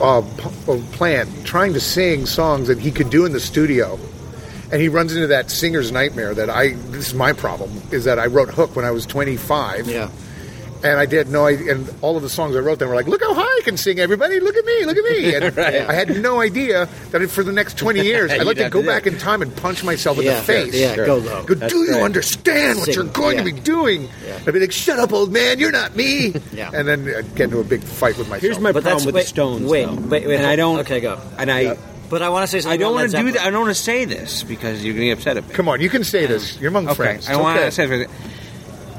Speaker 5: uh, P- uh, Plant trying to sing songs that he could do in the studio, and he runs into that singer's nightmare that I, this is my problem, is that I wrote Hook when I was 25.
Speaker 3: yeah.
Speaker 5: And I did no, I, and all of the songs I wrote then were like, look how high I can sing, everybody, look at me, look at
Speaker 3: [laughs]
Speaker 5: me. And I had no idea that for the next 20 years, I'd like to
Speaker 1: have
Speaker 5: go
Speaker 1: to do
Speaker 5: back in time and punch myself in
Speaker 3: Yeah,
Speaker 5: the face.
Speaker 3: yeah, go low.
Speaker 5: Go, do you
Speaker 1: great.
Speaker 5: understand what
Speaker 3: Sing,
Speaker 5: you're going
Speaker 3: yeah.
Speaker 5: to be doing?
Speaker 3: Yeah.
Speaker 5: I'd be like, shut up, old man, you're not me.
Speaker 3: [laughs] Yeah.
Speaker 5: And then I'd get into a big fight with myself.
Speaker 1: Here's my
Speaker 3: But that's-
Speaker 1: problem with
Speaker 3: wait,
Speaker 1: the Stones.
Speaker 3: wait,
Speaker 1: though.
Speaker 3: wait, wait,
Speaker 1: and I
Speaker 3: hold-
Speaker 1: don't.
Speaker 3: okay, go.
Speaker 1: And I,
Speaker 3: But I want to say something.
Speaker 1: I don't
Speaker 3: about
Speaker 1: want
Speaker 3: Led
Speaker 1: to do
Speaker 3: Zeppelin.
Speaker 1: that. I don't want to say this because you're going to upset at me.
Speaker 5: Come on, you can say this. You're among
Speaker 1: okay.
Speaker 5: friends.
Speaker 1: I
Speaker 5: It's
Speaker 1: want
Speaker 5: okay.
Speaker 1: to say this.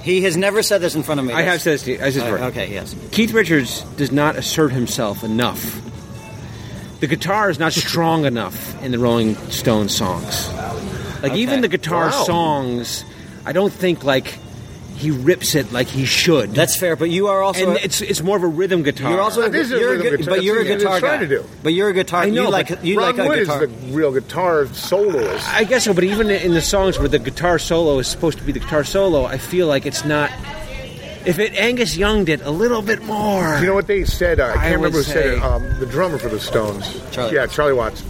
Speaker 3: He has never said this in front of me.
Speaker 1: I have said this. To you. I said this
Speaker 3: Uh,
Speaker 1: first.
Speaker 3: okay, yes.
Speaker 1: Keith Richards does not assert himself enough. The guitar is not strong enough in the Rolling Stones songs. Like even the guitar
Speaker 5: Wow.
Speaker 1: songs, I don't think like he rips it like he should.
Speaker 3: That's fair, but you are also
Speaker 1: and
Speaker 3: a,
Speaker 1: it's it's more of a rhythm guitar.
Speaker 3: you're also a,
Speaker 5: That is a
Speaker 3: you're
Speaker 5: rhythm
Speaker 3: a, gu-
Speaker 5: guitar.
Speaker 3: but you're a
Speaker 5: That's what he's
Speaker 3: guitar guy.
Speaker 5: trying to do.
Speaker 3: But you're a guitar.
Speaker 1: I
Speaker 3: you
Speaker 1: know,
Speaker 3: like
Speaker 1: but
Speaker 3: you
Speaker 5: Ron
Speaker 3: like
Speaker 5: Wood
Speaker 3: a guitar.
Speaker 5: is the real guitar soloist.
Speaker 1: I guess so, but even in the songs where the guitar solo is supposed to be the guitar solo, I feel like it's not. If it Angus Young did a little bit more,
Speaker 5: You know what they said? Uh, I can't
Speaker 1: I would
Speaker 5: remember who said
Speaker 1: say-
Speaker 5: it. Um, the drummer for the Stones.
Speaker 3: Charlie
Speaker 5: Yeah,
Speaker 3: Watts.
Speaker 5: Charlie Watts.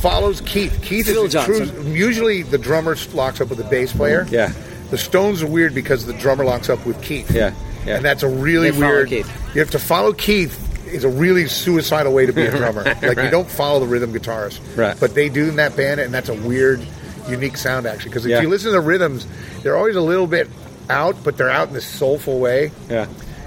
Speaker 5: follows Keith. Keith
Speaker 3: Phil
Speaker 5: is a true-
Speaker 3: Johnson.
Speaker 5: usually the drummer locks up with the bass player.
Speaker 1: Yeah.
Speaker 5: The Stones are weird because the drummer locks up with Keith.
Speaker 1: Yeah, yeah.
Speaker 5: And that's a really
Speaker 3: They follow
Speaker 5: weird.
Speaker 3: Keith.
Speaker 5: You have to follow Keith. Is a really suicidal way
Speaker 1: [laughs]
Speaker 5: to be a drummer. Like you
Speaker 1: right.
Speaker 5: don't follow the rhythm guitarist,
Speaker 1: Right.
Speaker 5: But they do in that band, and that's a weird, unique sound actually. Because if
Speaker 1: Yeah.
Speaker 5: you listen to the rhythms, they're always a little bit out, but they're out in this soulful way,
Speaker 1: Yeah.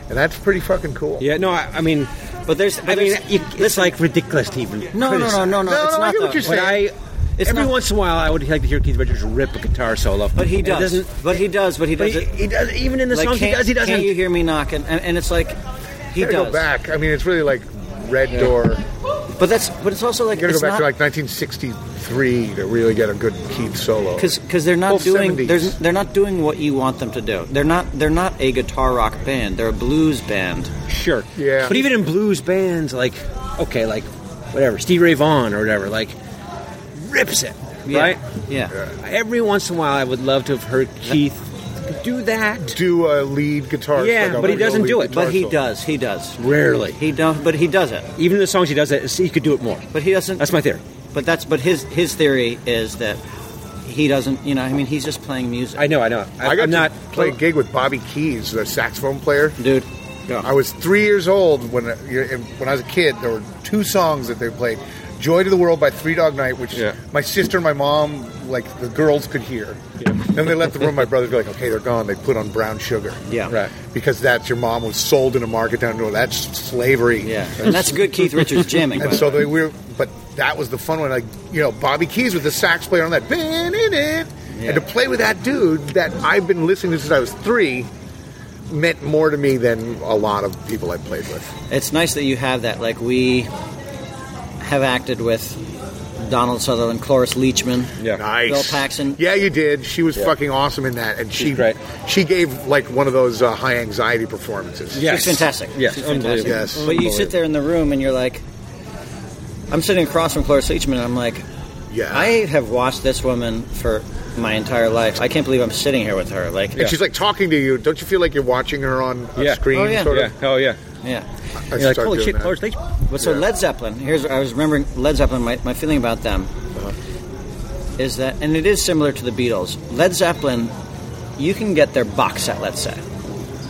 Speaker 5: and that's pretty fucking cool.
Speaker 1: Yeah, no, I, I mean,
Speaker 3: But there's, but
Speaker 1: I mean,
Speaker 3: there's-
Speaker 1: you, it's like ridiculous to even.
Speaker 3: no, no, no, no, no,
Speaker 5: No,
Speaker 3: it's
Speaker 5: no, I
Speaker 3: not
Speaker 5: get what
Speaker 3: the-
Speaker 5: you're
Speaker 1: But
Speaker 5: saying.
Speaker 1: I,
Speaker 3: It's
Speaker 1: every
Speaker 3: not-
Speaker 1: once in a while, I would like to hear Keith Richards rip a guitar solo.
Speaker 3: But he
Speaker 1: And it
Speaker 3: does.
Speaker 1: doesn't-
Speaker 3: but he does. But he
Speaker 1: but
Speaker 3: does.
Speaker 1: he,
Speaker 3: it-
Speaker 1: he does. Even in the
Speaker 3: like,
Speaker 1: songs he
Speaker 3: can't-
Speaker 1: does, he doesn't.
Speaker 3: Can't you hear me knocking? And, and it's like he
Speaker 5: gotta
Speaker 3: does.
Speaker 5: go back. I mean, it's really like Red Door.
Speaker 3: But that's. But it's also like
Speaker 5: You gotta
Speaker 3: it's
Speaker 5: go back
Speaker 3: not,
Speaker 5: to like 1963 to really get a good Keith solo.
Speaker 3: because they're not
Speaker 5: Well,
Speaker 3: doing
Speaker 5: 70s.
Speaker 3: they're, they're not doing what you want them to do. They're not they're not a guitar rock band. They're a blues band.
Speaker 1: Sure.
Speaker 5: Yeah.
Speaker 1: But even in blues bands, like okay, like whatever, Steve Ray Vaughan or whatever, like rips it,
Speaker 3: Yeah.
Speaker 1: right?
Speaker 3: Yeah.
Speaker 1: Every once in a while, I would love to have heard Keith do that.
Speaker 5: do a lead guitar.
Speaker 1: Yeah,
Speaker 5: like a
Speaker 1: but he
Speaker 5: real
Speaker 1: doesn't
Speaker 5: lead
Speaker 1: do it,
Speaker 5: guitar
Speaker 3: But he
Speaker 5: solo.
Speaker 3: does. He does.
Speaker 1: Rarely.
Speaker 3: He don't. But he does it.
Speaker 1: Even in the songs he does it, he could do it more.
Speaker 3: But he doesn't.
Speaker 1: That's my theory.
Speaker 3: But that's but his his theory is that he doesn't. You know. I mean, he's just playing music.
Speaker 1: I know, I know. I,
Speaker 5: I got
Speaker 1: am
Speaker 5: to
Speaker 1: not Oh.
Speaker 5: play a gig with Bobby Keys, the saxophone player.
Speaker 3: dude.
Speaker 5: I was three years old when uh, when I was a kid. There were two songs that they played: "Joy to the World" by Three Dog Night, which
Speaker 1: Yeah.
Speaker 5: my sister and my mom, like the girls, could hear. Then they left the room. My brothers were like, "Okay, they're gone." They put on Brown Sugar.
Speaker 3: Yeah.
Speaker 1: Right.
Speaker 5: Because that's your mom was sold in a market down. No, that's slavery.
Speaker 3: Yeah. And that's good Keith Richards jamming. by
Speaker 5: And
Speaker 3: the
Speaker 5: so
Speaker 3: way.
Speaker 5: they were, but that was the fun one. Like you know, Bobby Keys with the sax player on that, been in it,
Speaker 3: Yeah.
Speaker 5: and to play with that dude that I've been listening to since I was three meant more to me than a lot of people I played with.
Speaker 3: it's nice that you have that. Like we have acted with Donald Sutherland, Cloris Leachman.
Speaker 1: Yeah.
Speaker 5: Nice,
Speaker 3: Bill Paxton.
Speaker 5: Yeah, you did. She was fucking awesome in that, and she
Speaker 1: great.
Speaker 5: she gave like one of those uh, high anxiety performances.
Speaker 1: Yeah. Yes.
Speaker 3: She's fantastic.
Speaker 1: Yes,
Speaker 3: She's fantastic.
Speaker 1: unbelievable.
Speaker 5: Yes.
Speaker 3: But you sit there in the room and you're like, I'm sitting across from Cloris Leachman and I'm like,
Speaker 5: yeah.
Speaker 3: I have watched this woman for my entire life. I can't believe I'm sitting here with her. Like,
Speaker 5: and she's like talking to you. Don't you feel like you're watching her on a
Speaker 1: Yeah.
Speaker 5: screen?
Speaker 3: Oh, yeah.
Speaker 5: Sort
Speaker 1: Yeah.
Speaker 5: of.
Speaker 1: Oh yeah.
Speaker 3: yeah.
Speaker 5: I
Speaker 1: You're like,
Speaker 5: start
Speaker 1: holy
Speaker 5: doing
Speaker 1: shit,
Speaker 5: that.
Speaker 1: Lord, they-
Speaker 3: But so
Speaker 5: Yeah.
Speaker 3: Led Zeppelin. Here's I was remembering Led Zeppelin. My, my feeling about them
Speaker 5: Uh-huh.
Speaker 3: is that, and it is similar to the Beatles. Led Zeppelin, you can get their box set, let's say,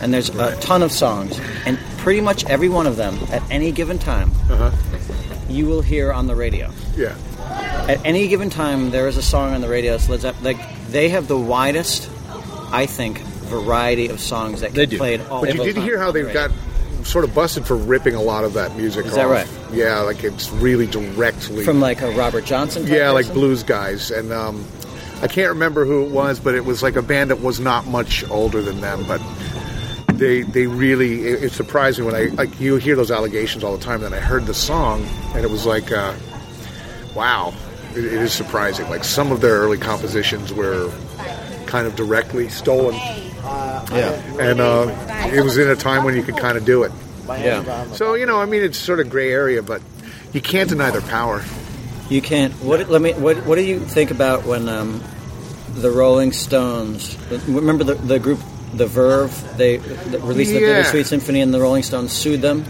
Speaker 3: and there's a ton of songs, and pretty much every one of them at any given time,
Speaker 5: Uh-huh.
Speaker 3: you will hear on the radio.
Speaker 5: Yeah.
Speaker 3: At any given time, there is a song on the radio. That's Led Zeppelin. Like they have the widest, I think, variety of songs that can
Speaker 1: They
Speaker 3: be
Speaker 1: do.
Speaker 3: played all.
Speaker 5: But you
Speaker 3: the
Speaker 5: did
Speaker 3: time
Speaker 5: hear how
Speaker 3: on the
Speaker 5: they
Speaker 3: radio.
Speaker 5: got sort of busted for ripping a lot of that music.
Speaker 3: Is that
Speaker 5: off.
Speaker 3: right?
Speaker 5: Yeah, like it's really directly
Speaker 3: from like a Robert Johnson. type
Speaker 5: yeah, like
Speaker 3: person?
Speaker 5: blues guys, and um, I can't remember who it was, but it was like a band that was not much older than them, but they they really it, it surprised me when I like you hear those allegations all the time. Then I heard the song, and it was like, uh, wow, it, it is surprising. Like some of their early compositions were kind of directly stolen. Yeah, and uh, it was in a time when you could kind of do it.
Speaker 3: Yeah.
Speaker 5: So you know, I mean, it's sort of gray area, but you can't deny their power.
Speaker 3: You can't. What? Let me. What? What do you think about when um, the Rolling Stones? Remember the, the group, the Verve. They released the
Speaker 5: Yeah.
Speaker 3: Bittersweet Symphony, and the Rolling Stones sued them.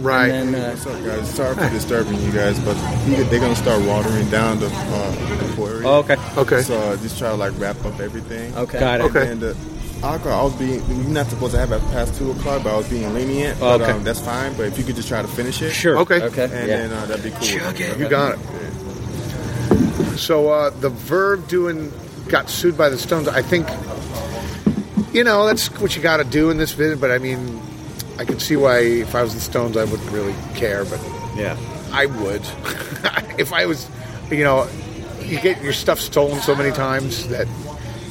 Speaker 5: Right.
Speaker 3: And then, uh,
Speaker 8: What's up, guys? Sorry for disturbing you guys, but you- they're gonna start watering down the uh, the poor area.
Speaker 1: Oh, okay.
Speaker 5: Okay.
Speaker 8: So uh, just try to like wrap up everything.
Speaker 3: okay.
Speaker 1: Got it.
Speaker 8: And
Speaker 5: Okay.
Speaker 8: then the alcohol, I was being you're not supposed to have it past two o'clock, but I was being lenient.
Speaker 1: Oh,
Speaker 8: But,
Speaker 1: okay.
Speaker 8: um, that's fine. But if you could just try to finish it,
Speaker 1: Sure.
Speaker 5: Okay.
Speaker 3: Okay.
Speaker 8: And
Speaker 1: Yeah.
Speaker 8: then uh, that'd be cool.
Speaker 5: You got it. So uh, the Verve doing got sued by the Stones. I think you know that's what you got to do in this business. But I mean, I could see why if I was the Stones, I wouldn't really care. But
Speaker 3: Yeah.
Speaker 5: I would [laughs] if I was, you know, you get your stuff stolen so many times that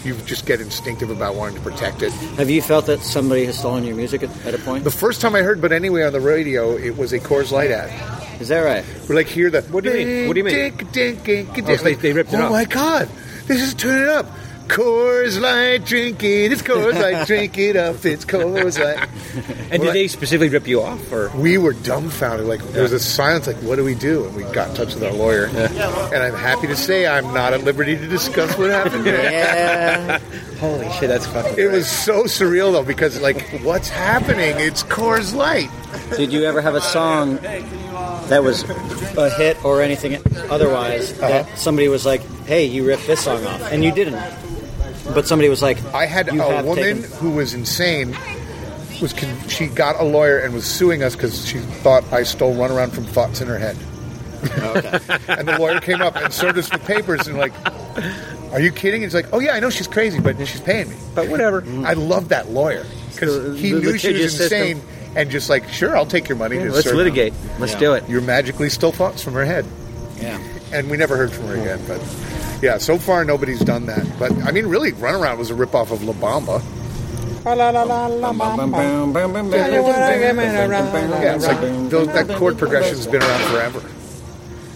Speaker 5: you just get instinctive about wanting to protect it.
Speaker 3: Have you felt that somebody has stolen your music at, at a point?
Speaker 5: The first time I heard, but anyway, on the radio, it was a Coors Light ad.
Speaker 3: Is that right?
Speaker 5: We like hear the. What
Speaker 1: do you mean? What do you mean?
Speaker 5: Dink, dink, dink, dink.
Speaker 1: Oh, so they- they ripped it
Speaker 5: oh
Speaker 1: up.
Speaker 5: my god! This is turn it up. Coors Light, drink it. It's Coors
Speaker 1: [laughs]
Speaker 5: Light, drink it up. It's Coors Light.
Speaker 1: And did they specifically rip you off, or
Speaker 5: We were dumbfounded. Like there was a silence. Like what do we do? And we got in touch with our lawyer. And I'm happy to say I'm not at liberty to discuss what happened.
Speaker 3: Yeah.
Speaker 1: holy shit, that's fucking.
Speaker 5: It was so surreal though because like what's happening? It's Coors Light.
Speaker 3: Did you ever have a song that was a hit or anything otherwise,
Speaker 5: Uh-huh.
Speaker 3: that somebody was like, "Hey, you ripped this song off," and you didn't. But somebody was like,
Speaker 5: I had
Speaker 3: you
Speaker 5: a
Speaker 3: have
Speaker 5: woman
Speaker 3: taken-
Speaker 5: who was insane. Was con- she got a lawyer and was suing us because she thought I stole runaround from thoughts in her head. [laughs] and the lawyer came up and served us with papers and like, are you kidding? And he's like, oh yeah, I know she's crazy, but she's paying me. But whatever. I love that lawyer
Speaker 3: So,
Speaker 5: because he
Speaker 3: the
Speaker 5: knew she
Speaker 3: litigious
Speaker 5: was insane and just like, sure, I'll take your money. to
Speaker 3: "Let's
Speaker 5: serve-
Speaker 3: litigate. Let's do it."
Speaker 5: You're magically stole thoughts from her head
Speaker 3: Yeah.
Speaker 5: and we never heard from her again. But yeah, so far nobody's done that. But I mean, really, Runaround was a ripoff of La Bamba. Yeah, it's like those, that chord progression's been around forever.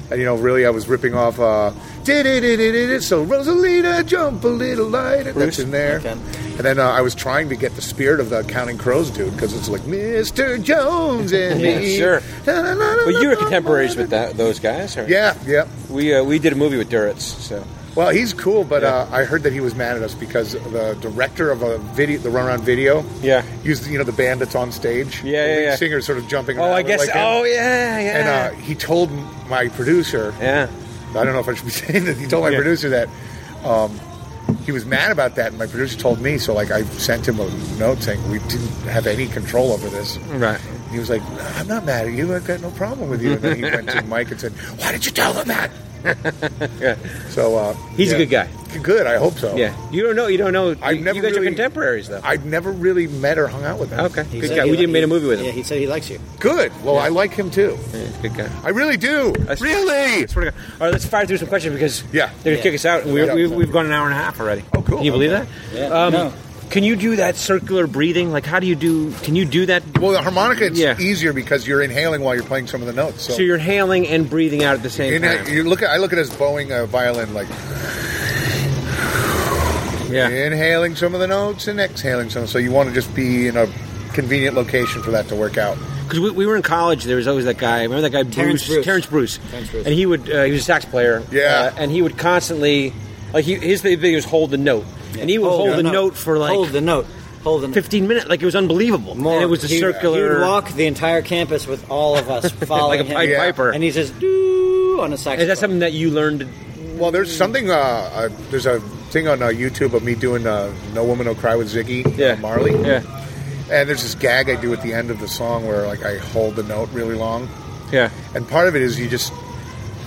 Speaker 5: And you know, really, I was ripping off. Uh, did it, it, it, it, so Rosalita, jump a little lighter. That's in there.
Speaker 3: Okay.
Speaker 5: And then uh, I was trying to get the spirit of the Counting Crows dude because it's like Mr. Jones and
Speaker 1: Yeah,
Speaker 5: me.
Speaker 1: sure.
Speaker 5: But
Speaker 1: But you were contemporaries with that, those guys, or?
Speaker 5: Yeah, yeah.
Speaker 1: We uh, we did a movie with Duritz, so
Speaker 5: Well, he's cool, but uh, I heard that he was mad at us because the director of a video, the runaround video,
Speaker 1: Yeah.
Speaker 5: used you know the band that's on stage,
Speaker 1: Yeah,
Speaker 5: the
Speaker 1: yeah,
Speaker 5: lead
Speaker 1: yeah.
Speaker 5: singer sort of jumping.
Speaker 1: oh,
Speaker 5: around
Speaker 1: I guess.
Speaker 5: like him.
Speaker 1: oh, yeah, yeah.
Speaker 5: And uh, he told m- my producer,
Speaker 1: Yeah.
Speaker 5: I don't know if I should be [laughs] saying this. He told my
Speaker 1: Yeah.
Speaker 5: producer that um, he was mad about that, and my producer told me. So, like, I sent him a note saying we didn't have any control over this.
Speaker 1: Right.
Speaker 5: And he was like, "I'm not mad at you. I've got no problem with you." And then he
Speaker 1: [laughs]
Speaker 5: went to Mike and said, "Why did you tell them that?" So uh,
Speaker 1: He's
Speaker 5: yeah.
Speaker 1: a good guy.
Speaker 5: Good, I hope so.
Speaker 1: Yeah. You don't know. You don't know.
Speaker 5: I've
Speaker 1: you,
Speaker 5: never
Speaker 1: you guys
Speaker 5: really-
Speaker 1: are contemporaries, though.
Speaker 5: I've never really met or hung out with him.
Speaker 1: okay.
Speaker 3: He
Speaker 1: Good
Speaker 3: said
Speaker 1: guy.
Speaker 3: he
Speaker 1: We
Speaker 3: li-
Speaker 1: did made a movie with
Speaker 3: Yeah,
Speaker 1: him.
Speaker 3: he said he likes you.
Speaker 5: Good. Well, I like him too.
Speaker 1: Yeah, good guy.
Speaker 5: I really do.
Speaker 1: I s- I swear to God. All right, let's fire through some questions because
Speaker 5: Yeah.
Speaker 1: they're gonna
Speaker 3: Yeah.
Speaker 1: kick us out. We,
Speaker 5: Yeah.
Speaker 1: we, we've gone an hour and a half already.
Speaker 5: Oh, cool.
Speaker 1: Can you believe
Speaker 5: Okay.
Speaker 1: that?
Speaker 3: Yeah.
Speaker 1: Um,
Speaker 3: No.
Speaker 1: Can you do that circular breathing? Like, how do you do? Can you do that?
Speaker 5: Well, the harmonica it's
Speaker 1: Yeah.
Speaker 5: easier because you're inhaling while you're playing some of the notes. So,
Speaker 1: So you're hailing and breathing out at the same
Speaker 5: In a-
Speaker 1: time.
Speaker 5: you look at I look at it as bowing a violin, like
Speaker 1: yeah.
Speaker 5: inhaling some of the notes and exhaling some. So you want to just be in a convenient location for that to work out.
Speaker 1: Because we, we were in college, there was always that guy. Remember that guy,
Speaker 3: Terrence Bruce.
Speaker 1: Terrence Bruce.
Speaker 3: Terrence Bruce.
Speaker 1: And he would uh, he was a sax player.
Speaker 5: Yeah.
Speaker 1: uh, and he would constantly like he, his thing was hold the note, and he would hold, the note. for like
Speaker 3: Oh, hold the note, hold the note.
Speaker 1: 15 minutes. Like it was unbelievable. And it was a
Speaker 3: He-
Speaker 1: circular.
Speaker 3: He'd walk the entire campus with all of us following
Speaker 1: Like a
Speaker 3: him.
Speaker 1: Pied Yeah. Piper.
Speaker 3: and he says doo on a saxophone.
Speaker 1: Is that something that you learned?
Speaker 5: Well, there's something. Uh, uh, there's a thing on uh, YouTube of me doing uh, "No Woman No Cry" with Ziggy uh, Marley.
Speaker 1: Yeah,
Speaker 5: And there's this gag I do at the end of the song where like I hold the note really long,
Speaker 1: yeah.
Speaker 5: and part of it is you just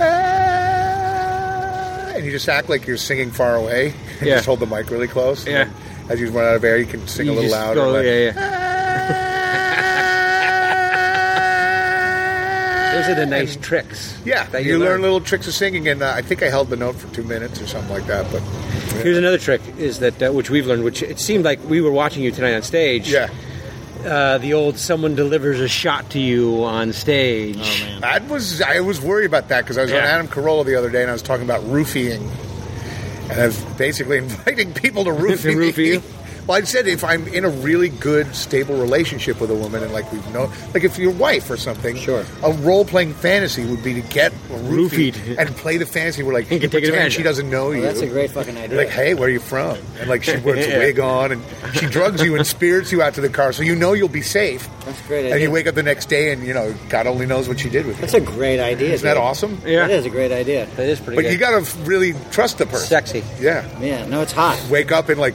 Speaker 5: "Ah," and you just act like you're singing far away. [laughs] And
Speaker 1: Yeah.
Speaker 5: Just hold the mic really close. and
Speaker 1: Yeah.
Speaker 5: then As you run out of air, you can sing
Speaker 1: You
Speaker 5: a little
Speaker 1: just
Speaker 5: louder.
Speaker 1: go,
Speaker 5: like,
Speaker 1: yeah, yeah. Those are the nice tricks.
Speaker 5: Yeah,
Speaker 1: that
Speaker 5: you, learn, little tricks of singing, and uh, I think I held the note for two minutes or something like that. But
Speaker 1: Here's another trick: is that uh, which we've learned, which it seemed like we were watching you tonight on stage.
Speaker 5: yeah,
Speaker 1: uh, the old someone delivers a shot to you on stage. Oh man.
Speaker 5: I was I was worried about that because I was on
Speaker 1: Yeah.
Speaker 5: Adam Carolla the other day, and I was talking about roofying, and I was basically [laughs] inviting people to roofie. me.
Speaker 1: roofie you?
Speaker 5: Well, I said if I'm in a really good, stable relationship with a woman, and like we've known, like if your wife or something,
Speaker 1: Sure.
Speaker 5: a role playing fantasy would be to get roofied,
Speaker 1: Roofied.
Speaker 5: and play the fantasy. We're like,
Speaker 1: You can take
Speaker 5: pretend
Speaker 1: advantage
Speaker 5: She
Speaker 1: of it.
Speaker 5: doesn't know
Speaker 3: Well,
Speaker 5: you.
Speaker 3: Oh, that's a great fucking
Speaker 5: You're
Speaker 3: idea.
Speaker 5: like, hey, where are you from? And
Speaker 1: [laughs]
Speaker 5: like, she puts a wig on, and she drugs you and spirits you out to the car, so you know you'll be safe.
Speaker 3: That's a great
Speaker 5: And
Speaker 3: idea.
Speaker 5: you wake up the next day, and you know, God only knows what she did with
Speaker 3: That's
Speaker 5: you.
Speaker 3: a great idea.
Speaker 5: Isn't that
Speaker 3: dude.
Speaker 5: awesome?
Speaker 1: Yeah.
Speaker 3: That is a great idea.
Speaker 1: That is pretty.
Speaker 5: But
Speaker 1: good.
Speaker 5: you gotta f- really trust the person.
Speaker 1: sexy.
Speaker 5: Yeah.
Speaker 3: Yeah, no, it's hot.
Speaker 5: Wake up in like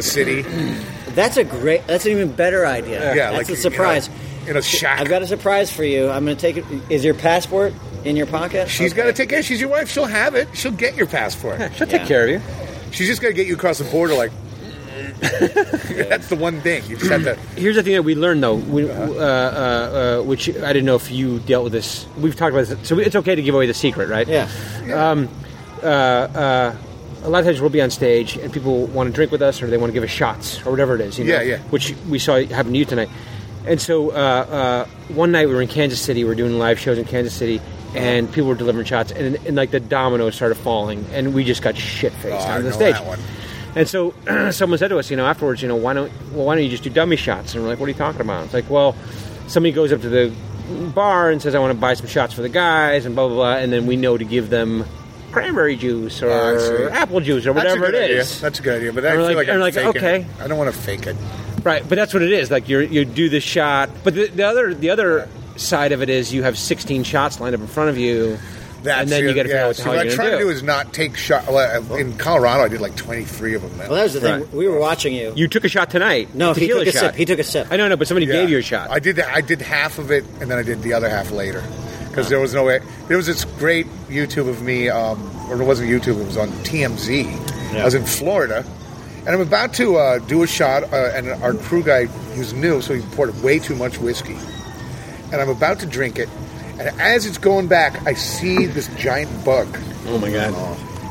Speaker 1: [laughs]
Speaker 5: City.
Speaker 3: That's a great. That's an even better idea.
Speaker 5: Yeah,
Speaker 3: that's
Speaker 5: like,
Speaker 3: a surprise.
Speaker 5: you know, in a shack.
Speaker 3: I've got a surprise for you. I'm going to take it. Is your passport in your pocket?
Speaker 5: She's got to take care. She's your wife. She'll have it. She'll get your passport.
Speaker 1: She'll
Speaker 3: Yeah.
Speaker 1: take care of you.
Speaker 5: She's just gonna get you across the border.
Speaker 1: [laughs]
Speaker 5: Like, [laughs] that's the one thing you just have to.
Speaker 1: Here's the thing that we learned though, we, uh, uh, uh, which I didn't know if you dealt with this. We've talked about this, so it's okay to give away the secret, right?
Speaker 3: Yeah.
Speaker 1: a lot of times we'll be on stage and people want to drink with us or they want to give us shots or whatever it is. You know,
Speaker 5: Yeah, yeah.
Speaker 1: Which we saw happen to you tonight. And so uh, uh, one night we were in Kansas City. We were doing live shows in Kansas City, and people were delivering shots, and, and like the dominoes started falling, and we just got shit faced
Speaker 5: Oh, I
Speaker 1: on the
Speaker 5: know
Speaker 1: stage.
Speaker 5: that one.
Speaker 1: And so [clears throat] someone said to us, you know, afterwards, you know, why don't well, why don't you just do dummy shots? And we're like, what are you talking about? It's like, well, somebody goes up to the bar and says, I want to buy some shots for the guys, and blah blah blah, and then we know to give them cranberry juice or
Speaker 5: Oh, I see.
Speaker 1: apple juice or
Speaker 5: That's a
Speaker 1: whatever it
Speaker 5: good idea.
Speaker 1: is.
Speaker 5: That's a good idea. But I
Speaker 1: And we're
Speaker 5: feel
Speaker 1: like-
Speaker 5: like, I'm
Speaker 1: and we're like,
Speaker 5: faking
Speaker 1: okay.
Speaker 5: it. I don't want to fake it.
Speaker 1: Right, but that's what it is. Like you you do the shot, but the, the other the other side of it is you have 16 shots lined up in front of you,
Speaker 5: That's
Speaker 1: and then
Speaker 5: it,
Speaker 1: you got to figure
Speaker 5: yeah.
Speaker 1: out what the
Speaker 5: See,
Speaker 1: hell
Speaker 5: what
Speaker 1: you're
Speaker 5: I
Speaker 1: going
Speaker 5: try to do is not take shot. Well, in Colorado, I did like twenty three of them.
Speaker 3: Well, that was the thing.
Speaker 1: Right.
Speaker 3: We were watching you.
Speaker 1: you took a shot tonight.
Speaker 3: no, he
Speaker 1: Tequila
Speaker 3: took a
Speaker 1: shot.
Speaker 3: sip. He took a sip.
Speaker 1: I don't know, but somebody
Speaker 5: Yeah.
Speaker 1: gave you a shot.
Speaker 5: I did. That, I did half of it, and then I did the other half later because there was no way. There was this great YouTube of me, um, or it wasn't YouTube. It was on TMZ. I was in Florida, and I'm about to uh, do a shot, uh, and our crew guy, he was new, so he poured way too much whiskey, and I'm about to drink it, and as it's going back, I see this giant bug.
Speaker 8: Oh my god.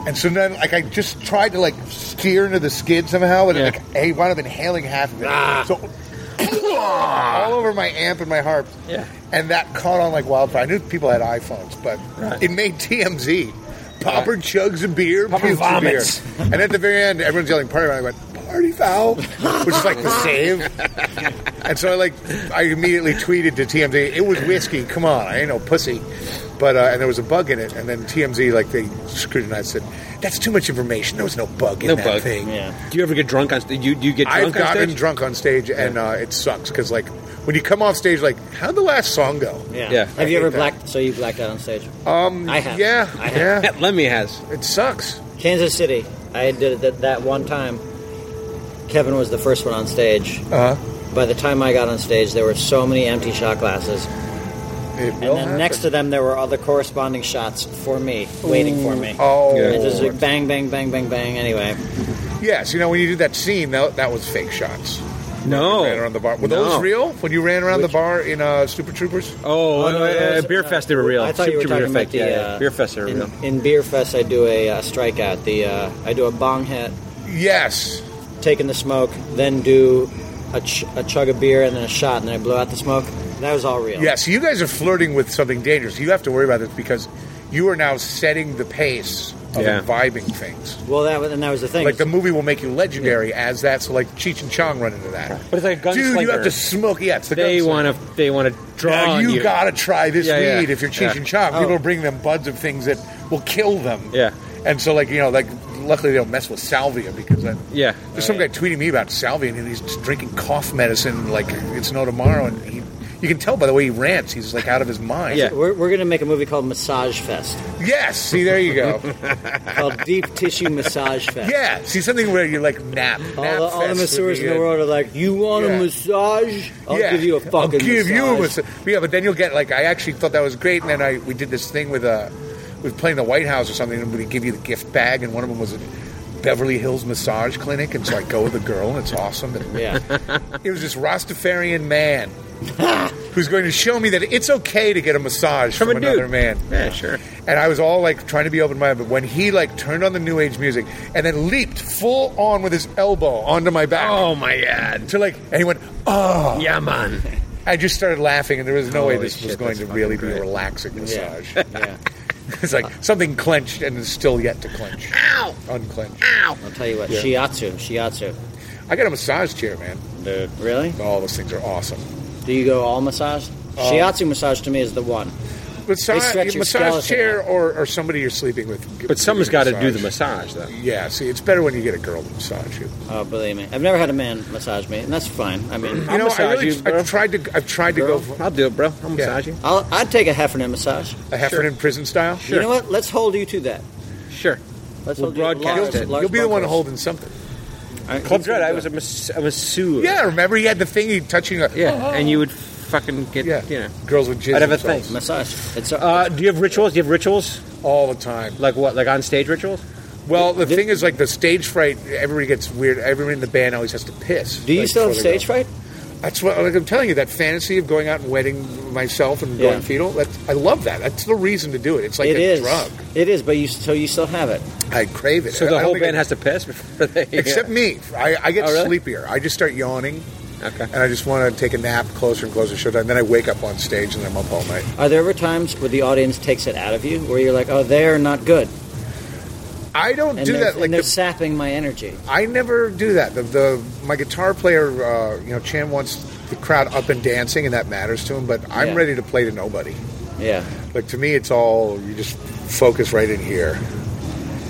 Speaker 5: And so then, like, I just tried to like steer into the skid somehow, but
Speaker 1: Yeah. Ah.
Speaker 5: like, I wound up inhaling half of it. So [coughs] all over my amp and my harp.
Speaker 1: Yeah.
Speaker 5: And that caught on like wildfire. I knew people had iPhones, but it made TMZ. Popper chugs a beer,
Speaker 1: Popper
Speaker 5: pukes a
Speaker 1: vomits.
Speaker 5: beer. and at the very end, everyone's yelling party, and I went
Speaker 1: [laughs]
Speaker 5: party foul, which is like the save. and so I like, I immediately tweeted to TMZ, it was whiskey. Come on, I ain't no pussy. But uh, and there was a bug in it, and then TMZ like they scrutinized it. That's too much information. There was no bug in
Speaker 1: No
Speaker 5: that
Speaker 1: bug.
Speaker 5: thing.
Speaker 1: do you ever get drunk on? Do you, do you get
Speaker 5: I've
Speaker 1: drunk on
Speaker 5: gotten
Speaker 1: stage?
Speaker 5: drunk on stage, and uh, it sucks because like when you come off stage, like how'd the last song go?
Speaker 3: Yeah.
Speaker 1: Yeah.
Speaker 3: Have you
Speaker 5: I
Speaker 3: ever
Speaker 5: hate that.
Speaker 3: blacked? So you blacked out on stage? Um. I have.
Speaker 5: Yeah,
Speaker 3: I have.
Speaker 5: yeah,
Speaker 1: [laughs] Lemmy has.
Speaker 5: [laughs] it sucks.
Speaker 3: Kansas City. I did it that, that one time. Kevin was the first one on stage.
Speaker 5: Uh,
Speaker 3: By the time I got on stage, there were so many empty shot glasses,
Speaker 5: it
Speaker 3: and then next to them there were other corresponding shots for me, waiting for me.
Speaker 5: oh,
Speaker 1: Yeah.
Speaker 3: It just like bang, bang, bang, bang, bang. Anyway,
Speaker 5: yes, you know when you did that scene, that, that was fake shots.
Speaker 1: No.
Speaker 5: Ran around the bar. Were
Speaker 1: No.
Speaker 5: those real? When you ran around the bar in uh, Super Troopers?
Speaker 1: Oh,
Speaker 3: Oh, no,
Speaker 1: uh,
Speaker 3: no, no,
Speaker 1: Beer
Speaker 3: no.
Speaker 1: Fest, they were real.
Speaker 3: I thought you were
Speaker 1: Super Troopers
Speaker 3: talking
Speaker 1: were fake.
Speaker 3: about the
Speaker 1: yeah, yeah.
Speaker 3: uh,
Speaker 1: Beer Fest, they were
Speaker 3: in,
Speaker 1: real.
Speaker 3: in beer fest. I do a, uh strikeout. The uh, I do a bong hit,
Speaker 1: Oh.
Speaker 5: Yes.
Speaker 3: taking the smoke, then do a, ch- a chug of beer and then a shot, and then I blow out the smoke. That was all real.
Speaker 5: Yes, you guys are flirting with something dangerous. You have to worry about this because you are now setting the pace of
Speaker 1: Yeah.
Speaker 5: imbibing things.
Speaker 3: Well, that was- and that was the thing.
Speaker 5: Like the movie will make you legendary as that. So like Cheech and Chong run into that.
Speaker 1: But it's like a
Speaker 5: Dude, you
Speaker 1: gunslinger.
Speaker 5: have to smoke. Yeah, it's the
Speaker 1: They
Speaker 5: gunslinger.
Speaker 1: want to. They want to draw.
Speaker 5: Now
Speaker 1: on
Speaker 5: you, gotta try this
Speaker 1: Yeah, yeah.
Speaker 5: weed if you're Cheech
Speaker 1: Yeah.
Speaker 5: and Chong. People
Speaker 3: Oh.
Speaker 5: will bring them buds of things that will kill them.
Speaker 1: Yeah.
Speaker 5: And so, like you know, like luckily they don't mess with salvia because that,
Speaker 1: Yeah.
Speaker 5: there's some guy tweeting me about salvia and he's just drinking cough medicine like it's no tomorrow, and he, you can tell by the way he rants, he's like out of his mind.
Speaker 1: Yeah.
Speaker 3: We're, we're going to make a movie called Massage Fest,
Speaker 5: Yes. See, there you go.
Speaker 3: [laughs]
Speaker 5: [laughs]
Speaker 3: called Deep Tissue Massage Fest.
Speaker 5: yeah. See something where you like nap.
Speaker 3: All
Speaker 5: nap
Speaker 3: the, all the
Speaker 5: fest would
Speaker 3: masseurs
Speaker 5: be
Speaker 3: in the
Speaker 5: good.
Speaker 3: world are like, "You want
Speaker 5: Yeah.
Speaker 3: a massage? I'll
Speaker 5: Yeah.
Speaker 3: give you a fucking
Speaker 5: I'll give
Speaker 3: massage."
Speaker 5: you a massage. Yeah, but then you'll get like I actually thought that was great, and then I we did this thing with uh, we was playing the White House or something, and we give you the gift bag, and one of them was a Beverly Hills massage clinic, and so I go with a girl, and it's awesome. And [laughs]
Speaker 3: Yeah,
Speaker 5: it was this
Speaker 1: [laughs]
Speaker 5: Rastafarian man who's going to show me that it's okay to get a massage from,
Speaker 1: From a dude.
Speaker 5: another man.
Speaker 1: Yeah, sure.
Speaker 5: And I was all like trying to be open minded, but when he like turned on the new age music and then leaped full on with his elbow onto my back.
Speaker 7: Oh my god.
Speaker 5: To like, and he went, oh.
Speaker 7: Yeah, man.
Speaker 5: I just started laughing, and there was no way
Speaker 1: Holy
Speaker 5: this was
Speaker 1: shit,
Speaker 5: going
Speaker 1: that's
Speaker 5: to really
Speaker 1: fucking
Speaker 5: be a
Speaker 1: great. [laughs]
Speaker 5: relaxing massage.
Speaker 3: yeah.
Speaker 5: [laughs] it's like something clenched and is still yet to clench. Ow! Unclench.
Speaker 3: I'll tell you what, shiatsu, shiatsu.
Speaker 5: I got a massage chair, man.
Speaker 3: Dude, really?
Speaker 5: All those things are awesome.
Speaker 3: Do you go all massage?
Speaker 5: Uh,
Speaker 3: shiatsu massage to me is the one.
Speaker 5: Massage,
Speaker 3: stretch your
Speaker 5: massage
Speaker 3: skeleton
Speaker 5: chair
Speaker 3: out.
Speaker 5: or, or somebody you're sleeping with.
Speaker 1: But
Speaker 5: give- give
Speaker 1: someone's
Speaker 5: you a
Speaker 1: got to do the
Speaker 5: massage.
Speaker 1: massage, though.
Speaker 5: Yeah, see, it's better when you get a girl to massage you.
Speaker 3: Oh, believe me, I've never had a man massage me, and that's fine. I
Speaker 5: [clears throat]
Speaker 3: mean,
Speaker 5: You know, I
Speaker 1: massage
Speaker 5: really,
Speaker 1: you, bro.
Speaker 5: I've tried to, I've tried to go for
Speaker 1: I'll do it, bro. I'll massage you.
Speaker 3: I'll, I'd take a Heffernan massage.
Speaker 5: a Heffernan prison style.
Speaker 3: You know what? Let's hold you to that.
Speaker 1: Sure.
Speaker 3: Let's
Speaker 1: We'll
Speaker 3: hold you to
Speaker 1: broadcast
Speaker 3: large-
Speaker 1: it.
Speaker 3: large
Speaker 5: You'll be the one
Speaker 3: bunkers.
Speaker 5: holding something.
Speaker 3: I-
Speaker 1: Club
Speaker 3: that's what
Speaker 1: Dread, I
Speaker 3: I'm
Speaker 1: was a,
Speaker 3: doing.
Speaker 1: mas- a masseur.
Speaker 5: Yeah, remember he had the thing he touching. A,
Speaker 1: Yeah. And you would fucking get,
Speaker 5: yeah.
Speaker 1: you know.
Speaker 5: girls would jizz.
Speaker 1: I'd have a
Speaker 5: themselves
Speaker 3: massage. It's a,
Speaker 1: Uh, do you have rituals? Do you have rituals?
Speaker 5: all the time.
Speaker 1: Like what? Like on stage rituals?
Speaker 5: Well, the thing is, like the stage fright, everybody gets weird. Everyone in the band always has to piss.
Speaker 3: do you
Speaker 5: like,
Speaker 3: still have
Speaker 5: before they
Speaker 3: stage
Speaker 5: go.
Speaker 3: fright?
Speaker 5: That's what like, I'm telling you. That fantasy of going out and wetting myself and going
Speaker 3: Yeah.
Speaker 5: fetal. That I love that. That's the reason to do it. It's like
Speaker 3: It
Speaker 5: a
Speaker 3: is.
Speaker 5: drug.
Speaker 3: It is, but you so you still have it.
Speaker 5: I crave it.
Speaker 1: So
Speaker 5: I
Speaker 1: the
Speaker 5: don't
Speaker 1: whole
Speaker 5: think
Speaker 1: band
Speaker 5: I-
Speaker 1: has to piss before they.
Speaker 5: except me. I, I get
Speaker 1: Oh, really?
Speaker 5: sleepier. I just start yawning.
Speaker 1: [laughs] Okay.
Speaker 5: And I just want to take a nap closer and closer to showtime. Then I wake up on stage and I'm up all night.
Speaker 3: Are there ever times where the audience takes it out of you, where you're like, "Oh, they're not good,"
Speaker 5: I don't
Speaker 3: and
Speaker 5: do
Speaker 3: they're,
Speaker 5: that. Like
Speaker 3: and they're
Speaker 5: the-
Speaker 3: sapping my energy?
Speaker 5: I never do that. The, the my guitar player, uh, you know, Chan wants the crowd up and dancing, and that matters to him. But I'm
Speaker 3: Yeah.
Speaker 5: ready to play to nobody.
Speaker 3: Yeah,
Speaker 5: Like to me, it's all you just focus right in here,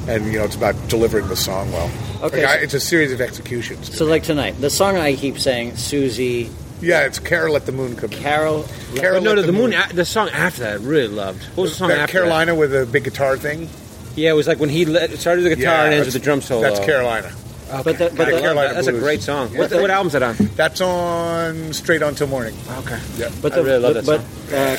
Speaker 5: and you know, it's about delivering the song well.
Speaker 3: Okay.
Speaker 5: Like, I, it's a series of executions.
Speaker 3: So like tonight, the song I keep saying, Susie,
Speaker 5: Yeah, it's Carol at the Moon Come In.
Speaker 3: Carol.
Speaker 5: Carol
Speaker 7: no,
Speaker 5: at
Speaker 7: no, the moon. a- The song after that, I really loved. What was the song
Speaker 5: That
Speaker 7: after
Speaker 5: Carolina with a big guitar thing.
Speaker 7: That? Yeah, it was like when he let, it started with the guitar and ends
Speaker 5: that's-
Speaker 7: with the drum solo.
Speaker 5: That's Carolina.
Speaker 3: But the, but
Speaker 5: Got
Speaker 3: the,
Speaker 5: it, Carol. Carolina
Speaker 7: That's a
Speaker 5: Blues.
Speaker 7: great song.
Speaker 5: Yeah.
Speaker 7: What, what album's that on?
Speaker 5: That's on Straight On Till Morning.
Speaker 7: Okay.
Speaker 5: Yeah.
Speaker 3: but
Speaker 7: I
Speaker 3: the,
Speaker 7: really love that
Speaker 3: but, uh,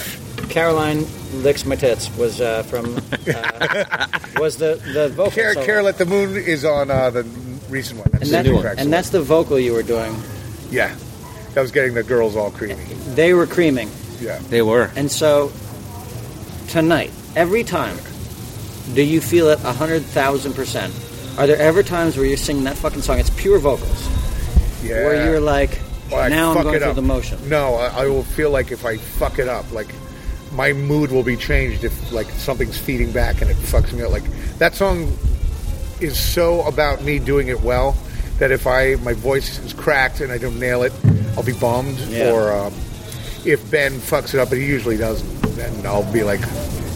Speaker 3: Caroline licks my tits was uh, from uh,
Speaker 5: [laughs]
Speaker 3: was the the vocal
Speaker 5: Car-
Speaker 3: solo.
Speaker 5: Carol at the Moon is on uh, the recent one. That's
Speaker 3: and,
Speaker 5: the
Speaker 3: that,
Speaker 5: new track.
Speaker 3: and that's the vocal you were doing.
Speaker 5: yeah. That was getting the girls all creamy.
Speaker 3: They were creaming,
Speaker 5: Yeah.
Speaker 7: They were.
Speaker 3: and so tonight, every time, do you feel it hundred thousand percent? Are there ever times where you're singing that fucking song? It's pure vocals,
Speaker 5: Yeah.
Speaker 3: where you're like,
Speaker 5: Or I
Speaker 3: now I'm
Speaker 5: fuck
Speaker 3: going
Speaker 5: it
Speaker 3: through
Speaker 5: up.
Speaker 3: the motion.
Speaker 5: No, I, I will feel like if I fuck it up, like my mood will be changed if like something's feeding back and it fucks me up. Like that song is so about me doing it well that if I my voice is cracked and I don't nail it, I'll be bummed.
Speaker 3: Yeah.
Speaker 5: Or um, if Ben fucks it up, and he usually doesn't, then I'll be like,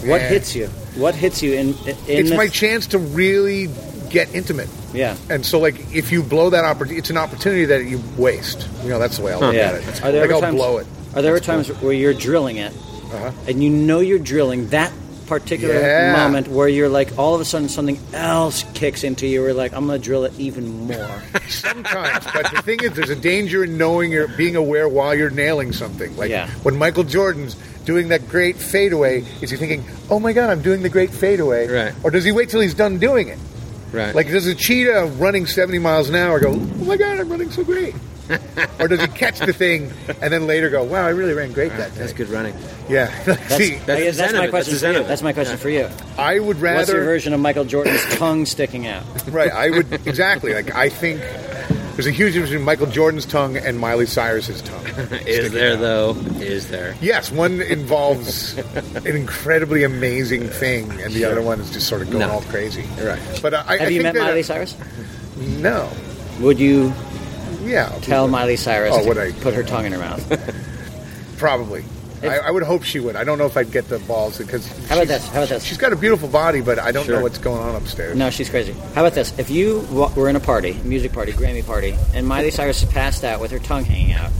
Speaker 3: What
Speaker 5: eh.
Speaker 3: hits you? What hits you in in
Speaker 5: it's
Speaker 3: the,
Speaker 5: my chance to really get intimate.
Speaker 3: yeah.
Speaker 5: And so, like, if you blow that opportunity, it's an opportunity that you waste. You know, that's the way I look
Speaker 3: Yeah.
Speaker 5: at it.
Speaker 3: Are there
Speaker 5: like,
Speaker 3: ever
Speaker 5: I'll
Speaker 3: times-
Speaker 5: blow it. Uh-huh.
Speaker 3: Are there ever times where you're drilling it, and you know you're drilling that particular
Speaker 5: Yeah.
Speaker 3: moment where you're like, all of a sudden something else kicks into you. We're like, I'm gonna drill it even more.
Speaker 5: [laughs] Sometimes, but the thing is, there's a danger in knowing you're being aware while you're nailing something. Like
Speaker 3: Yeah.
Speaker 5: when Michael Jordan's doing that great fadeaway, is he thinking, "Oh my God, I'm doing the great fadeaway,"
Speaker 7: Right.
Speaker 5: or does he wait till he's done doing it?
Speaker 7: Right.
Speaker 5: Like does a cheetah running 70 miles an hour go, "Oh my God, I'm running
Speaker 3: [laughs]
Speaker 5: so great," or does he catch the thing and then later go, "Wow, I really ran great that day."
Speaker 7: that's good running.
Speaker 5: Yeah. [laughs]
Speaker 3: That's,
Speaker 5: See,
Speaker 3: I guess
Speaker 7: the
Speaker 3: that's
Speaker 7: zen of
Speaker 3: my
Speaker 7: it. That's
Speaker 3: question.
Speaker 7: the
Speaker 3: for
Speaker 7: zen
Speaker 3: you.
Speaker 7: of it.
Speaker 3: That's my question for you.
Speaker 5: I would rather.
Speaker 3: What's your version of Michael
Speaker 5: [laughs]
Speaker 3: Jordan's tongue sticking out?
Speaker 5: Right, I would exactly. Like I think there's a huge difference between Michael Jordan's tongue and Miley Cyrus's tongue.
Speaker 7: Is there though? Is there?
Speaker 5: Yes, one involves an incredibly amazing thing, and the other one is just sort of going
Speaker 7: No.
Speaker 5: all crazy.
Speaker 7: Right.
Speaker 5: But uh, I, I
Speaker 3: Have you
Speaker 5: think
Speaker 3: met
Speaker 5: that, uh,
Speaker 3: Miley Cyrus?
Speaker 5: No.
Speaker 3: Would you
Speaker 5: Yeah.
Speaker 3: tell Miley Cyrus
Speaker 5: Oh,
Speaker 3: to
Speaker 5: would I?
Speaker 3: put her tongue in her
Speaker 5: [laughs]
Speaker 3: mouth?
Speaker 5: Probably. I, I would hope she would. I don't know if I'd get the balls because.
Speaker 3: How about this? How about this?
Speaker 5: She's got a beautiful body, but I don't
Speaker 7: Sure.
Speaker 5: know what's going on upstairs.
Speaker 3: No, she's crazy. How about this? If you wa- were in a party, music party, Grammy party, and Miley Cyrus passed out with her tongue hanging
Speaker 5: [laughs]
Speaker 3: out,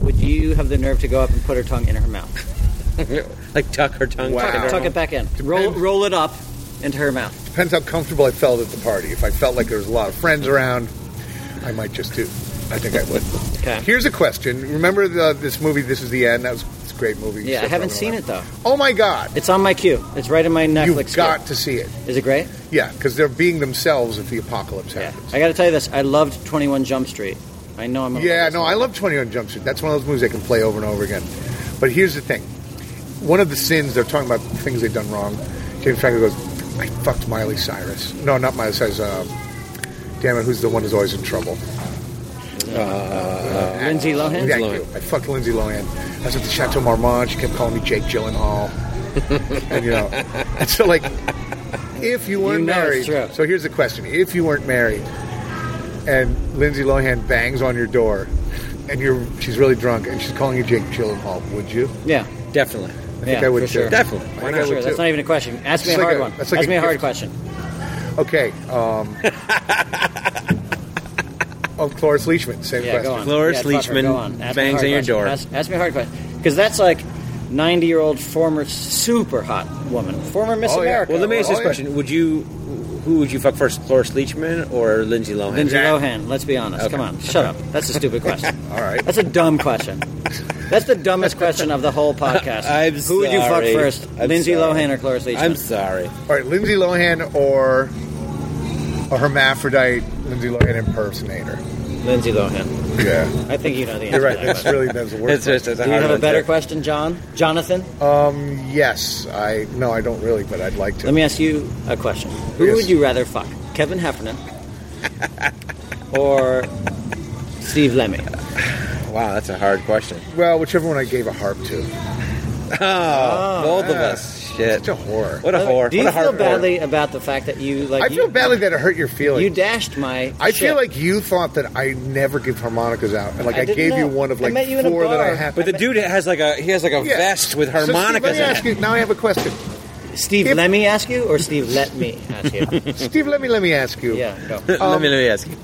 Speaker 3: would you have the nerve to go up and put her tongue in her mouth?
Speaker 7: Like tuck her tongue.
Speaker 5: Wow.
Speaker 7: tuck her-
Speaker 3: Tuck it back in. Roll, roll it up into her mouth.
Speaker 5: Depends how comfortable I felt at the party. If I felt like there was a lot of friends around, I might just do. I think I would.
Speaker 3: Okay.
Speaker 5: Here's a question. Remember the, this movie, This Is the End? That was it's a great movie.
Speaker 3: yeah, I
Speaker 5: Still
Speaker 3: haven't
Speaker 5: probably
Speaker 3: seen
Speaker 5: not.
Speaker 3: it though.
Speaker 5: Oh my God.
Speaker 3: It's on my queue. It's right in my Netflix.
Speaker 5: You've got
Speaker 3: queue.
Speaker 5: to see it.
Speaker 3: Is it great?
Speaker 5: Yeah, because they're being themselves if the apocalypse
Speaker 3: Yeah.
Speaker 5: happens.
Speaker 3: I got to tell you this. I loved Twenty One Jump Street. I know I'm. gonna
Speaker 5: Yeah,
Speaker 3: love this
Speaker 5: no, I
Speaker 3: movie.
Speaker 5: love 21 Jump Street. That's one of those movies I can play over and over again. But here's the thing. One of the sins, they're talking about things they've done wrong. James Franco goes, I fucked Miley Cyrus. No, not Miley Cyrus. Uh, damn it, who's the one who's always in trouble?
Speaker 3: Lindsay Lohan.
Speaker 5: Thank you. I fucked Lindsay Lohan. I was at the Chateau Marmont. She kept calling me Jake Gyllenhaal.
Speaker 3: [laughs]
Speaker 5: and, you know, [laughs] and so, like, if you weren't
Speaker 3: You know
Speaker 5: married.
Speaker 3: it's true.
Speaker 5: So here's the question if you weren't married and Lindsay Lohan bangs on your door and you're she's really drunk and she's calling you Jake Gyllenhaal, would you?
Speaker 3: Yeah.
Speaker 7: Definitely.
Speaker 5: I think
Speaker 3: yeah,
Speaker 5: I would
Speaker 3: for
Speaker 5: too.
Speaker 3: sure.
Speaker 7: Definitely.
Speaker 5: I
Speaker 7: Why
Speaker 5: think
Speaker 7: not?
Speaker 5: I would
Speaker 3: Sure, that's
Speaker 5: too.
Speaker 3: not even a question. Ask me
Speaker 5: It's
Speaker 3: a hard
Speaker 5: like a-
Speaker 3: one.
Speaker 5: that's like
Speaker 3: Ask
Speaker 5: a
Speaker 3: me a hard
Speaker 5: gift.
Speaker 3: question.
Speaker 5: Okay. Um,
Speaker 3: [laughs]
Speaker 5: oh, Cloris Leachman, same
Speaker 3: Yeah,
Speaker 5: question.
Speaker 3: go on.
Speaker 7: Cloris
Speaker 3: yeah, fuck her,
Speaker 7: Leachman
Speaker 3: go on. Ask me a
Speaker 7: bangs
Speaker 3: hard
Speaker 7: on your
Speaker 3: question.
Speaker 7: door.
Speaker 3: Ask, ask me a hard question. Because that's like 90 year old former super hot woman, former Miss
Speaker 5: Oh, yeah.
Speaker 3: America.
Speaker 7: Well, let me ask
Speaker 5: Oh,
Speaker 7: this
Speaker 5: yeah.
Speaker 7: question: Would you, who would you fuck first, Cloris Leachman or Lindsay Lohan?
Speaker 3: Lindsay
Speaker 5: Yeah.
Speaker 3: Lohan, let's be honest. Come on, shut up. That's a
Speaker 5: [laughs]
Speaker 3: stupid question.
Speaker 5: All right.
Speaker 3: That's a dumb question. That's the dumbest question of the
Speaker 5: [laughs]
Speaker 3: whole podcast.
Speaker 7: I'm
Speaker 3: Who would you fuck
Speaker 7: sorry.
Speaker 3: 1st
Speaker 7: I'm
Speaker 3: Lindsay
Speaker 7: sorry.
Speaker 3: Lohan or Cloris Leachman?
Speaker 7: I'm sorry.
Speaker 5: All right, Lindsay Lohan or a hermaphrodite Lindsay Lohan impersonator.
Speaker 3: Lindsay Lohan.
Speaker 5: Yeah,
Speaker 3: I think you know the answer
Speaker 5: you're right.
Speaker 3: to that
Speaker 5: That's
Speaker 3: question.
Speaker 5: really that's the
Speaker 7: It's
Speaker 5: worst.
Speaker 7: just it's a
Speaker 3: Do you
Speaker 7: hard
Speaker 3: have a
Speaker 7: one,
Speaker 3: better
Speaker 7: too.
Speaker 3: question, John? Jonathan?
Speaker 5: yes, I no, I don't really, but I'd like to.
Speaker 3: Let me ask you a question. Who
Speaker 5: Yes.
Speaker 3: would you rather fuck? Kevin
Speaker 5: [laughs]
Speaker 3: Heffernan or Steve Lemmy?
Speaker 7: Wow, that's a hard question.
Speaker 5: well, whichever one I gave a harp to.
Speaker 7: Oh, Both of us. Shit.
Speaker 5: Such a horror.
Speaker 7: What a whore.
Speaker 3: Do you
Speaker 7: what a
Speaker 3: feel
Speaker 7: hard
Speaker 3: badly about the fact that you like
Speaker 5: I
Speaker 3: you,
Speaker 5: feel badly that it hurt your feelings.
Speaker 3: you dashed my
Speaker 5: I feel
Speaker 3: shit.
Speaker 5: like you thought that I never give harmonicas out, and like
Speaker 3: I
Speaker 5: I,
Speaker 3: didn't
Speaker 5: gave
Speaker 3: know.
Speaker 5: you one of
Speaker 3: I
Speaker 5: like
Speaker 3: met you in a
Speaker 5: four that I
Speaker 3: bar.
Speaker 5: have.
Speaker 7: But the dude has like a he has like a
Speaker 5: Yeah.
Speaker 7: vest with
Speaker 5: So, Steve,
Speaker 7: harmonicas.
Speaker 5: let me
Speaker 7: in
Speaker 5: ask
Speaker 7: [laughs] it.
Speaker 5: you now. I have
Speaker 3: [laughs]
Speaker 5: a question,
Speaker 3: Steve
Speaker 5: if-
Speaker 3: Lemmy ask you or Steve let me ask you?
Speaker 5: [laughs] Steve. Let me let me ask you.
Speaker 3: yeah, go.
Speaker 5: um,
Speaker 7: let me let me ask. you.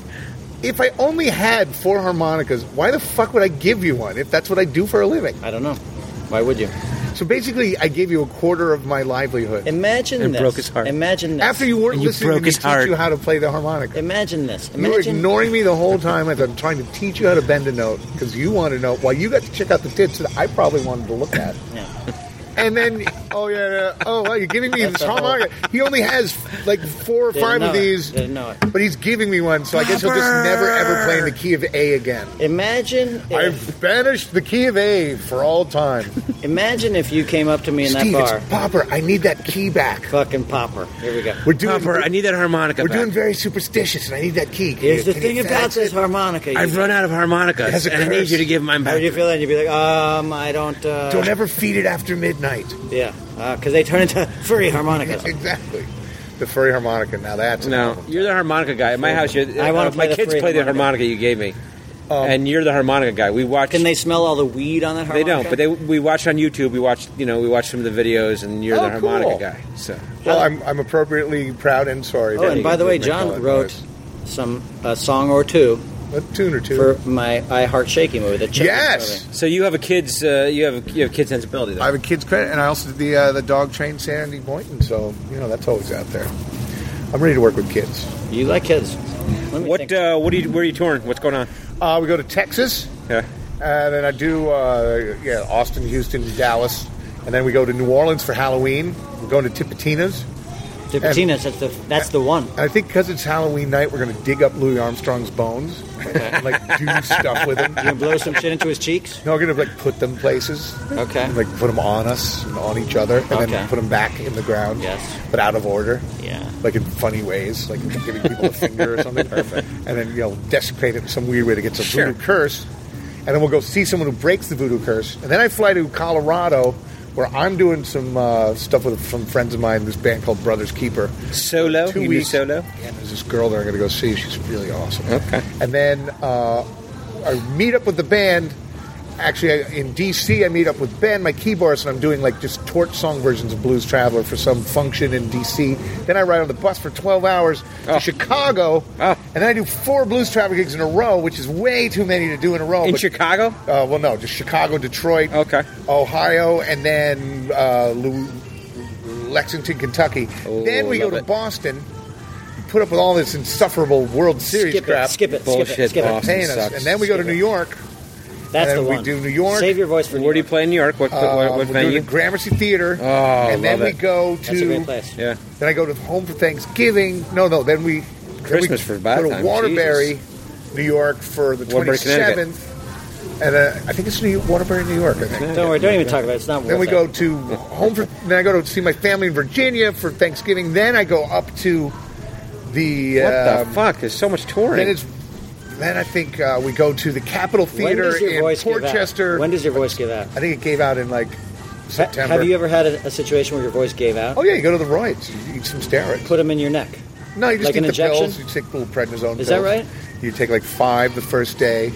Speaker 5: if I only had four harmonicas, why the fuck would I give you one if that's what I do for a living?
Speaker 3: I don't know. Why would you?
Speaker 5: So basically, I gave you a quarter of my livelihood.
Speaker 3: Imagine
Speaker 7: And
Speaker 3: this.
Speaker 7: broke his heart.
Speaker 3: Imagine this.
Speaker 5: After you weren't
Speaker 7: And you
Speaker 5: listening
Speaker 7: broke
Speaker 5: to me
Speaker 7: his
Speaker 5: teach
Speaker 7: heart.
Speaker 5: you how to play the harmonica.
Speaker 3: Imagine this.
Speaker 5: you were
Speaker 3: Imagine
Speaker 5: ignoring me the whole time as I'm trying to teach you how to bend a note because you want to know. While you got to check out the tits that I probably wanted to look at.
Speaker 3: Yeah.
Speaker 5: [laughs] And then, oh yeah, yeah, oh wow, you're giving me this harmonica. He only has like four or
Speaker 3: Didn't
Speaker 5: five
Speaker 3: know
Speaker 5: of
Speaker 3: it.
Speaker 5: these,
Speaker 3: Didn't know it.
Speaker 5: but he's giving me one, so I guess he'll just never ever play in the key of A again.
Speaker 3: Imagine if,
Speaker 5: I've banished the key of A for all time.
Speaker 3: imagine if you came up to me in
Speaker 5: Steve,
Speaker 3: that bar.
Speaker 5: it's Popper. I need that key back.
Speaker 3: Fucking popper. Here we go.
Speaker 5: We're doing.
Speaker 7: Popper, I need that harmonica.
Speaker 5: we're
Speaker 7: back.
Speaker 5: doing very superstitious, and I need that key. Can
Speaker 3: Here's
Speaker 5: you-
Speaker 3: the
Speaker 5: can you
Speaker 3: thing about
Speaker 5: fax
Speaker 3: this
Speaker 5: it?
Speaker 3: harmonica.
Speaker 7: I've run out of harmonicas,
Speaker 5: has a
Speaker 7: and I need
Speaker 5: curse.
Speaker 7: you to give mine
Speaker 3: How
Speaker 7: back.
Speaker 3: would you feel then? You'd be like, um, I don't, uh,
Speaker 5: Don't ever feed it
Speaker 3: [laughs]
Speaker 5: after midnight.
Speaker 3: yeah, because they turn into [laughs] furry harmonicas.
Speaker 5: Exactly. The furry harmonica. Now that's an
Speaker 7: No,
Speaker 5: album.
Speaker 7: you're the harmonica guy. At my house, you're,
Speaker 3: I wanna
Speaker 7: uh, my
Speaker 3: play the
Speaker 7: kids
Speaker 3: free
Speaker 7: play the
Speaker 3: harmonica.
Speaker 7: harmonica you gave me,
Speaker 5: Oh.
Speaker 7: and you're the harmonica guy. We watch.
Speaker 3: Can they smell all the weed on that
Speaker 7: They
Speaker 3: harmonica?
Speaker 7: don't, but they we watch on YouTube. We watch, you know, we watch some of the videos, and you're
Speaker 5: Oh,
Speaker 7: the harmonica
Speaker 5: cool.
Speaker 7: guy. So
Speaker 5: Well, I'm, I'm appropriately proud and sorry.
Speaker 3: Oh,
Speaker 5: that
Speaker 3: and
Speaker 5: you
Speaker 3: by the way,
Speaker 5: didn't
Speaker 3: John
Speaker 5: recall it.
Speaker 3: wrote some a song or two
Speaker 5: a tune or two.
Speaker 3: for my I Heart Shaky movie. The Chicken
Speaker 5: yes.
Speaker 7: So you have a kids, uh, you have you have kid sensibility. Though.
Speaker 5: I have a kid's credit, and I also did the uh, the dog trained Sandy Boynton. So you know that's always out there. I'm ready to work with kids.
Speaker 3: movie. You like kids? Let me
Speaker 7: what
Speaker 3: think.
Speaker 7: uh, what are you where are you touring? What's going on?
Speaker 5: Uh, we go to Texas,
Speaker 7: Yeah.
Speaker 5: and then I do uh, yeah Austin, Houston, Dallas, and then we go to New Orleans for Halloween. We're going to Tipitina's,
Speaker 3: Tipitinas, that's the that's the one.
Speaker 5: and I think because it's Halloween night, we're going to dig up Louis Armstrong's bones, and, [laughs] like do stuff with them.
Speaker 3: [laughs] You blow some shit into his cheeks.
Speaker 5: No, we're going to like put them places,
Speaker 3: Okay.
Speaker 5: like put them on us and on each other, and
Speaker 3: Okay.
Speaker 5: then put them back in the ground.
Speaker 3: Yes.
Speaker 5: but out of order.
Speaker 3: Yeah.
Speaker 5: like in funny ways, like giving people a finger or something. Perfect. And then you know, desecrate it in some weird way to get some
Speaker 7: Sure.
Speaker 5: voodoo curse. And then we'll go see someone who breaks the voodoo curse. And then I fly to Colorado, where I'm doing some uh, stuff with some friends of mine. This band called Brothers Keeper.
Speaker 7: Solo?
Speaker 5: Two
Speaker 7: You do
Speaker 5: weeks
Speaker 7: solo?
Speaker 5: And there's this girl there I'm going to go see. She's really awesome. Okay. And then uh, I meet up with the band. Actually, I, in DC, I meet up with Ben, my keyboardist, and I'm doing like just torch song versions of Blues Traveler for some function in DC. Then I ride on the bus for 12 hours to
Speaker 7: Oh.
Speaker 5: Chicago,
Speaker 7: Oh.
Speaker 5: and then I do four Blues Traveler gigs in a row, which is way too many to do in a row.
Speaker 7: In
Speaker 5: but-
Speaker 7: Chicago?
Speaker 5: Uh, well, no, just Chicago, Detroit,
Speaker 7: Okay.
Speaker 5: Ohio, and then uh, Lu- Lexington, Kentucky.
Speaker 7: Oh,
Speaker 5: then we go
Speaker 7: love
Speaker 5: to
Speaker 7: it.
Speaker 5: Boston, put up with all this insufferable World Series
Speaker 3: Skip
Speaker 5: crap.
Speaker 3: it. Skip it. Skip it.
Speaker 7: Bullshit,
Speaker 3: Skip it.
Speaker 7: boss.
Speaker 5: paying us.
Speaker 7: Sucks.
Speaker 5: And then we go to
Speaker 3: Skip it.
Speaker 5: New York.
Speaker 3: That's
Speaker 5: And
Speaker 3: the
Speaker 5: we
Speaker 3: one.
Speaker 5: do New York.
Speaker 3: Save your voice for New
Speaker 7: Where do you
Speaker 3: York.
Speaker 7: play in New York? What
Speaker 5: Uh,
Speaker 7: what, what
Speaker 5: we're
Speaker 7: venue?
Speaker 5: doing the Gramercy Theater.
Speaker 7: Oh, I
Speaker 5: and then
Speaker 7: love
Speaker 5: we
Speaker 7: it.
Speaker 5: go to.
Speaker 3: That's a great place.
Speaker 7: yeah.
Speaker 5: Then I go to home for Thanksgiving. No, no. Then we then
Speaker 7: Christmas
Speaker 5: we
Speaker 7: for bath
Speaker 5: Go to
Speaker 7: time,
Speaker 5: Waterbury, New York for the twenty
Speaker 7: Waterbury, Connecticut.
Speaker 5: seventh. And uh, I think it's New York, Waterbury, New York. I think.
Speaker 3: Don't worry. Don't even talk about it. It's not.
Speaker 5: Then
Speaker 3: worth
Speaker 5: we
Speaker 3: it.
Speaker 5: go to home for. Then I go to see my family in Virginia for Thanksgiving. Then I go up to the.
Speaker 7: What the
Speaker 5: um,
Speaker 7: fuck? There's so much touring.
Speaker 5: Then it's. Then I think uh, we go to the Capitol
Speaker 3: When
Speaker 5: Theater
Speaker 3: does your
Speaker 5: in
Speaker 3: voice give out?
Speaker 5: Portchester.
Speaker 3: When does your voice give out?
Speaker 5: I think it gave out in like
Speaker 3: Ha-
Speaker 5: September.
Speaker 3: Have you ever had a, a situation where your voice gave out?
Speaker 5: Oh yeah, you go to the roids. You eat some steroids.
Speaker 3: Put them in your neck.
Speaker 5: no, you just
Speaker 3: like
Speaker 5: eat
Speaker 3: an
Speaker 5: the
Speaker 3: injection?
Speaker 5: pills. You take little prednisone.
Speaker 3: Is that
Speaker 5: pills.
Speaker 3: right?
Speaker 5: You take like five the first day,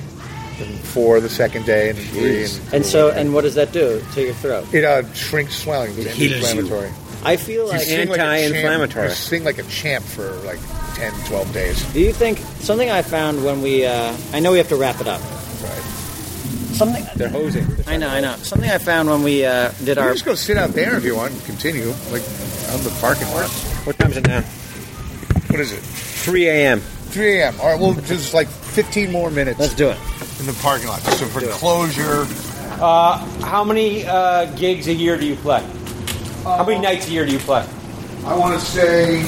Speaker 5: and four the second day, and three. And,
Speaker 3: And so, and what does that do to your throat?
Speaker 5: it uh, shrinks swelling. It's anti-inflammatory.
Speaker 3: I feel like.
Speaker 5: sing like a champ-
Speaker 7: Anti-inflammatory.
Speaker 5: you sing like a champ for like 10, 12 days.
Speaker 3: Do you think something I found when we? Uh, I know we have to wrap it up.
Speaker 5: Right.
Speaker 3: Something
Speaker 7: They're hosing.
Speaker 3: I know, I know. Something I found when we uh, did
Speaker 5: You
Speaker 3: our.
Speaker 5: just go sit out there if you want and continue. Like on the parking lot.
Speaker 7: What time is it now?
Speaker 5: What is it?
Speaker 7: 3 a.m.
Speaker 5: 3 a.m. All right, well, just like 15 more minutes
Speaker 3: Let's do it.
Speaker 5: in the parking lot. So for closure,
Speaker 7: How many uh, gigs a year do you play? How many nights a year do you play?
Speaker 5: Uh, I want to say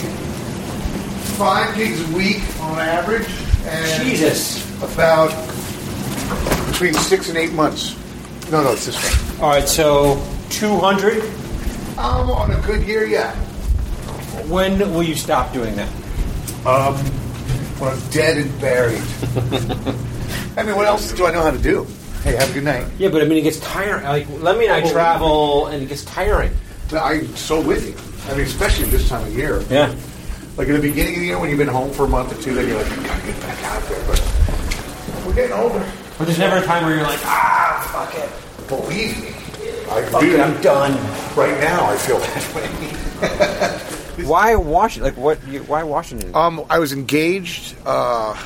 Speaker 5: five gigs a week on average. And
Speaker 7: Jesus.
Speaker 5: About between six and eight months. No, no, it's this way.
Speaker 7: All right, so 200.
Speaker 5: I'm on a good year, yeah.
Speaker 7: When will you stop doing that?
Speaker 5: When I'm dead and
Speaker 7: [laughs]
Speaker 5: buried. I mean, what else do I know how to do? Hey, have a good night.
Speaker 7: Yeah, but I mean, it gets tiring. Like, Lemmy and I travel, and it gets tiring.
Speaker 5: I'm so with you. I mean, especially this time of year.
Speaker 7: Yeah.
Speaker 5: Like in the beginning of the year, when you've been home for a month or two, then you're like, I gotta get back out there. But we're getting older.
Speaker 7: But there's never a time where you're like, ah,
Speaker 5: Believe me, I do. I'm done. Right now, I feel that way.
Speaker 7: why Washington? Like, what? you- Why Washington?
Speaker 5: Um, I was engaged uh,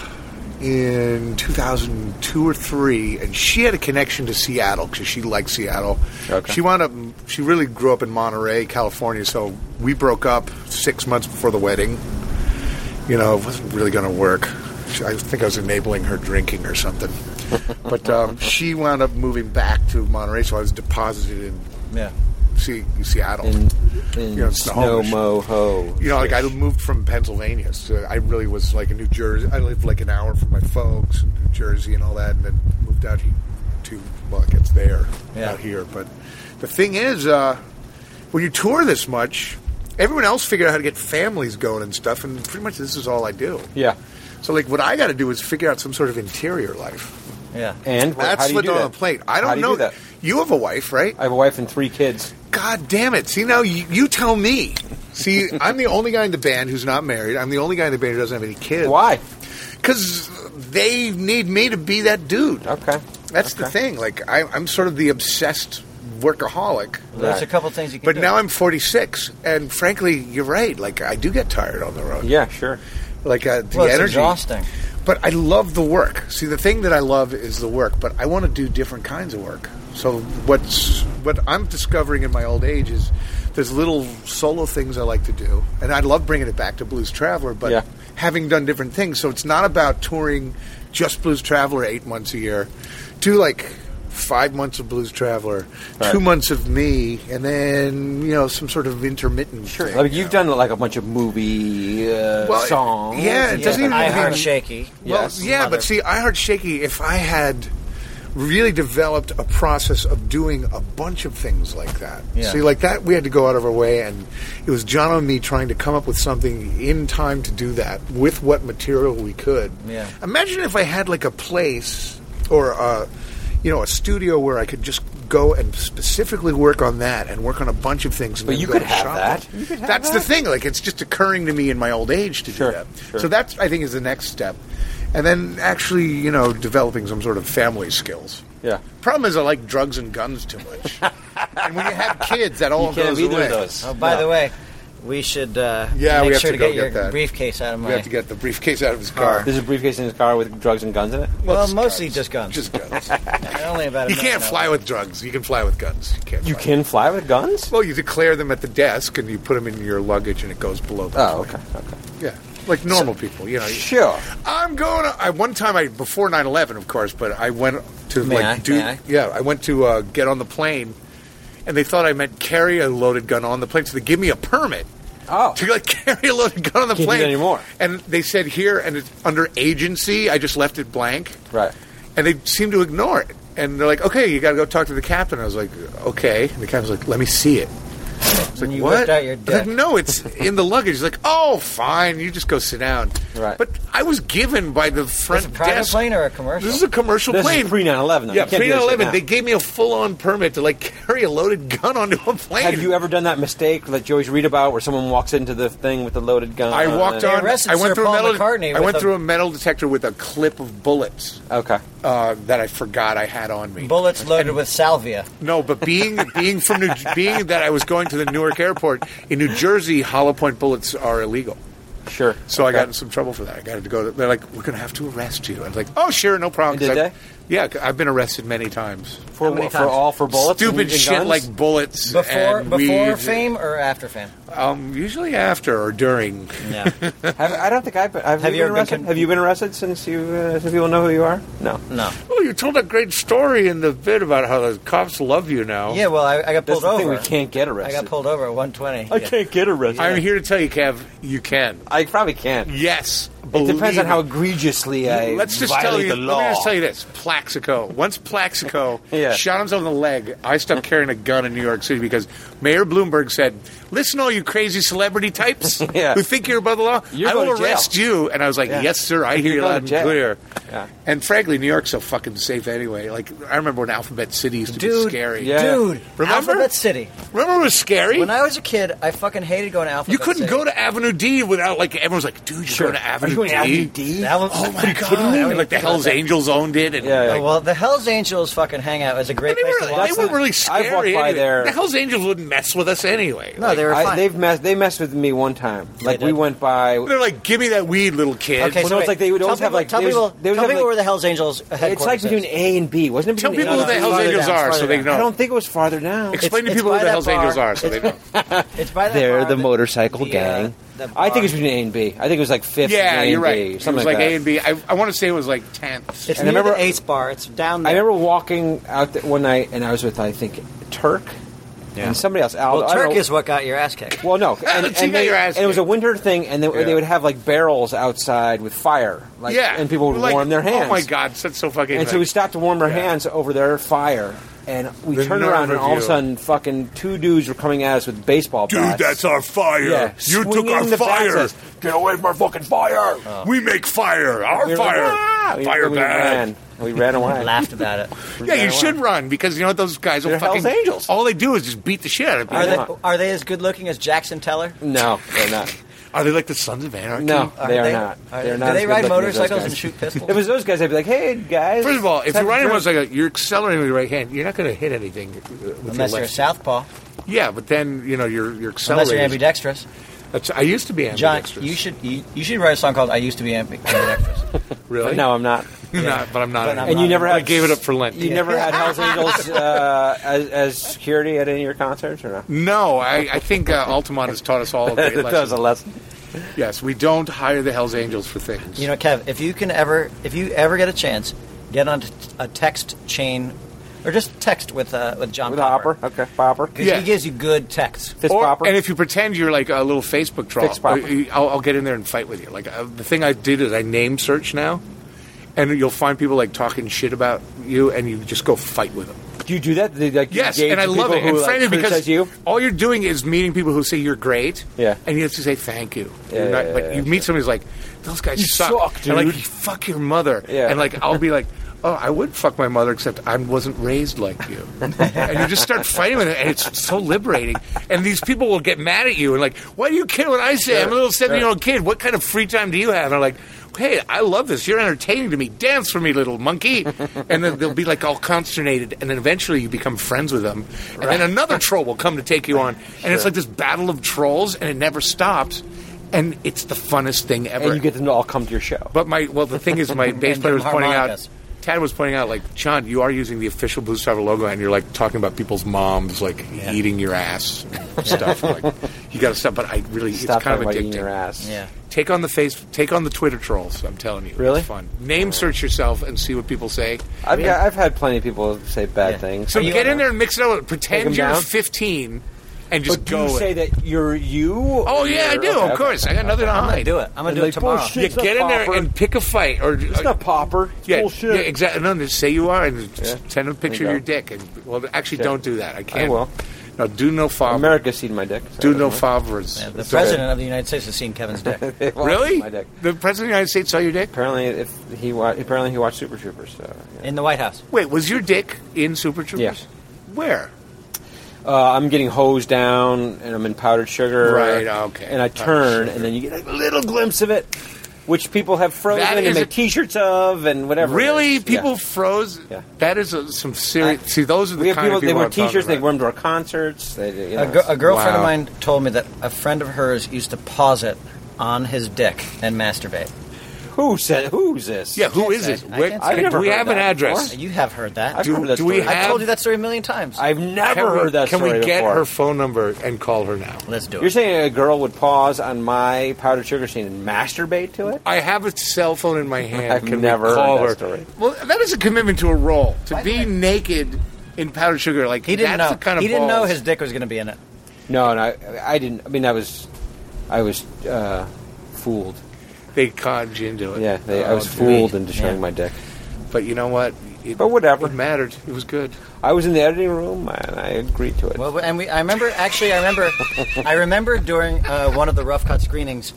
Speaker 5: in 2002 or three, and she had a connection to Seattle because she liked Seattle.
Speaker 1: Okay.
Speaker 5: She wound up. She really grew up in Monterey, California. So we broke up six months before the wedding. You know, it wasn't really going to work. She- I think I was enabling her drinking or something. but um, she wound up moving back to Monterey, so I was deposited in
Speaker 3: Yeah.
Speaker 5: Se- Seattle.
Speaker 7: In, in
Speaker 5: Yeah, it's the
Speaker 7: snow
Speaker 5: homeless.
Speaker 7: mo ho.
Speaker 5: You know, like I moved from Pennsylvania, so I really was like in New Jersey. I lived like an hour from my folks in New Jersey and all that, and then moved out here to well, it gets there
Speaker 3: Yeah.
Speaker 5: out here. But the thing is, uh, when you tour this much, everyone else figured out how to get families going and stuff, and pretty much this is all I do.
Speaker 7: Yeah.
Speaker 5: So like, what I got to do is figure out some sort of interior life.
Speaker 3: Yeah.
Speaker 7: And wh- how
Speaker 5: That's
Speaker 7: do you
Speaker 5: what's
Speaker 7: do
Speaker 5: on
Speaker 7: that?
Speaker 5: the plate. I
Speaker 7: How
Speaker 5: don't
Speaker 7: do you
Speaker 5: know
Speaker 7: do that.
Speaker 5: You have a wife, right?
Speaker 7: I have a wife and three kids.
Speaker 5: God damn it. See, now you, you tell me. See, I'm the only guy in the band who's not married. I'm the only guy in the band who doesn't have any kids.
Speaker 7: Why?
Speaker 5: Because they need me to be that dude.
Speaker 7: Okay.
Speaker 5: That's the thing. Like, I, I'm sort of the obsessed workaholic.
Speaker 3: There's a couple things you can
Speaker 5: But
Speaker 3: do.
Speaker 5: now I'm 46, and frankly, you're right. Like, I do get tired on the road.
Speaker 7: Yeah, sure.
Speaker 5: Like, uh, the
Speaker 3: well, it's
Speaker 5: energy.
Speaker 3: exhausting.
Speaker 5: But I love the work. See, the thing that I love is the work, but I want to do different kinds of work. So what's what I'm discovering in my old age is there's little solo things I like to do, and I love bringing it back to Blues Traveler. But
Speaker 7: Yeah.
Speaker 5: having done different things, so it's not about touring just Blues Traveler eight months a year. Do like five months of Blues Traveler, two months of me, and then you know some sort of intermittent. Sure,
Speaker 7: Like you've done like a bunch of movie uh,
Speaker 5: Well, it-
Speaker 7: songs.
Speaker 5: yeah, it
Speaker 7: and
Speaker 5: doesn't
Speaker 7: stuff.
Speaker 5: even
Speaker 3: I
Speaker 5: have
Speaker 3: heart
Speaker 5: to-
Speaker 3: shaky.
Speaker 5: Well,
Speaker 7: Yes,
Speaker 5: yeah,
Speaker 3: mother.
Speaker 5: but see, I Heart Shaky, if I had really developed a process of doing a bunch of things like that.
Speaker 3: Yeah.
Speaker 5: See, like that, we had to go out of our way, and it was John and me trying to come up with something in time to do that with what material we could.
Speaker 3: Yeah.
Speaker 5: Imagine if I had like a place or a, you know, a studio where I could just go and specifically work on that and work on a bunch of things. And
Speaker 7: But
Speaker 5: then
Speaker 7: you
Speaker 5: go
Speaker 7: could
Speaker 5: and
Speaker 7: have
Speaker 5: shop
Speaker 7: that.
Speaker 5: them. That's the thing. Like it's just occurring to me in my old age to
Speaker 7: Sure,
Speaker 5: do that.
Speaker 7: sure.
Speaker 5: So that's I think is the next step, and then actually you know developing some sort of family skills.
Speaker 7: Yeah.
Speaker 5: Problem is I like drugs and guns too much,
Speaker 7: [laughs]
Speaker 5: and when you have kids, that all
Speaker 7: You can't
Speaker 5: goes
Speaker 7: have either
Speaker 5: away.
Speaker 7: of those.
Speaker 3: Oh, by
Speaker 7: No.
Speaker 3: the way, we should uh,
Speaker 5: Yeah,
Speaker 3: make
Speaker 5: we have
Speaker 3: sure
Speaker 5: to
Speaker 3: to,
Speaker 5: go
Speaker 3: get your
Speaker 5: get that.
Speaker 3: briefcase out of
Speaker 5: We
Speaker 3: my.
Speaker 5: have to get the briefcase out of his car.
Speaker 7: There's a briefcase in his car with drugs and guns in it.
Speaker 3: well,
Speaker 5: Just
Speaker 3: mostly
Speaker 5: guns.
Speaker 3: just guns.
Speaker 5: Just
Speaker 7: [laughs]
Speaker 5: guns.
Speaker 3: Only about. a
Speaker 5: you
Speaker 3: minute
Speaker 5: can't
Speaker 3: now.
Speaker 5: fly with drugs. You can fly with guns. You can't.
Speaker 7: You
Speaker 5: fly-
Speaker 7: can fly with guns.
Speaker 5: Well, you declare them at the desk, and you put them in your luggage, and it goes below. The
Speaker 7: Oh,
Speaker 5: plane.
Speaker 7: okay, okay.
Speaker 5: Yeah, like normal people. You know. you-
Speaker 7: Sure.
Speaker 5: I'm going. To, I one time I before 9/11, of course, but I went to
Speaker 3: May
Speaker 5: like
Speaker 3: I?
Speaker 5: do
Speaker 3: May I?
Speaker 5: yeah. I went to uh, get on the plane, and they thought I meant carry a loaded gun on the plane, so they give me a permit.
Speaker 7: Oh.
Speaker 5: To like [laughs] carry a loaded gun on the
Speaker 7: Can't do
Speaker 5: plane
Speaker 7: that anymore.
Speaker 5: And they said here, and it's under agency. I just left it blank,
Speaker 7: Right.
Speaker 5: and they seemed to ignore it. And they're like, "Okay, you got to go talk to the captain." I was like, "Okay." And the captain's like, "Let me see it." It's like,
Speaker 3: And you
Speaker 5: what?
Speaker 3: whipped out your
Speaker 5: I was like,
Speaker 3: dick. [laughs]
Speaker 5: no, it's in the luggage. He's like, oh, fine, you just go sit down.
Speaker 7: Right.
Speaker 5: But I was given by the
Speaker 3: Is
Speaker 5: front
Speaker 3: it a private
Speaker 5: desk.
Speaker 3: plane or a commercial?
Speaker 5: This is a commercial
Speaker 7: This
Speaker 5: plane.
Speaker 7: is pre 9/11. though.
Speaker 5: yeah,
Speaker 7: You can't
Speaker 5: pre
Speaker 7: do that shit
Speaker 5: 11.
Speaker 7: now.
Speaker 5: They gave me a full on permit to like [laughs] carry a loaded gun onto a plane.
Speaker 7: Have you ever done that mistake that you always read about, where someone walks into the thing with a loaded gun?
Speaker 5: I walked
Speaker 7: and-
Speaker 5: on.
Speaker 3: Uh, arrested
Speaker 5: I went
Speaker 3: Sir
Speaker 5: through
Speaker 3: Paul
Speaker 5: a metal.
Speaker 3: McCartney
Speaker 5: I
Speaker 3: with
Speaker 5: went
Speaker 3: a-
Speaker 5: through a metal detector with a clip of bullets
Speaker 7: Okay.
Speaker 5: uh, that I forgot I had on me.
Speaker 3: Bullets loaded with salvia.
Speaker 5: No, but
Speaker 3: [laughs]
Speaker 5: being being from New, being that I was going to the Newark airport in New Jersey, hollow point bullets are illegal.
Speaker 7: Sure.
Speaker 5: So I
Speaker 7: Okay.
Speaker 5: got in some trouble for that. I got to go. To, they're like, we're going to have to arrest you. I was like, oh, sure, no problem.
Speaker 7: Did
Speaker 5: 'cause I've-
Speaker 7: they?
Speaker 5: Yeah, 'cause I've been arrested many times.
Speaker 7: for,
Speaker 3: How many
Speaker 7: for
Speaker 3: times?
Speaker 7: all for bullets. and-
Speaker 5: Stupid
Speaker 7: and
Speaker 5: shit
Speaker 7: guns?
Speaker 5: like bullets.
Speaker 3: Before
Speaker 5: and
Speaker 3: before
Speaker 5: weed.
Speaker 3: fame or after fame?
Speaker 5: Um, usually after or during.
Speaker 3: No.
Speaker 7: Have, I don't think I've. Been, have,
Speaker 3: Have
Speaker 7: you,
Speaker 3: you ever
Speaker 7: been
Speaker 3: been
Speaker 7: arrested?
Speaker 3: con-
Speaker 7: have you been arrested since you? Uh, since people know who you are? No.
Speaker 3: no.
Speaker 5: Oh, you told a great story in the bit about how the cops love you
Speaker 3: [laughs]
Speaker 5: now.
Speaker 3: Yeah, well, I, I got
Speaker 7: That's
Speaker 3: pulled
Speaker 7: the thing.
Speaker 3: over.
Speaker 7: We can't get
Speaker 3: I
Speaker 7: arrested.
Speaker 3: got pulled over at 120.
Speaker 7: I
Speaker 3: Yeah.
Speaker 7: can't get arrested.
Speaker 5: I'm here to tell you, Kev, you can.
Speaker 7: I probably can't.
Speaker 5: Yes.
Speaker 7: It depends
Speaker 5: believe
Speaker 7: on how
Speaker 5: it.
Speaker 7: egregiously I
Speaker 5: Let's just
Speaker 7: violate
Speaker 5: tell you.
Speaker 7: the law.
Speaker 5: Let me just tell you this: Plaxico. Once Plaxico
Speaker 7: [laughs] Yeah.
Speaker 5: shot himself in the leg, I stopped carrying a gun in New York City because Mayor Bloomberg said, "Listen, all you crazy celebrity types
Speaker 7: [laughs] Yeah.
Speaker 5: who think you're above the law,
Speaker 7: You're
Speaker 5: I
Speaker 7: going
Speaker 5: will
Speaker 7: to jail."
Speaker 5: arrest you." And I was like,
Speaker 7: Yeah.
Speaker 5: "Yes, sir. I hear
Speaker 7: You're
Speaker 5: you loud
Speaker 7: going to
Speaker 5: and
Speaker 7: jail.
Speaker 5: clear."
Speaker 7: Yeah.
Speaker 5: And frankly, New York's so fucking safe anyway. Like I remember when Alphabet City used to be
Speaker 3: Dude,
Speaker 5: scary.
Speaker 7: yeah.
Speaker 3: Dude,
Speaker 5: Remember?
Speaker 3: Alphabet City.
Speaker 5: Remember when it was scary?
Speaker 3: When I was a kid, I fucking hated going to Alphabet
Speaker 5: you couldn't
Speaker 3: City.
Speaker 5: go to Avenue D without like everyone's like, "Dude, you're
Speaker 7: Sure.
Speaker 5: going to Avenue
Speaker 7: Are you
Speaker 5: doing
Speaker 9: After
Speaker 5: D?
Speaker 3: That was-
Speaker 5: oh my god! That was like the Hell's Angels owned it, and
Speaker 1: Yeah, yeah.
Speaker 5: like,
Speaker 3: Oh, well, the Hell's Angels fucking hangout is a great
Speaker 5: they,
Speaker 3: place
Speaker 5: were,
Speaker 3: to
Speaker 5: they
Speaker 3: watch.
Speaker 5: were
Speaker 3: that.
Speaker 5: really scary.
Speaker 1: walked by
Speaker 5: anyway.
Speaker 1: there.
Speaker 5: The Hell's Angels wouldn't mess with us anyway.
Speaker 3: no, they were
Speaker 1: I,
Speaker 3: fine.
Speaker 1: they've messed. They messed with me one time. Like we
Speaker 3: did.
Speaker 1: went by.
Speaker 5: They're like, give me that weed, little kid.
Speaker 3: okay,
Speaker 1: Well,
Speaker 3: so
Speaker 1: no, it's
Speaker 3: wait,
Speaker 1: like they would
Speaker 3: tell
Speaker 1: always have,
Speaker 3: people-
Speaker 1: like,
Speaker 3: tell
Speaker 1: they was-
Speaker 3: people,
Speaker 1: they would
Speaker 3: tell
Speaker 1: have,
Speaker 3: people
Speaker 1: like-
Speaker 3: where the Hell's Angels headquarters.
Speaker 1: It's like
Speaker 3: is.
Speaker 1: between A and B. Wasn't it?
Speaker 5: Tell
Speaker 1: between
Speaker 5: people
Speaker 1: A and
Speaker 5: who the
Speaker 1: B?
Speaker 5: Hell's
Speaker 3: farther
Speaker 5: Angels
Speaker 3: down,
Speaker 5: are,
Speaker 3: farther
Speaker 5: so they
Speaker 3: down.
Speaker 5: know.
Speaker 1: I don't think it was farther down.
Speaker 5: Explain
Speaker 3: It's-
Speaker 5: to people
Speaker 3: it's
Speaker 5: who the
Speaker 3: by
Speaker 5: Hell's
Speaker 3: that
Speaker 5: Angels
Speaker 3: bar.
Speaker 5: are, so they know.
Speaker 3: It's- It's by that
Speaker 1: They're
Speaker 3: bar
Speaker 1: the
Speaker 3: that-
Speaker 1: motorcycle
Speaker 3: the, uh,
Speaker 1: gang.
Speaker 3: the
Speaker 1: I think
Speaker 3: bar.
Speaker 1: it's between A and B. I think it was like fifth.
Speaker 5: yeah,
Speaker 1: and A and
Speaker 5: you're right.
Speaker 1: B,
Speaker 5: It was
Speaker 1: something
Speaker 5: like
Speaker 1: that.
Speaker 5: A and B. I, I want to say it was like
Speaker 3: It's
Speaker 5: 10th.
Speaker 1: And I
Speaker 3: near
Speaker 1: remember-
Speaker 3: the Ace Bar. It's down
Speaker 1: I
Speaker 3: there.
Speaker 1: remember walking out th- one night, and I was with I think Turk and somebody else. Al,
Speaker 3: well,
Speaker 1: I don't
Speaker 3: Turk
Speaker 1: know-
Speaker 3: is what got your ass kicked.
Speaker 1: Well,
Speaker 5: [laughs]
Speaker 1: no, and,
Speaker 5: You
Speaker 1: and,
Speaker 5: got
Speaker 1: they-
Speaker 5: your ass
Speaker 1: and it was a
Speaker 5: kicked.
Speaker 1: winter thing, and they, they
Speaker 5: Yeah.
Speaker 1: would have like barrels outside with fire, like,
Speaker 5: yeah,
Speaker 1: and people would
Speaker 5: Like,
Speaker 1: warm their hands.
Speaker 5: Oh my god, that's so fucking.
Speaker 1: And so
Speaker 5: like-
Speaker 1: we stopped to warm our
Speaker 5: Yeah.
Speaker 1: hands over their fire, and we
Speaker 5: The
Speaker 1: turned
Speaker 5: nerve
Speaker 1: around, and
Speaker 5: of
Speaker 1: all of a
Speaker 5: you.
Speaker 1: sudden, fucking two dudes were coming at us with baseball
Speaker 9: Dude,
Speaker 1: bats.
Speaker 9: that's our fire.
Speaker 1: Yeah,
Speaker 9: You took
Speaker 1: swinging
Speaker 9: our
Speaker 1: the bats
Speaker 9: fire.
Speaker 1: at-
Speaker 9: Get away from our fucking fire. We make fire. Our
Speaker 1: We were like,
Speaker 9: fire.
Speaker 1: "Ah!" We-
Speaker 9: fire
Speaker 1: we
Speaker 9: bad.
Speaker 1: ran. We ran away.
Speaker 3: [laughs] Laughed about it.
Speaker 5: Yeah, you
Speaker 1: ran
Speaker 5: should
Speaker 1: away.
Speaker 5: run because you know what those guys will
Speaker 1: They're
Speaker 5: fucking.
Speaker 1: Hell's Angels.
Speaker 5: All they do is just beat the shit out of people.
Speaker 3: Are
Speaker 5: Are
Speaker 3: they, are they as good looking as Jackson Teller?
Speaker 1: No, they're not.
Speaker 5: they, like the Sons of Anarchy?
Speaker 1: No,
Speaker 3: Are
Speaker 1: they are not. They're not.
Speaker 3: do
Speaker 1: as
Speaker 3: they
Speaker 1: good
Speaker 3: ride
Speaker 1: looking as those
Speaker 3: motorcycles
Speaker 1: guys.
Speaker 3: and shoot pistols?
Speaker 1: If [laughs] it was those guys, I'd be like, "Hey guys."
Speaker 5: First of all, if
Speaker 1: have
Speaker 5: you're
Speaker 1: a
Speaker 5: riding
Speaker 1: drink.
Speaker 5: was like you're accelerating with your right hand, you're not going to hit anything uh, with
Speaker 3: Unless you're
Speaker 5: your
Speaker 3: a
Speaker 5: left.
Speaker 3: southpaw.
Speaker 5: yeah, but then you know you're you're
Speaker 3: Unless you're
Speaker 5: accelerating.
Speaker 3: ambidextrous.
Speaker 5: That's- I used to be
Speaker 3: John,
Speaker 5: ambidextrous.
Speaker 3: you should you, you should write a song called "I Used to Be Ambi-
Speaker 1: [laughs]
Speaker 3: Ambidextrous."
Speaker 5: really?
Speaker 1: No, I'm not.
Speaker 5: [laughs] You're not, but I'm not.
Speaker 3: But I'm
Speaker 5: anymore.
Speaker 1: And you never
Speaker 5: I
Speaker 1: had
Speaker 5: gave it up for Lent.
Speaker 1: You never
Speaker 3: [laughs]
Speaker 1: had Hell's Angels uh, as, as security at any of your concerts, or no?
Speaker 5: No, I, I think uh, Altamont has taught us all a
Speaker 1: [laughs]
Speaker 5: great
Speaker 1: that was a
Speaker 5: lesson.
Speaker 1: lesson.
Speaker 5: Yes, we don't hire the Hell's Angels for things.
Speaker 3: You know, Kev, if you can ever, if you ever get a chance, get on t- a text chain, or just text with uh, with John
Speaker 1: With a
Speaker 3: Popper.
Speaker 1: hopper, okay, popper,
Speaker 3: Because
Speaker 5: Yeah.
Speaker 3: he gives you good texts.
Speaker 1: fist
Speaker 5: Or-
Speaker 1: popper.
Speaker 5: and if you pretend you're like a little Facebook troll,
Speaker 1: Fix popper.
Speaker 5: I- I'll, I'll get in there and fight with you. Like uh, the thing I did is I name search now, and you'll find people like talking shit about you, and you just go fight with them.
Speaker 1: do you do that? They, like, you
Speaker 5: Yes,
Speaker 1: engage
Speaker 5: and I
Speaker 1: the
Speaker 5: love
Speaker 1: people
Speaker 5: it.
Speaker 1: Who,
Speaker 5: And
Speaker 1: like,
Speaker 5: frankly,
Speaker 1: criticize
Speaker 5: because
Speaker 1: you.
Speaker 5: all you're doing is meeting people who say you're great,
Speaker 1: Yeah.
Speaker 5: and you have to say thank you.
Speaker 1: Yeah,
Speaker 5: You're not-
Speaker 1: yeah,
Speaker 5: but
Speaker 1: yeah,
Speaker 5: you meet somebody who's like, "Those guys
Speaker 1: You
Speaker 5: suck,",
Speaker 1: suck,
Speaker 5: and like,
Speaker 1: dude.
Speaker 5: "Fuck your mother,"
Speaker 1: Yeah.
Speaker 5: and like, I'll be like. Oh, I would fuck my mother, except I wasn't raised like you. and you just start fighting with it, and it's so liberating. And these people will get mad at you and like, "Why do you care what I say? I'm a little seven-year-old kid. What kind of free time do you have?" And I'm like, "Hey, I love this. You're entertaining to me. Dance for me, little monkey." and then they'll be like all consternated, and then eventually you become friends with them. And then another troll will come to take you on, and it's like this battle of trolls, and it never stops. And it's the funnest thing ever.
Speaker 1: and you get them to all come to your show.
Speaker 5: But my well, the thing
Speaker 1: [laughs]
Speaker 5: is, my bass
Speaker 3: And
Speaker 5: player was pointing out.
Speaker 3: harmonicas.
Speaker 5: Tad was pointing out, like, John, you are using the official Blues Travel logo, and you're like talking about people's moms, like eating your ass and stuff. like, you got to stop. But I really,
Speaker 1: Stop
Speaker 5: it's kind
Speaker 1: talking
Speaker 5: of
Speaker 1: about
Speaker 5: addicting.
Speaker 1: eating your ass.
Speaker 3: Yeah.
Speaker 5: Take on the face, take on the Twitter trolls. I'm telling you,
Speaker 1: Really?
Speaker 5: it's fun. Name search yourself and see what people say.
Speaker 1: I've, got, I've had plenty of people say bad
Speaker 3: Yeah.
Speaker 1: things.
Speaker 5: So
Speaker 3: Are you
Speaker 5: get
Speaker 3: on
Speaker 5: in there and mix it up. Pretend
Speaker 1: 'em
Speaker 5: you're
Speaker 1: down?
Speaker 5: 15, and just
Speaker 1: but do
Speaker 5: go.
Speaker 1: you
Speaker 5: with
Speaker 1: say
Speaker 5: it.
Speaker 1: that you're you?
Speaker 5: oh yeah, I
Speaker 1: You're-
Speaker 5: do.
Speaker 1: okay,
Speaker 5: of course, I got nothing to
Speaker 3: I'm gonna
Speaker 5: hide.
Speaker 3: do it. I'm gonna
Speaker 1: And
Speaker 3: do
Speaker 1: like,
Speaker 3: it tomorrow.
Speaker 1: bullshit.
Speaker 5: You
Speaker 1: It's not
Speaker 5: get in there
Speaker 1: proper.
Speaker 5: and pick a fight, or uh,
Speaker 1: It's not popper. It's
Speaker 5: Yeah,
Speaker 1: bullshit.
Speaker 5: yeah, exactly. No, just say you are, and
Speaker 1: Yeah.
Speaker 5: just send a picture of
Speaker 1: There
Speaker 5: your
Speaker 1: you
Speaker 5: dick. And well, actually,
Speaker 1: Yeah.
Speaker 5: don't do that. I can't.
Speaker 1: will.
Speaker 5: No, do no favor.
Speaker 1: America's seen my dick. so
Speaker 5: Do
Speaker 1: I
Speaker 5: no
Speaker 1: don't
Speaker 5: favors.
Speaker 3: Yeah, the
Speaker 5: So-
Speaker 3: president of the United States has seen Kevin's
Speaker 1: [laughs]
Speaker 3: dick.
Speaker 1: know. They've all
Speaker 5: Really?
Speaker 1: seen My dick.
Speaker 5: The president of the United States saw your dick.
Speaker 1: Apparently, if he wa- apparently he watched Super Troopers. So, yeah.
Speaker 3: in the White House.
Speaker 5: Wait, was your dick in Super Troopers? Where?
Speaker 1: uh, I'm getting hosed down, and I'm in powdered sugar.
Speaker 5: Right, okay.
Speaker 1: And I
Speaker 5: Powdered
Speaker 1: turn,
Speaker 5: sugar.
Speaker 1: and then you get a little glimpse of it, which people have frozen
Speaker 5: That
Speaker 1: and
Speaker 5: is
Speaker 1: make
Speaker 5: a-
Speaker 1: T-shirts of, and whatever. it
Speaker 5: Really?
Speaker 1: is.
Speaker 5: People
Speaker 1: Yeah.
Speaker 5: froze.
Speaker 1: Yeah.
Speaker 5: That is a, some serious. see, those are the
Speaker 1: We have
Speaker 5: kind
Speaker 1: people,
Speaker 5: of people
Speaker 1: They wear
Speaker 5: I'm talking
Speaker 1: T-shirts. They
Speaker 5: about.
Speaker 1: wear them to our concerts. They, you know,
Speaker 3: A, gir- a girlfriend
Speaker 5: Wow.
Speaker 3: of mine told me that a friend of hers used to pause it on his dick and masturbate.
Speaker 1: who said? Who's this?
Speaker 5: Yeah. Who is
Speaker 3: I-
Speaker 5: it?
Speaker 3: I
Speaker 5: Where-
Speaker 3: can't
Speaker 1: say
Speaker 5: do
Speaker 1: that.
Speaker 5: we have an
Speaker 1: I've never heard
Speaker 5: address?
Speaker 3: You have heard that.
Speaker 1: I've
Speaker 5: Do-
Speaker 1: heard that
Speaker 5: do we
Speaker 1: story.
Speaker 5: have-
Speaker 3: I told you that story a million times.
Speaker 1: I've never
Speaker 5: Can we-
Speaker 1: heard that
Speaker 5: Can
Speaker 1: story
Speaker 5: we get
Speaker 1: before.
Speaker 5: her phone number and call her now?
Speaker 3: Let's do it.
Speaker 1: You're saying a girl would pause on my powdered sugar scene and masturbate to it?
Speaker 5: I have a cell phone
Speaker 1: [laughs]
Speaker 5: in my hand.
Speaker 1: I've
Speaker 5: Can
Speaker 1: never
Speaker 5: we call
Speaker 1: heard that
Speaker 5: her?
Speaker 1: story.
Speaker 5: Well, that is a commitment to a role to
Speaker 3: Why
Speaker 5: be
Speaker 3: did I-
Speaker 5: naked in powdered sugar. Like
Speaker 3: he didn't
Speaker 5: that's
Speaker 3: know.
Speaker 5: The kind of
Speaker 3: he didn't know
Speaker 5: balls.
Speaker 3: his dick was going to be in it.
Speaker 1: No, no, I, I didn't. I mean, I was, I was uh, fooled.
Speaker 5: They conned you into it.
Speaker 3: Uh,
Speaker 1: Yeah, they, I
Speaker 5: Oh,
Speaker 1: was
Speaker 5: dude.
Speaker 1: fooled into showing my dick.
Speaker 5: But you know what? It,
Speaker 1: But whatever.
Speaker 5: It mattered. It was good.
Speaker 1: I was in the editing room and I agreed to it.
Speaker 3: Well, and we, I remember actually, I remember, I remember during uh, one of the rough cut screenings,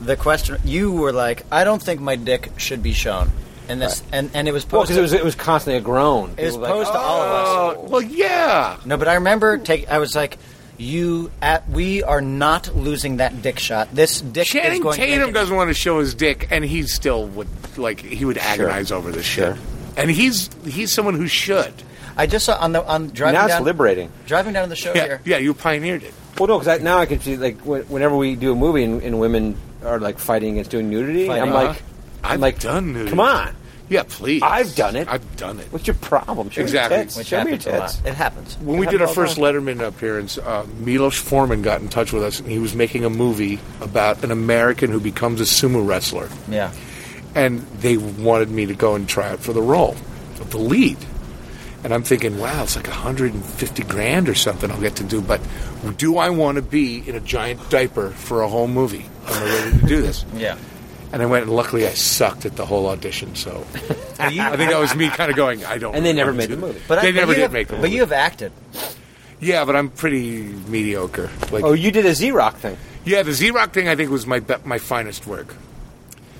Speaker 3: the question you were like, "I don't think my dick should be shown," and this, and, and it was
Speaker 1: Well, because
Speaker 3: posted.
Speaker 1: it was it was constantly a groan.
Speaker 3: it was
Speaker 1: People were like,
Speaker 3: Oh.
Speaker 5: Oh,
Speaker 3: posed to all of us.
Speaker 5: well, Uh, yeah.
Speaker 3: No, but I remember take. I was like, You at we are not losing that dick shot. This dick is
Speaker 5: Channing
Speaker 3: going to make
Speaker 5: Tatum
Speaker 3: it-
Speaker 5: doesn't want to show his dick, and he still would like he would agonize over this shit. And he's he's someone who should.
Speaker 3: I just saw on the on driving
Speaker 7: now it's
Speaker 3: down
Speaker 7: liberating.
Speaker 3: driving down the show
Speaker 5: Yeah,
Speaker 3: here.
Speaker 5: yeah, you pioneered it.
Speaker 7: Well, no, because now I can see like wh- whenever we do a movie and, and women are like fighting against doing nudity,
Speaker 3: Fighting.
Speaker 7: I'm
Speaker 5: Uh-huh.
Speaker 7: like,
Speaker 5: I've
Speaker 7: I'm like,
Speaker 5: done nudity.
Speaker 7: Come on,
Speaker 5: Yeah, please.
Speaker 7: I've done it.
Speaker 5: I've done it.
Speaker 7: what's your problem? Show me your
Speaker 5: Exactly.
Speaker 7: tits.
Speaker 3: Which
Speaker 7: Show me your
Speaker 3: happens a
Speaker 7: tits.
Speaker 3: lot. It happens.
Speaker 5: When we did our first Letterman appearance, uh, Milos Forman got in touch with us, and he was making a movie about an American who becomes a sumo wrestler.
Speaker 3: Yeah.
Speaker 5: and they wanted me to go and try out for the role of the lead. And I'm thinking, wow, it's like 150 grand or something I'll get to do. But do I want to be in a giant diaper for a whole movie? Am I ready to do this?
Speaker 3: [laughs] Yeah.
Speaker 5: And I went, and luckily I sucked at the whole
Speaker 3: [laughs]
Speaker 5: audition. So
Speaker 3: But you-
Speaker 5: I think that was me kind of going, I don't.
Speaker 7: And they
Speaker 5: really
Speaker 7: never
Speaker 5: want
Speaker 7: made
Speaker 5: to
Speaker 7: the
Speaker 5: do
Speaker 7: movie.
Speaker 5: this.
Speaker 3: but I-
Speaker 5: they
Speaker 3: but
Speaker 5: never
Speaker 3: you
Speaker 5: did
Speaker 3: have-
Speaker 5: make the movie.
Speaker 3: But you have acted.
Speaker 5: yeah, but I'm pretty mediocre. Like,
Speaker 7: Oh, you did a Z Rock thing,
Speaker 5: yeah, the Z Rock thing I think was my be- my finest work.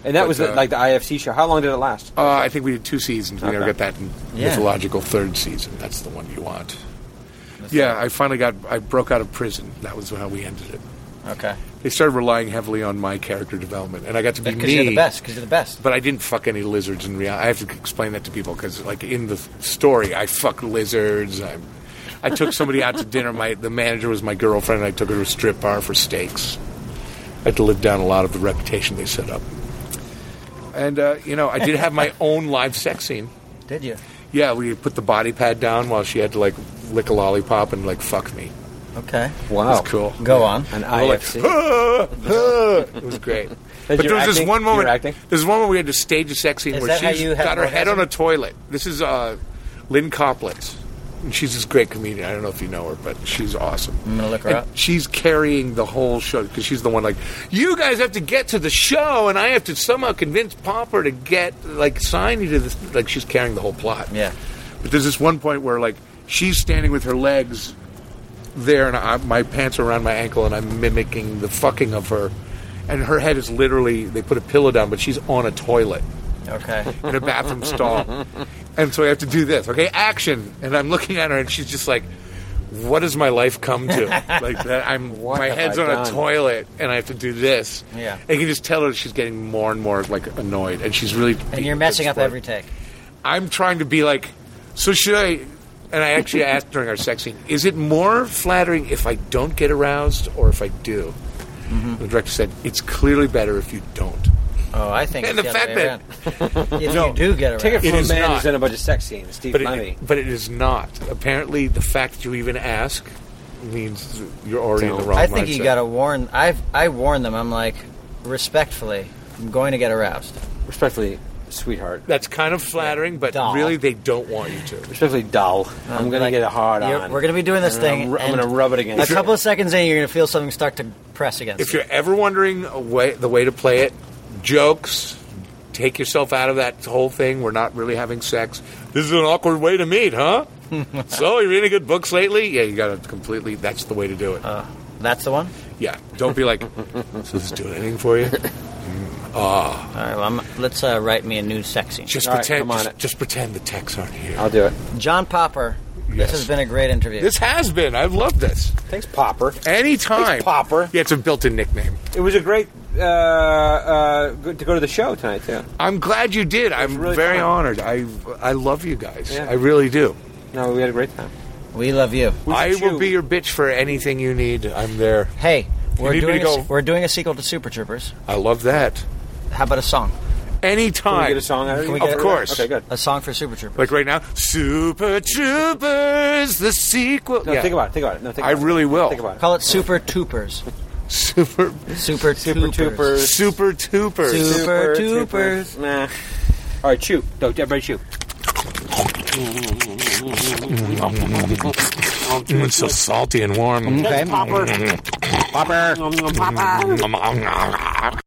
Speaker 7: and that
Speaker 5: But,
Speaker 7: was the,
Speaker 5: uh,
Speaker 7: like the IFC show. How long did it last?
Speaker 5: Uh, I think we did two seasons. We never
Speaker 7: Okay.
Speaker 5: got that in
Speaker 3: Yeah.
Speaker 5: mythological third season. That's the one you want. yeah, I finally got. I broke out of prison. That was how we ended it.
Speaker 3: Okay.
Speaker 5: They started relying heavily on my character development, and I got to be
Speaker 3: Because
Speaker 5: me.
Speaker 3: you're the best. Because you're the best.
Speaker 5: But I didn't fuck any lizards in reality. I have to explain that to people because, like in the story, I fuck lizards. I, I took somebody out to dinner. My the manager was my girlfriend. And I took her to a strip bar for steaks. I had to live down a lot of the reputation they set up. And uh, you know, I did have my own live sex scene.
Speaker 3: Did you?
Speaker 5: Yeah, we put the body pad down while she had to like lick a lollipop and like fuck me.
Speaker 3: Okay.
Speaker 7: Wow,
Speaker 5: It's cool.
Speaker 3: Go on.
Speaker 7: An
Speaker 5: We're like, [laughs]
Speaker 7: IFC.
Speaker 5: "Ah, ah." it was great. but
Speaker 7: you
Speaker 5: there was
Speaker 7: acting?
Speaker 5: this one
Speaker 7: You were
Speaker 5: moment.
Speaker 7: acting?
Speaker 5: There's one moment we had to stage a sex scene
Speaker 3: Is
Speaker 5: where
Speaker 3: that how
Speaker 5: she's
Speaker 3: you had
Speaker 5: got
Speaker 3: an
Speaker 5: her head on
Speaker 3: orgasm?
Speaker 5: a toilet. This is uh, Lynn Coplitz. And she's this great comedian. I don't know if you know her, but she's awesome.
Speaker 3: I'm gonna look her
Speaker 5: And
Speaker 3: up.
Speaker 5: She's carrying the whole show because she's the one like, you guys have to get to the show, and I have to somehow convince Popper to get like sign you to this. Like she's carrying the whole plot.
Speaker 3: Yeah.
Speaker 5: But there's this one point where like she's standing with her legs there, and I, my pants are around my ankle, and I'm mimicking the fucking of her, and her head is literally they put a pillow down, but she's on a toilet [laughs]
Speaker 3: Okay.
Speaker 5: in a bathroom stall. And so I have to do this, okay? Action. And I'm looking at her, and she's just like, "What does my life
Speaker 3: [laughs]
Speaker 5: come to? like that? I'm
Speaker 7: What
Speaker 5: my
Speaker 7: have
Speaker 5: head's
Speaker 7: I
Speaker 5: on
Speaker 7: done?
Speaker 5: a toilet, and I have to do this.
Speaker 3: Yeah.
Speaker 5: And you can just tell her she's getting more and more like annoyed, and she's really
Speaker 3: And you're messing up every
Speaker 5: everything.
Speaker 3: take.
Speaker 5: I'm trying to be like, so should I? And I actually asked during our sex scene, is it more flattering if I don't get aroused or if I do?
Speaker 3: Mm-hmm.
Speaker 5: The director said, it's clearly better if you don't.
Speaker 3: Oh, I think.
Speaker 5: And
Speaker 3: it's
Speaker 5: the
Speaker 3: other way
Speaker 5: fact
Speaker 7: [laughs]
Speaker 3: around. if you do get around,
Speaker 7: Take it from
Speaker 5: It
Speaker 7: a
Speaker 5: is
Speaker 7: man
Speaker 5: not.
Speaker 7: who's in a bunch of sex scenes, Steve
Speaker 5: But
Speaker 7: Lemmy.
Speaker 5: it, but it is not. Apparently, the fact that you even ask means you're already in the wrong
Speaker 3: I think you
Speaker 5: mindset.
Speaker 3: gotta warn. I've I warn them. I'm like, respectfully, I'm going to get aroused.
Speaker 7: Respectfully, sweetheart.
Speaker 5: That's kind of flattering, but
Speaker 3: Dull.
Speaker 5: really, they don't want you to.
Speaker 7: Respectfully, doll. I'm gonna
Speaker 3: like,
Speaker 7: get a hard
Speaker 3: you're-
Speaker 7: on.
Speaker 3: we're gonna be doing this
Speaker 7: I'm gonna
Speaker 3: thing
Speaker 7: ru- I'm
Speaker 3: and-
Speaker 7: gonna rub it against.
Speaker 3: a
Speaker 7: you.
Speaker 3: couple of seconds in, you're gonna feel something start to press against.
Speaker 5: If
Speaker 3: you.
Speaker 5: you're ever wondering a way, the way to play it, jokes, take yourself out of that whole thing. We're not really having sex. This is an awkward way to meet,
Speaker 7: [laughs]
Speaker 5: huh? so, you read any good books lately? Yeah, you got to completely, that's the way to do it.
Speaker 7: Uh.
Speaker 3: That's the one.
Speaker 5: yeah. Don't be like, so this is doing anything for
Speaker 7: [laughs]
Speaker 5: you?
Speaker 3: All right. Well, I'm, let's uh, write me a new sex scene.
Speaker 5: Just
Speaker 7: All right,
Speaker 5: pretend
Speaker 7: come on
Speaker 5: just,
Speaker 7: it.
Speaker 5: just pretend the texts aren't here.
Speaker 7: I'll do it.
Speaker 3: John Popper. This
Speaker 5: Yes.
Speaker 3: has been a great interview.
Speaker 5: This has been. I've loved this.
Speaker 7: Thanks, Popper.
Speaker 5: Anytime.
Speaker 7: It's Popper.
Speaker 5: Yeah, it's a built in nickname.
Speaker 7: It was a great uh, uh, good to go to the show tonight too.
Speaker 5: I'm glad you did. I'm
Speaker 7: really
Speaker 5: very
Speaker 7: fun.
Speaker 5: honored. I I love you guys.
Speaker 7: Yeah.
Speaker 5: I really do.
Speaker 7: No, we had a great time.
Speaker 3: we love you.
Speaker 5: I
Speaker 7: should
Speaker 5: will
Speaker 7: you-
Speaker 5: be your bitch for anything you need. I'm there.
Speaker 3: Hey, we're
Speaker 5: need me
Speaker 3: doing
Speaker 5: to
Speaker 3: a,
Speaker 5: go-
Speaker 3: we're doing a sequel to Super Troopers.
Speaker 5: I love that.
Speaker 3: How about a song?
Speaker 7: Can we
Speaker 5: Anytime.
Speaker 7: get a song out of
Speaker 3: Can we
Speaker 7: you?
Speaker 3: get
Speaker 5: Of it? course.
Speaker 7: Okay, good.
Speaker 3: A song for Super Troopers.
Speaker 5: Like right now, Super Troopers, the sequel.
Speaker 7: No,
Speaker 5: Yeah.
Speaker 7: think about it. Think about it. No, think
Speaker 5: I
Speaker 7: about it.
Speaker 5: really will.
Speaker 7: Think about it.
Speaker 3: Call it Super Troopers.
Speaker 5: Super
Speaker 3: Super
Speaker 7: Super
Speaker 3: Troopers.
Speaker 7: Troopers.
Speaker 5: Super Troopers.
Speaker 3: Super Troopers.
Speaker 7: Troopers. Nah. All right, chew. No, everybody chew.
Speaker 5: Mm, it's so salty and warm. [laughs]